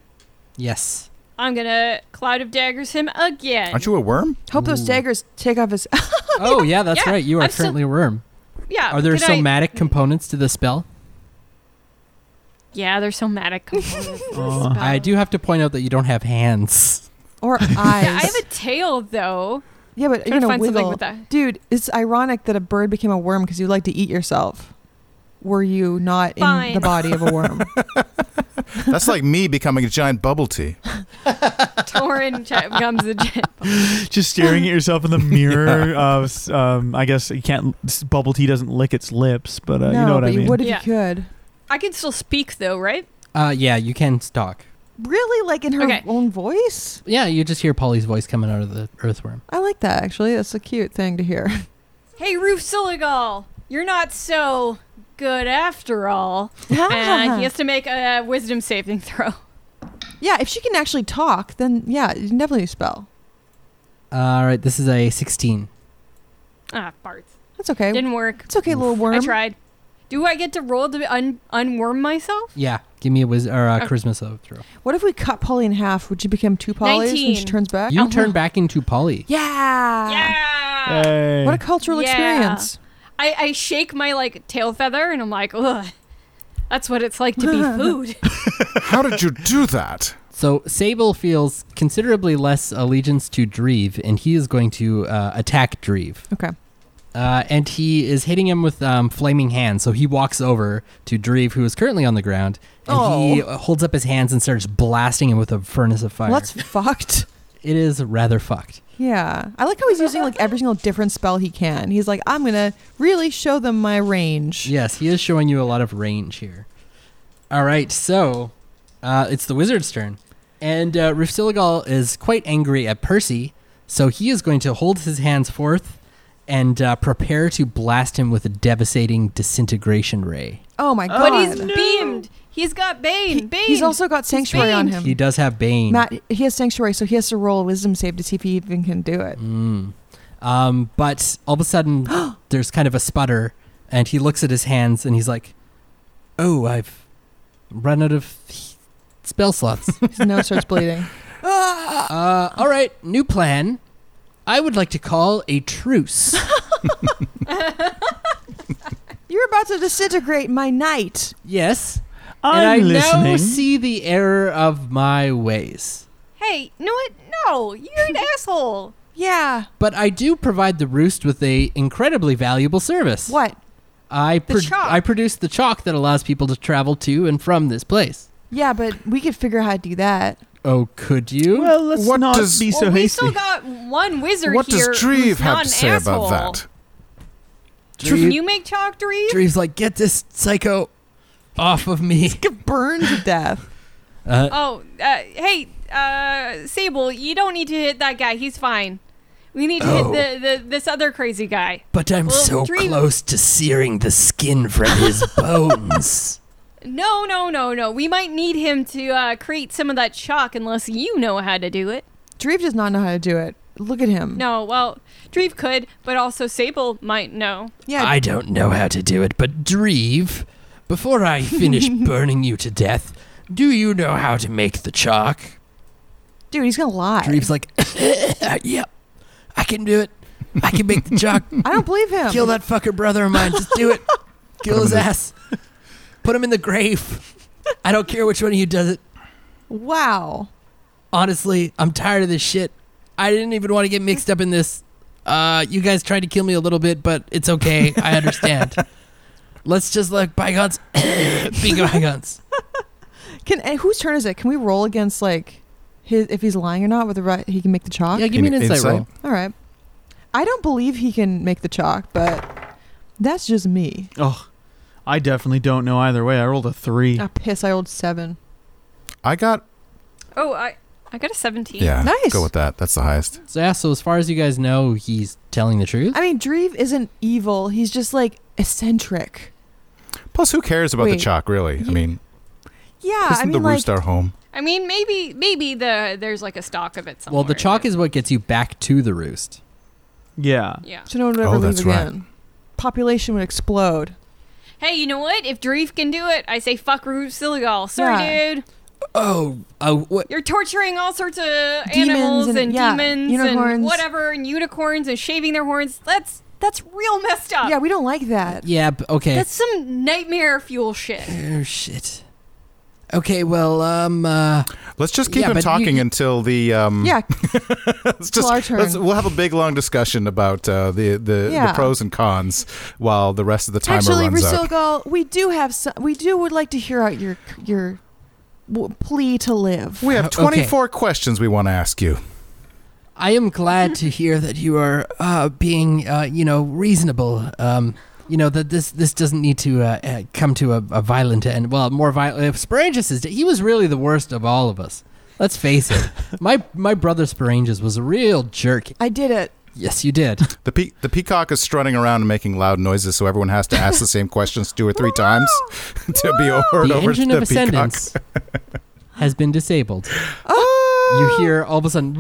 Speaker 5: Yes.
Speaker 3: I'm going to Cloud of Daggers him again.
Speaker 7: Aren't you a worm?
Speaker 1: Hope those daggers take off his.
Speaker 5: Oh, yeah, that's
Speaker 3: Yeah,
Speaker 5: right. You are
Speaker 3: I'm still-
Speaker 5: currently a worm.
Speaker 3: yeah.
Speaker 5: Are there
Speaker 3: did I-
Speaker 5: somatic components to the spell?
Speaker 3: Yeah, they're somatic components. to this
Speaker 2: Oh.
Speaker 3: spell.
Speaker 5: I do have to point out that you don't have hands.
Speaker 1: or eyes. Yeah,
Speaker 3: I have a tail though.
Speaker 1: but
Speaker 3: Trying
Speaker 1: you're
Speaker 3: to
Speaker 1: gonna
Speaker 3: find something
Speaker 1: wiggle.
Speaker 3: with that.
Speaker 1: Dude, it's ironic that a bird became a worm because you like to eat yourself. Were you not in
Speaker 3: Fine.
Speaker 1: the body of a worm?
Speaker 7: That's like me becoming a giant bubble tea.
Speaker 3: Torin ch- becomes a jet.
Speaker 2: Just staring at yourself in the mirror. uh, s- um, I guess you can't. s- Bubble tea doesn't lick its lips, but uh,
Speaker 1: no,
Speaker 2: you know what
Speaker 1: but
Speaker 2: I mean.
Speaker 1: you would if
Speaker 3: Yeah.
Speaker 1: you could.
Speaker 3: I can still speak though, right?
Speaker 5: Uh, yeah, you can talk.
Speaker 1: Really, like in her
Speaker 3: Okay.
Speaker 1: own voice?
Speaker 5: Yeah, you just hear Polly's voice coming out of the earthworm.
Speaker 1: I like that actually. That's a cute thing to hear.
Speaker 3: Hey, Roof Siligal, you're not so good after all.
Speaker 1: Ah.
Speaker 3: and he has to make a wisdom saving throw.
Speaker 1: yeah, if she can actually talk, then yeah, you can definitely spell.
Speaker 5: All right, this is a 16.
Speaker 3: Ah, farts.
Speaker 1: That's okay.
Speaker 3: Didn't work.
Speaker 1: it's okay, little worm.
Speaker 3: I tried. Do I get to roll to un- unworm myself?
Speaker 5: Yeah, give me a wiz or a
Speaker 3: Okay.
Speaker 5: charisma save throw.
Speaker 1: What if we cut Polly in half? Would she become two Pollys when she
Speaker 3: 19.
Speaker 1: turns back?
Speaker 5: You turn back into Polly.
Speaker 1: yeah.
Speaker 3: Oh, Yeah.
Speaker 2: Hey.
Speaker 1: What a cultural
Speaker 3: Yeah.
Speaker 1: experience.
Speaker 3: I, I shake my like tail feather and I'm like, ugh. That's what it's like to be food.
Speaker 7: How did you do that?
Speaker 5: So Sable feels considerably less allegiance to Dreve, and he is going to uh, attack Dreve.
Speaker 1: Okay.
Speaker 5: Uh, and he is hitting him with um, flaming hands. So he walks over to Dreve, who is currently on the ground, and he uh, holds up his hands and starts blasting him with a furnace of fire.
Speaker 1: Well, that's fucked.
Speaker 5: It is rather fucked.
Speaker 1: Yeah. I like how he's using like every single different spell he can. He's like, I'm going to really show them my range.
Speaker 5: Yes, he is showing you a lot of range here. All right, so uh, it's the wizard's turn, and uh, Rufsiligal is quite angry at Percy, so he is going to hold his hands forth and uh, prepare to blast him with a devastating disintegration ray.
Speaker 1: Oh my god.
Speaker 3: but he's beamed. He's got Bane. Bane.
Speaker 1: He's also got sanctuary on
Speaker 3: fiend.
Speaker 1: him.
Speaker 5: He does have Bane.
Speaker 1: Matt, he has sanctuary, so he has to roll a wisdom save to see if he even can do it.
Speaker 5: Mm. Um, but all of a sudden, there's kind of a sputter, and he looks at his hands and he's like, "Oh, I've run out of he- spell slots."
Speaker 1: His nose starts bleeding.
Speaker 3: Ah!
Speaker 5: Uh, all right, new plan. I would like to call a truce.
Speaker 1: You're about to disintegrate my knight.
Speaker 5: yes, and I
Speaker 2: I'm
Speaker 5: now
Speaker 2: listening.
Speaker 5: see the error of my ways.
Speaker 3: Hey, no, it, no, you're an asshole.
Speaker 1: Yeah.
Speaker 5: But I do provide the roost with a incredibly valuable service.
Speaker 1: What?
Speaker 5: I pro-
Speaker 3: chalk.
Speaker 5: I produce the chalk that allows people to travel to and from this place.
Speaker 1: Yeah, but we could figure out how to do that.
Speaker 5: Oh, could you?
Speaker 2: Well, let's
Speaker 7: What
Speaker 2: not
Speaker 7: does-
Speaker 2: be so
Speaker 3: well, we
Speaker 2: hasty.
Speaker 3: still got one one wizard
Speaker 4: What does
Speaker 3: here
Speaker 4: Dreve
Speaker 3: who's
Speaker 4: have
Speaker 3: not an
Speaker 4: to say
Speaker 3: asshole.
Speaker 4: about that?
Speaker 3: Can you make chalk, Dreve?
Speaker 5: Dreve's like, get this psycho off of me.
Speaker 1: Get burned to death.
Speaker 5: Uh,
Speaker 3: Oh, uh, hey, uh, Sable, you don't need to hit that guy. He's fine. We need to
Speaker 4: Oh.
Speaker 3: hit the, the this other crazy guy.
Speaker 5: but I'm
Speaker 3: well,
Speaker 5: so
Speaker 3: Dreve-
Speaker 5: close to searing the skin from his bones.
Speaker 3: No, no, no, no. We might need him to uh, create some of that shock unless you know how to do it.
Speaker 1: Dreve does not know how to do it. Look at him.
Speaker 3: No, well, Dreve could, but also Sable might know.
Speaker 1: Yeah.
Speaker 5: I don't know how to do it, but Dreve, before I finish burning you to death, do you know how to make the chalk?
Speaker 1: dude, he's gonna lie.
Speaker 5: Dreve's like, yep, I can do it. I can make the chalk.
Speaker 1: I don't believe him.
Speaker 5: Kill that fucker brother of mine. Just do it. Kill his ass. Put him in the grave. I don't care which one of you does it.
Speaker 1: Wow.
Speaker 5: Honestly, I'm tired of this shit. I didn't even want to get mixed up in this. Uh, you guys tried to kill me a little bit, but it's okay. I understand. Let's just let bygones be bygones.
Speaker 1: Can and whose turn is it? Can we roll against like his if he's lying or not with the right? He can make the chalk.
Speaker 5: Yeah, give me an
Speaker 7: In-
Speaker 5: insight,
Speaker 7: insight?
Speaker 5: roll.
Speaker 1: All right. I don't believe he can make the chalk, but that's just me.
Speaker 2: Oh, I definitely don't know either way. I rolled a three.
Speaker 1: Ah, piss! I rolled seven.
Speaker 7: I got
Speaker 3: Oh, I I got a 17.
Speaker 7: yeah.
Speaker 1: Nice.
Speaker 7: Go with that. That's the highest.
Speaker 5: So yeah, so as far as you guys know, he's telling the truth.
Speaker 1: I mean, Dreve isn't evil. He's just like eccentric.
Speaker 7: Plus, who cares about the
Speaker 1: Wait.
Speaker 7: chalk? Really? I
Speaker 1: Ye-
Speaker 7: mean,
Speaker 1: Yeah,
Speaker 7: isn't
Speaker 1: I mean,
Speaker 7: the
Speaker 1: like
Speaker 7: roost our home?
Speaker 3: I mean, maybe maybe the there's like a stock of it somewhere.
Speaker 5: Well, the chalk is what gets you back to the roost.
Speaker 2: Yeah.
Speaker 3: Yeah.
Speaker 1: so no one would
Speaker 7: Oh,
Speaker 1: ever leave
Speaker 7: that's right.
Speaker 1: again. Population would explode.
Speaker 3: Hey, you know what? If Dreve can do it, I say fuck Rube Siligal. Sorry,
Speaker 1: Yeah.
Speaker 3: dude.
Speaker 5: Oh, oh, what?
Speaker 3: You're torturing all sorts of
Speaker 1: Demons
Speaker 3: animals and,
Speaker 1: and- yeah,
Speaker 3: demons and
Speaker 1: unicorns.
Speaker 3: whatever and unicorns and shaving their horns. That's that's real messed up.
Speaker 1: yeah, we don't like that.
Speaker 5: Yeah, b- okay.
Speaker 3: That's some nightmare fuel shit.
Speaker 5: Oh shit. Okay, well, um, uh,
Speaker 7: Let's just keep
Speaker 5: Yeah,
Speaker 7: him
Speaker 5: but you-
Speaker 7: talking
Speaker 5: you-
Speaker 7: until the um,
Speaker 1: Yeah,
Speaker 7: Let's just
Speaker 1: our turn.
Speaker 7: let's- we'll have a big long discussion about uh, the the,
Speaker 1: Yeah.
Speaker 7: the pros and cons while the rest of the timer
Speaker 1: actually,
Speaker 7: runs out.
Speaker 1: Rusilgal, we do have some. We do would like to hear out your your w- plea to live.
Speaker 7: We have
Speaker 5: Okay.
Speaker 7: 24 questions we want to ask you.
Speaker 5: I am glad to hear that you are uh, being, uh, you know, reasonable. Um, you know that this this doesn't need to uh, uh, come to a, a violent end. Well, more violent. Sporanges is he was really the worst of all of us. Let's face it. my my brother Sporanges was a real jerk.
Speaker 1: I did it.
Speaker 5: Yes, you did.
Speaker 7: The pe- the peacock is strutting around and making loud noises, so everyone has to ask the same questions two or three times to be heard
Speaker 5: the
Speaker 7: over
Speaker 5: engine
Speaker 7: the
Speaker 5: of
Speaker 7: peacock. Ah!
Speaker 5: ascendance has been disabled. You hear all of a sudden,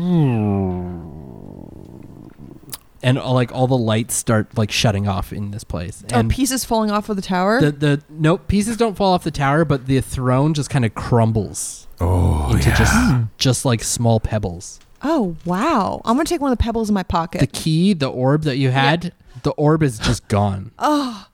Speaker 5: and all, like all the lights start like shutting off in this place.
Speaker 1: Are
Speaker 5: And
Speaker 1: pieces falling off of the tower?
Speaker 5: the the nope pieces don't fall off the tower, but the throne just kind of crumbles
Speaker 7: Oh,
Speaker 5: into
Speaker 7: yeah.
Speaker 5: just
Speaker 1: Hmm.
Speaker 5: just like small pebbles.
Speaker 1: oh wow! I'm gonna take one of the pebbles in my pocket.
Speaker 5: The key, the orb that you had, the orb is just gone.
Speaker 1: Oh.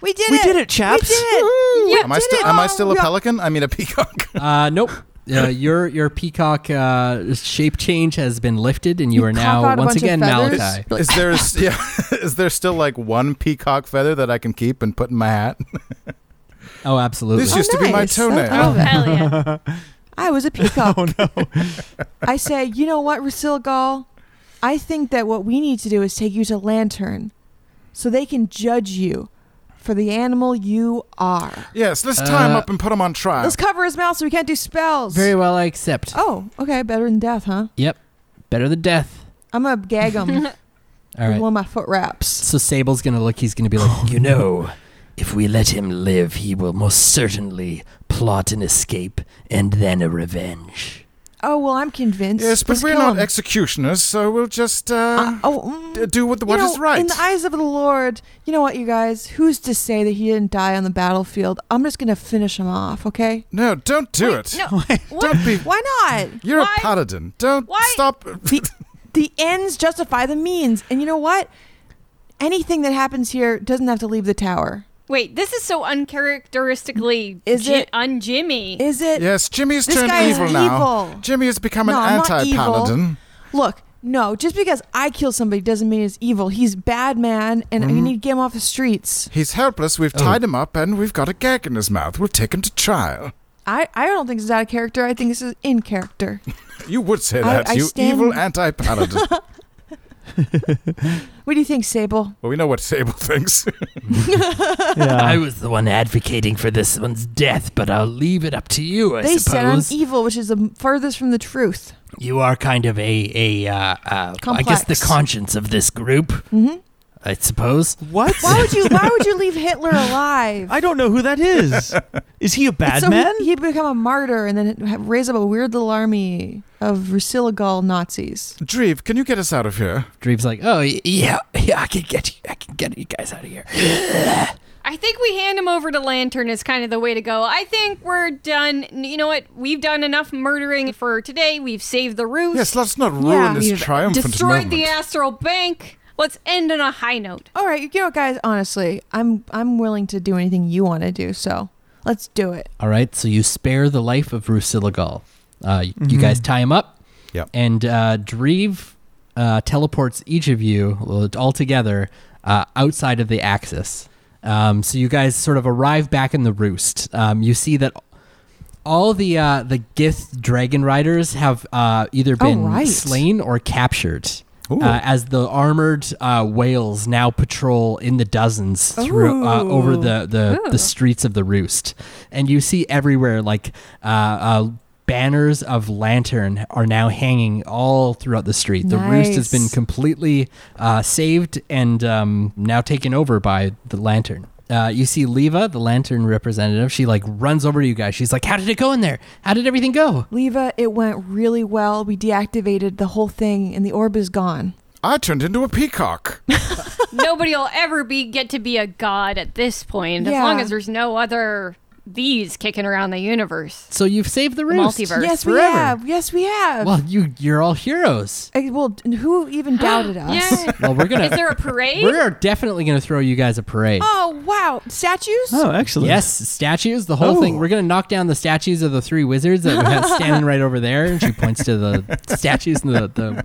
Speaker 1: we did
Speaker 2: We
Speaker 1: it.
Speaker 2: did it, chaps.
Speaker 1: We did it.
Speaker 3: Yeah,
Speaker 7: am I
Speaker 1: did
Speaker 7: still
Speaker 1: it.
Speaker 7: am I
Speaker 1: Oh,
Speaker 7: still a
Speaker 1: yeah.
Speaker 7: pelican? I mean a peacock.
Speaker 5: Uh, nope. Uh, your your peacock uh, shape change has been lifted, and you,
Speaker 1: You
Speaker 5: are
Speaker 1: cock
Speaker 5: now
Speaker 1: out a
Speaker 5: once
Speaker 1: bunch of
Speaker 5: again
Speaker 1: feathers?
Speaker 5: Malachi.
Speaker 7: is there a s yeah is there still like one peacock feather that I can keep and put in my hat?
Speaker 5: Oh, absolutely.
Speaker 7: This used to be my
Speaker 1: nice. I love
Speaker 7: toenail.
Speaker 1: it.
Speaker 3: Oh, Hell yeah.
Speaker 1: I was a peacock. oh no! I say, you know what, Rasilgal? I think that what we need to do is take you to Lantern, so they can judge you for the animal you are.
Speaker 7: Yes, let's tie him
Speaker 5: Uh,
Speaker 7: up and put him on trial.
Speaker 1: Let's cover his mouth so we can't do spells.
Speaker 5: Very well, I accept.
Speaker 1: oh, okay, better than death, huh?
Speaker 5: Yep, better than death.
Speaker 1: I'm gonna gag him with
Speaker 5: All right.
Speaker 1: one of my foot wraps.
Speaker 5: So Sable's gonna look. He's gonna be like, you know, if we let him live, he will most certainly plot an escape and then a revenge.
Speaker 1: Oh well, I'm convinced.
Speaker 4: Yes, but
Speaker 1: Let's
Speaker 4: we're
Speaker 1: kill
Speaker 4: not
Speaker 1: him.
Speaker 4: executioners, so we'll just uh,
Speaker 1: Uh, oh, mm,
Speaker 4: d- do what, the, what
Speaker 1: you
Speaker 4: is
Speaker 1: know,
Speaker 4: right.
Speaker 1: In the eyes of the Lord, you know what, you guys? Who's to say that he didn't die on the battlefield? I'm just gonna finish him off, okay?
Speaker 4: no, don't do it.
Speaker 3: No, what?
Speaker 4: Don't be.
Speaker 1: Why not?
Speaker 4: You're
Speaker 3: Why-
Speaker 4: a paladin. Don't
Speaker 3: why-
Speaker 4: stop.
Speaker 1: The, the ends justify the means, and you know what? Anything that happens here doesn't have to leave the tower.
Speaker 3: Wait, this is so uncharacteristically
Speaker 1: Is
Speaker 3: ji-
Speaker 1: it-
Speaker 3: unjimmy.
Speaker 1: Is it?
Speaker 4: Yes, Jimmy has
Speaker 1: This
Speaker 4: turned
Speaker 1: guy is
Speaker 4: evil now.
Speaker 1: evil.
Speaker 4: Jimmy has become
Speaker 1: No,
Speaker 4: an
Speaker 1: I'm not evil.
Speaker 4: anti-paladin.
Speaker 1: Look, no, just because I kill somebody doesn't mean it's evil. He's bad man, and
Speaker 4: Mm-hmm.
Speaker 1: we need to get him off the streets.
Speaker 4: He's helpless.
Speaker 5: Oh.
Speaker 4: We've tied him up, and we've got a gag in his mouth. We'll take him to trial.
Speaker 1: I, I don't think this is out of character. I think this is in character.
Speaker 4: You would say
Speaker 1: I-
Speaker 4: that,
Speaker 1: I
Speaker 4: you
Speaker 1: stand-
Speaker 4: evil anti-paladin.
Speaker 1: What do you think, Sable?
Speaker 4: well, we know what Sable thinks.
Speaker 5: I
Speaker 2: Yeah.
Speaker 5: was the one advocating for this one's death, but I'll leave it up to you, I
Speaker 1: they e- said I'm
Speaker 5: suppose.
Speaker 1: evil, which is the m- farthest from the truth.
Speaker 5: you are kind of a a uh, uh, I guess the
Speaker 1: Complex.
Speaker 5: conscience of this group,
Speaker 1: Mm-hmm.
Speaker 5: I suppose.
Speaker 2: What?
Speaker 1: Why would you? Why would you leave Hitler alive?
Speaker 2: I don't know who that is. Is he a bad
Speaker 1: so
Speaker 2: man?
Speaker 1: He, would become a martyr and then ha- raise up a weird little army of Rusilagal Nazis.
Speaker 4: Dreve, can you get us out of here?
Speaker 5: Dreve's like, oh y- yeah, yeah, I can get you, I can get you guys out of here.
Speaker 3: I think we hand him over to Lantern is kind of the way to go. I think we're done. You know what? We've done enough murdering for today. We've saved the roost.
Speaker 4: Yes, let's not ruin
Speaker 1: Yeah.
Speaker 4: this
Speaker 1: You've
Speaker 4: triumphant
Speaker 3: destroyed
Speaker 4: moment.
Speaker 3: the Astral Bank. Let's end on a high note.
Speaker 1: All right, you know, what, guys. Honestly, I'm I'm willing to do anything you want to do. So let's do it.
Speaker 5: All right, so you spare the life of Rusilagal. Uh, y-
Speaker 1: Mm-hmm.
Speaker 5: You guys tie him up.
Speaker 7: Yep.
Speaker 5: And uh, Dreve uh, teleports each of you well, all together uh, outside of the axis. Um, so you guys sort of arrive back in the roost. Um, you see that all the uh, the Gith dragon riders have uh, either
Speaker 1: Oh,
Speaker 5: been
Speaker 1: right.
Speaker 5: slain or captured.
Speaker 7: Ooh.
Speaker 5: Uh, as the armored uh, whales now patrol in the dozens through uh,
Speaker 1: Ooh.
Speaker 5: over the the,
Speaker 3: Ooh.
Speaker 5: the streets of the roost, and you see everywhere like uh, uh, banners of lantern are now hanging all throughout the street. The roost has been
Speaker 1: Nice.
Speaker 5: completely uh, saved and um, now taken over by the lantern. Uh, you see Leva, the lantern representative. She like runs over to you guys. She's like, "How did it go in there? How did everything go?"
Speaker 1: Leva, it went really well. We deactivated the whole thing, and the orb is gone.
Speaker 4: I turned into a peacock.
Speaker 3: Nobody will ever be get to be a god at this point, as
Speaker 1: Yeah.
Speaker 3: long as there's no other these kicking around the universe.
Speaker 5: So you've saved the roost.
Speaker 3: multiverse. First
Speaker 1: yes, we
Speaker 5: forever.
Speaker 1: have. Yes, we have.
Speaker 5: Well, you you're all heroes.
Speaker 1: I- well d- who even doubted us?
Speaker 3: Yay.
Speaker 5: Well, we're gonna
Speaker 3: Is there a parade?
Speaker 5: We are definitely going to throw you guys a parade.
Speaker 1: Oh wow, statues.
Speaker 2: Oh, excellent.
Speaker 5: Yes, statues, the whole
Speaker 2: Oh.
Speaker 5: thing. We're going to knock down the statues of the three wizards that we have standing right over there. And she points to the statues and the, the.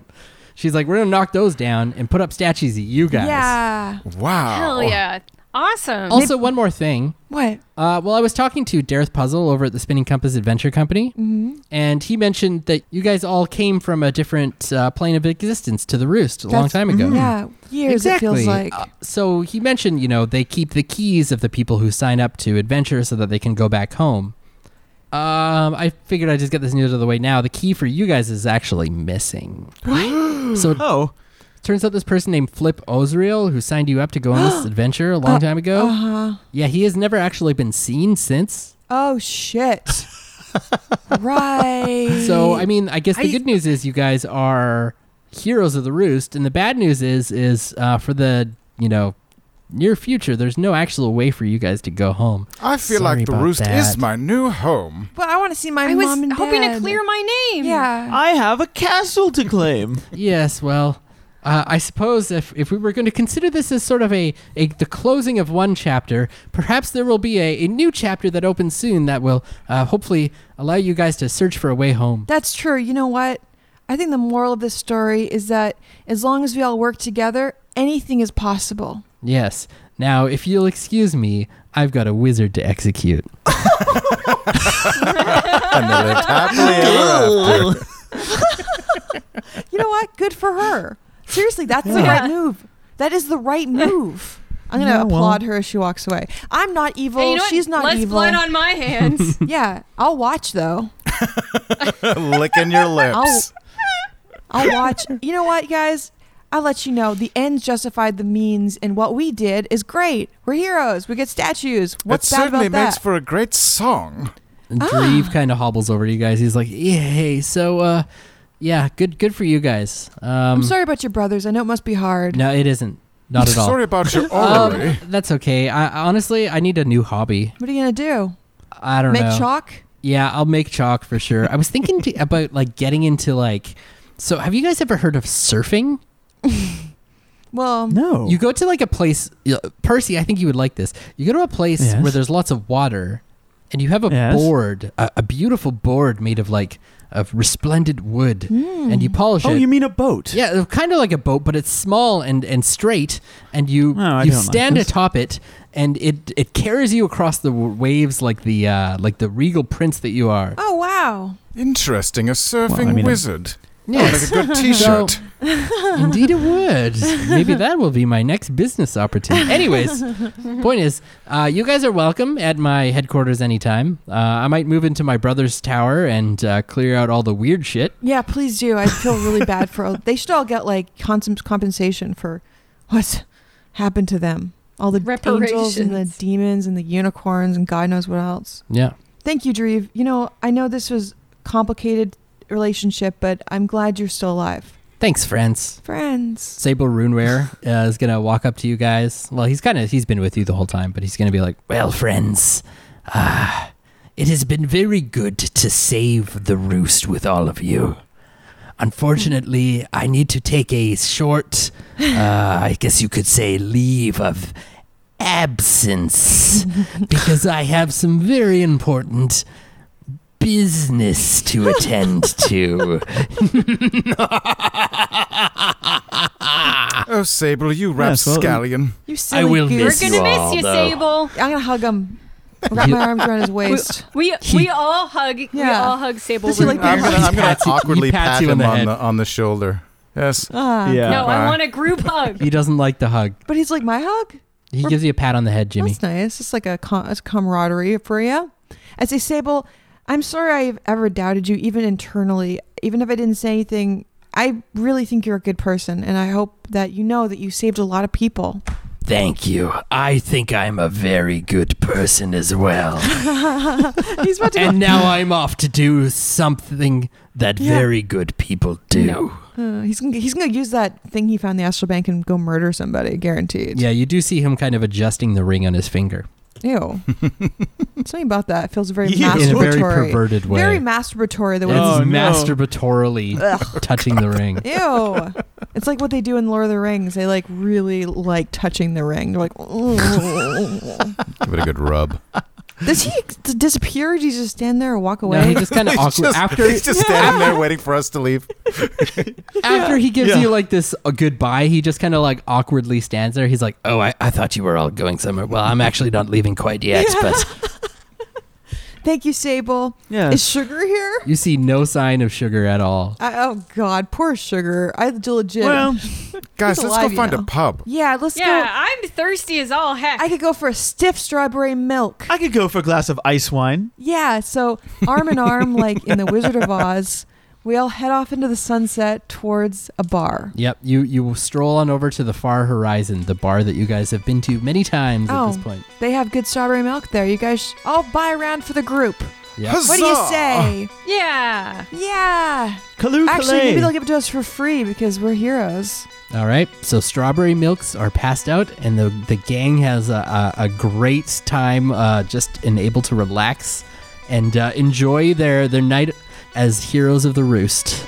Speaker 5: She's like, we're going to knock those down and put up statues of you guys.
Speaker 1: Yeah.
Speaker 4: Wow.
Speaker 3: Hell yeah. Awesome.
Speaker 5: Also, one more thing.
Speaker 1: What?
Speaker 5: Uh, well, I was talking to Dareth Puzzle over at the Spinning Compass Adventure Company,
Speaker 1: Mm-hmm.
Speaker 5: and he mentioned that you guys all came from a different uh, plane of existence to the Roost a long
Speaker 1: That's- Mm-hmm.
Speaker 5: time ago.
Speaker 1: Yeah, years it feels like.
Speaker 5: Uh, so he mentioned, you know, they keep the keys of the people who sign up to adventure so that they can go back home. Um, I figured I'd just get this news out of the way now. The key for you guys is actually missing. What? so it
Speaker 2: Oh,
Speaker 5: turns out this person named Flip Ozriel, who signed you up to go on this adventure a long time ago,
Speaker 1: uh huh.
Speaker 5: yeah, he has never actually been seen since.
Speaker 1: Oh shit. right.
Speaker 5: So I mean, I guess the
Speaker 2: I-
Speaker 5: good news is you guys are heroes of the roost, and the bad news is is uh, for the you know near future, there's no actual way for you guys to go home.
Speaker 4: I feel
Speaker 5: Sorry
Speaker 4: like the
Speaker 5: about
Speaker 4: roost
Speaker 5: that.
Speaker 4: is my new home.
Speaker 1: but I want to see my
Speaker 3: I was
Speaker 1: mom and
Speaker 3: hoping
Speaker 1: dad.
Speaker 3: to clear my name.
Speaker 1: Yeah.
Speaker 2: I have a castle to claim.
Speaker 5: Yes, well, uh, I suppose if, if we were going to consider this as sort of a, a the closing of one chapter, perhaps there will be a, a new chapter that opens soon that will uh, hopefully allow you guys to search for a way home.
Speaker 1: That's true. You know what? I think the moral of this story is that as long as we all work together, anything is possible.
Speaker 5: Yes. Now, if you'll excuse me, I've got a wizard to execute.
Speaker 7: and they lived happily ever after.
Speaker 1: You know what? Good for her. Seriously, that's the
Speaker 3: Yeah.
Speaker 1: right move. That is the right move. I'm gonna
Speaker 2: Yeah, well-
Speaker 1: applaud her as she walks away. I'm not evil.
Speaker 3: Hey, you know what?
Speaker 1: She's not
Speaker 3: Less
Speaker 1: evil.
Speaker 3: blood on my hands.
Speaker 1: yeah, I'll watch though.
Speaker 7: Licking your lips.
Speaker 1: I'll, I'll watch. You know what, guys? I'll let you know. The ends justified the means, and what we did is great. We're heroes. We get statues. What's
Speaker 4: it
Speaker 1: bad
Speaker 4: certainly
Speaker 1: about that?
Speaker 4: makes for a great song.
Speaker 5: And
Speaker 1: Ah.
Speaker 5: Dreve kind of hobbles over to you guys. He's like, "Yeah, hey, so uh, yeah, good, good for you guys." Um,
Speaker 1: I'm sorry about your brothers. I know it must be hard.
Speaker 5: No, it isn't. Not at all.
Speaker 4: Sorry about your
Speaker 5: Um,
Speaker 4: orrery.
Speaker 5: that's okay. I honestly, I need a new hobby.
Speaker 1: What are you gonna do?
Speaker 5: I don't
Speaker 1: Make
Speaker 5: know.
Speaker 1: chalk?
Speaker 5: Yeah, I'll make chalk for sure. I was thinking to, about like getting into like. So, have you guys ever heard of surfing?
Speaker 1: Well,
Speaker 2: No.
Speaker 5: You go to like a place, y- Percy. I think you would like this. You go to a place
Speaker 2: Yes.
Speaker 5: where there's lots of water, and you have a
Speaker 2: Yes.
Speaker 5: board, a, a beautiful board made of like of resplendent wood, and you polish
Speaker 2: Oh,
Speaker 5: it.
Speaker 2: you mean a boat?
Speaker 5: Yeah, kind of like a boat, but it's small and, and straight, and you
Speaker 2: Oh, I
Speaker 5: you
Speaker 2: don't like
Speaker 5: stand
Speaker 2: this.
Speaker 5: atop it, and it it carries you across the w- waves like the uh, like the regal prince that you are.
Speaker 1: Oh wow.
Speaker 4: Interesting. A surfing
Speaker 2: I mean, I'm-
Speaker 4: wizard.
Speaker 5: Yes,
Speaker 4: Like a good T-shirt.
Speaker 5: indeed it would. Maybe that will be my next business opportunity. Anyways, point is, uh, you guys are welcome at my headquarters anytime. Uh, I might move into my brother's tower and uh, clear out all the weird shit.
Speaker 1: Yeah, please do. I feel really bad for. They should all get like consum- compensation for what's happened to them. All the angels and the
Speaker 3: Reparations.
Speaker 1: demons and the unicorns and God knows what else.
Speaker 5: Yeah.
Speaker 1: Thank you, Dreve. You know, I know this was complicated relationship, but I'm glad you're still alive.
Speaker 5: Thanks, friends.
Speaker 1: Friends.
Speaker 5: Sable Runeware uh, is gonna walk up to you guys. Well, he's kind of he's been with you the whole time, but he's gonna be like, "Well, friends, ah, it has been very good to save the roost with all of you. Unfortunately, I need to take a short, uh, I guess you could say, leave of absence because I have some very important." Business to attend to.
Speaker 4: Oh, Sable, you
Speaker 2: Yes, well,
Speaker 4: rapscallion.
Speaker 1: You silly
Speaker 5: will
Speaker 3: We're
Speaker 1: goose.
Speaker 5: miss
Speaker 3: gonna
Speaker 5: you all,
Speaker 3: miss you,
Speaker 5: though.
Speaker 3: Sable.
Speaker 1: I'm gonna hug him. Wrap my arms around his waist.
Speaker 3: We we all hug. We
Speaker 1: Yeah.
Speaker 3: all hug Sable.
Speaker 1: Does he like
Speaker 3: Runeware.
Speaker 4: I'm gonna, I'm gonna
Speaker 5: Pats you-
Speaker 4: awkwardly
Speaker 5: he pats
Speaker 4: pat
Speaker 5: you on
Speaker 4: him
Speaker 5: the
Speaker 4: on
Speaker 5: head.
Speaker 4: the, on the shoulder. Yes.
Speaker 1: Ah.
Speaker 2: Yeah. Uh-huh.
Speaker 3: No,
Speaker 4: Bye.
Speaker 3: I want a group hug.
Speaker 5: He doesn't like the hug.
Speaker 1: But he's like my hug.
Speaker 5: He gives you a pat on the head, Jimmy.
Speaker 1: That's nice. It's like a, com- a camaraderie for you. I say, Sable, I'm sorry I've ever doubted you, even internally. Even if I didn't say anything, I really think you're a good person, and I hope that you know that you saved a lot of people.
Speaker 5: Thank you. I think I'm a very good person as well.
Speaker 1: He's about to
Speaker 5: and now I'm off to do something that
Speaker 1: Yeah.
Speaker 5: very good people do.
Speaker 1: go. Uh, he's gonna, he's gonna use that thing he found in the astral bank and go murder somebody, guaranteed.
Speaker 5: Yeah, you do see him kind of adjusting the ring on his finger
Speaker 1: Ew. Something about that feels very
Speaker 2: Yeah.
Speaker 5: in a
Speaker 1: masturbatory.
Speaker 5: very perverted way.
Speaker 1: Very masturbatory. The way
Speaker 5: it's
Speaker 2: Oh, no.
Speaker 5: masturbatorily touching the ring. Oh.
Speaker 1: Ew. It's like what they do in Lord of the Rings. They like really like touching the ring. They're like, "Ooh."
Speaker 7: Give it a good rub.
Speaker 1: does he d- disappear? Does he just stand there and walk
Speaker 5: No, he
Speaker 1: away?
Speaker 5: just kind of awkward.
Speaker 4: just,
Speaker 5: after
Speaker 4: he's just standing there waiting for us to leave.
Speaker 5: after he gives
Speaker 2: Yeah.
Speaker 5: you like this a goodbye, he just kind of like awkwardly stands there. He's like, "Oh, I, I thought you were all going somewhere. Well, I'm actually not leaving quite yet, but
Speaker 1: Thank you, Sable.
Speaker 5: Uh.
Speaker 2: Yeah.
Speaker 1: Is Sugar here?
Speaker 5: You see no sign of sugar at all.
Speaker 1: I, oh God, poor Sugar. I do legit.
Speaker 2: Well,
Speaker 4: Guys,
Speaker 1: He's
Speaker 4: let's go
Speaker 1: alive, you
Speaker 4: find
Speaker 1: know.
Speaker 4: a pub.
Speaker 1: yeah, let's
Speaker 3: Yeah,
Speaker 1: go.
Speaker 3: I'm thirsty as all heck.
Speaker 1: I could go for a stiff strawberry milk.
Speaker 2: I could go for a glass of ice wine.
Speaker 1: yeah, so arm in arm, like in The Wizard of Oz, we all head off into the sunset towards a bar.
Speaker 5: Yep, you you stroll on over to the far horizon, the bar that you guys have been to many times at this point.
Speaker 1: they have good strawberry milk there. You guys, sh- I'll buy around for the group.
Speaker 5: Yep.
Speaker 1: What do you
Speaker 4: Huzzah!
Speaker 1: say?
Speaker 3: yeah.
Speaker 1: Yeah.
Speaker 2: Kalu
Speaker 1: Actually,
Speaker 2: Kalay.
Speaker 1: maybe they'll give it to us for free because we're heroes.
Speaker 5: All right, so strawberry milks are passed out, and the the gang has a, a, a great time, uh, just and able to relax and uh, enjoy their their night as heroes of the roost.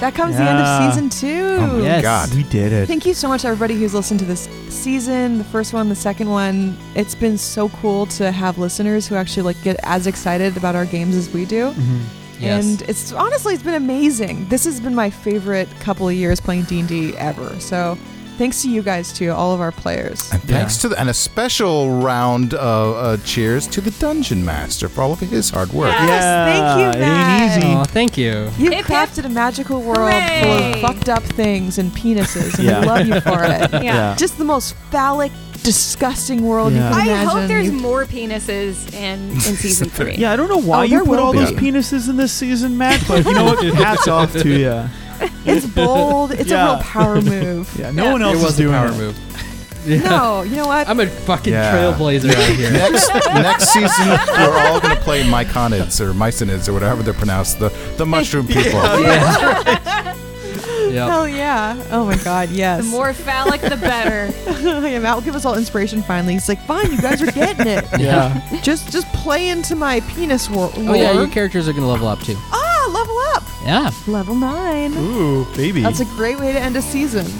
Speaker 1: That comes the end
Speaker 2: Yeah.
Speaker 1: of season two.
Speaker 5: yes.
Speaker 4: God.
Speaker 2: we did it.
Speaker 1: Thank you so much, everybody who's listened to this season, the first one, the second one. It's been so cool to have listeners who actually like get as excited about our games as we do.
Speaker 5: Yes.
Speaker 1: And it's honestly, it's been amazing. This has been my favorite couple of years playing D and D ever. So, thanks to you guys too, all of our players.
Speaker 4: And thanks to the, and a special round of uh, cheers to the dungeon master for all of his hard work.
Speaker 1: Yeah. Yes, thank you,
Speaker 2: It ain't easy.
Speaker 5: Aw, thank you.
Speaker 1: You
Speaker 3: Hip, hip.
Speaker 1: crafted a magical world
Speaker 3: Hooray.
Speaker 1: full of fucked up things and penises, and
Speaker 2: Yeah.
Speaker 1: we love you for it.
Speaker 2: Yeah.
Speaker 1: Just the most phallic, disgusting world
Speaker 2: Yeah.
Speaker 1: you can
Speaker 3: I
Speaker 1: imagine.
Speaker 3: hope there's
Speaker 1: You-
Speaker 3: more penises in, in season three.
Speaker 2: Yeah, I don't know why
Speaker 1: Oh, there
Speaker 2: you put
Speaker 1: will
Speaker 2: all
Speaker 1: be.
Speaker 2: those penises in this season, Matt, but you know what? Hats off to you.
Speaker 1: It's bold. It's
Speaker 2: Yeah.
Speaker 1: a real power move.
Speaker 2: Yeah, no one else
Speaker 5: it
Speaker 2: is
Speaker 5: was a
Speaker 2: doing
Speaker 5: power
Speaker 2: it.
Speaker 5: move.
Speaker 1: No, you know what?
Speaker 5: I'm a fucking
Speaker 4: Yeah.
Speaker 5: trailblazer out here.
Speaker 7: Next next season, we're all going to play myconids or myconids or whatever they're pronounced. The the mushroom people.
Speaker 5: Yep.
Speaker 1: Hell yeah. Oh my god, yes.
Speaker 3: The more phallic, the better.
Speaker 1: yeah, Matt will give us all inspiration finally. He's like, fine, you guys are getting it.
Speaker 2: Yeah.
Speaker 1: just just play into my penis war.
Speaker 5: Oh yeah,
Speaker 1: lore.
Speaker 5: your characters are gonna level up too.
Speaker 1: Ah, level up.
Speaker 5: Yeah.
Speaker 1: Level nine.
Speaker 2: Ooh, baby.
Speaker 1: That's a great way to end a season.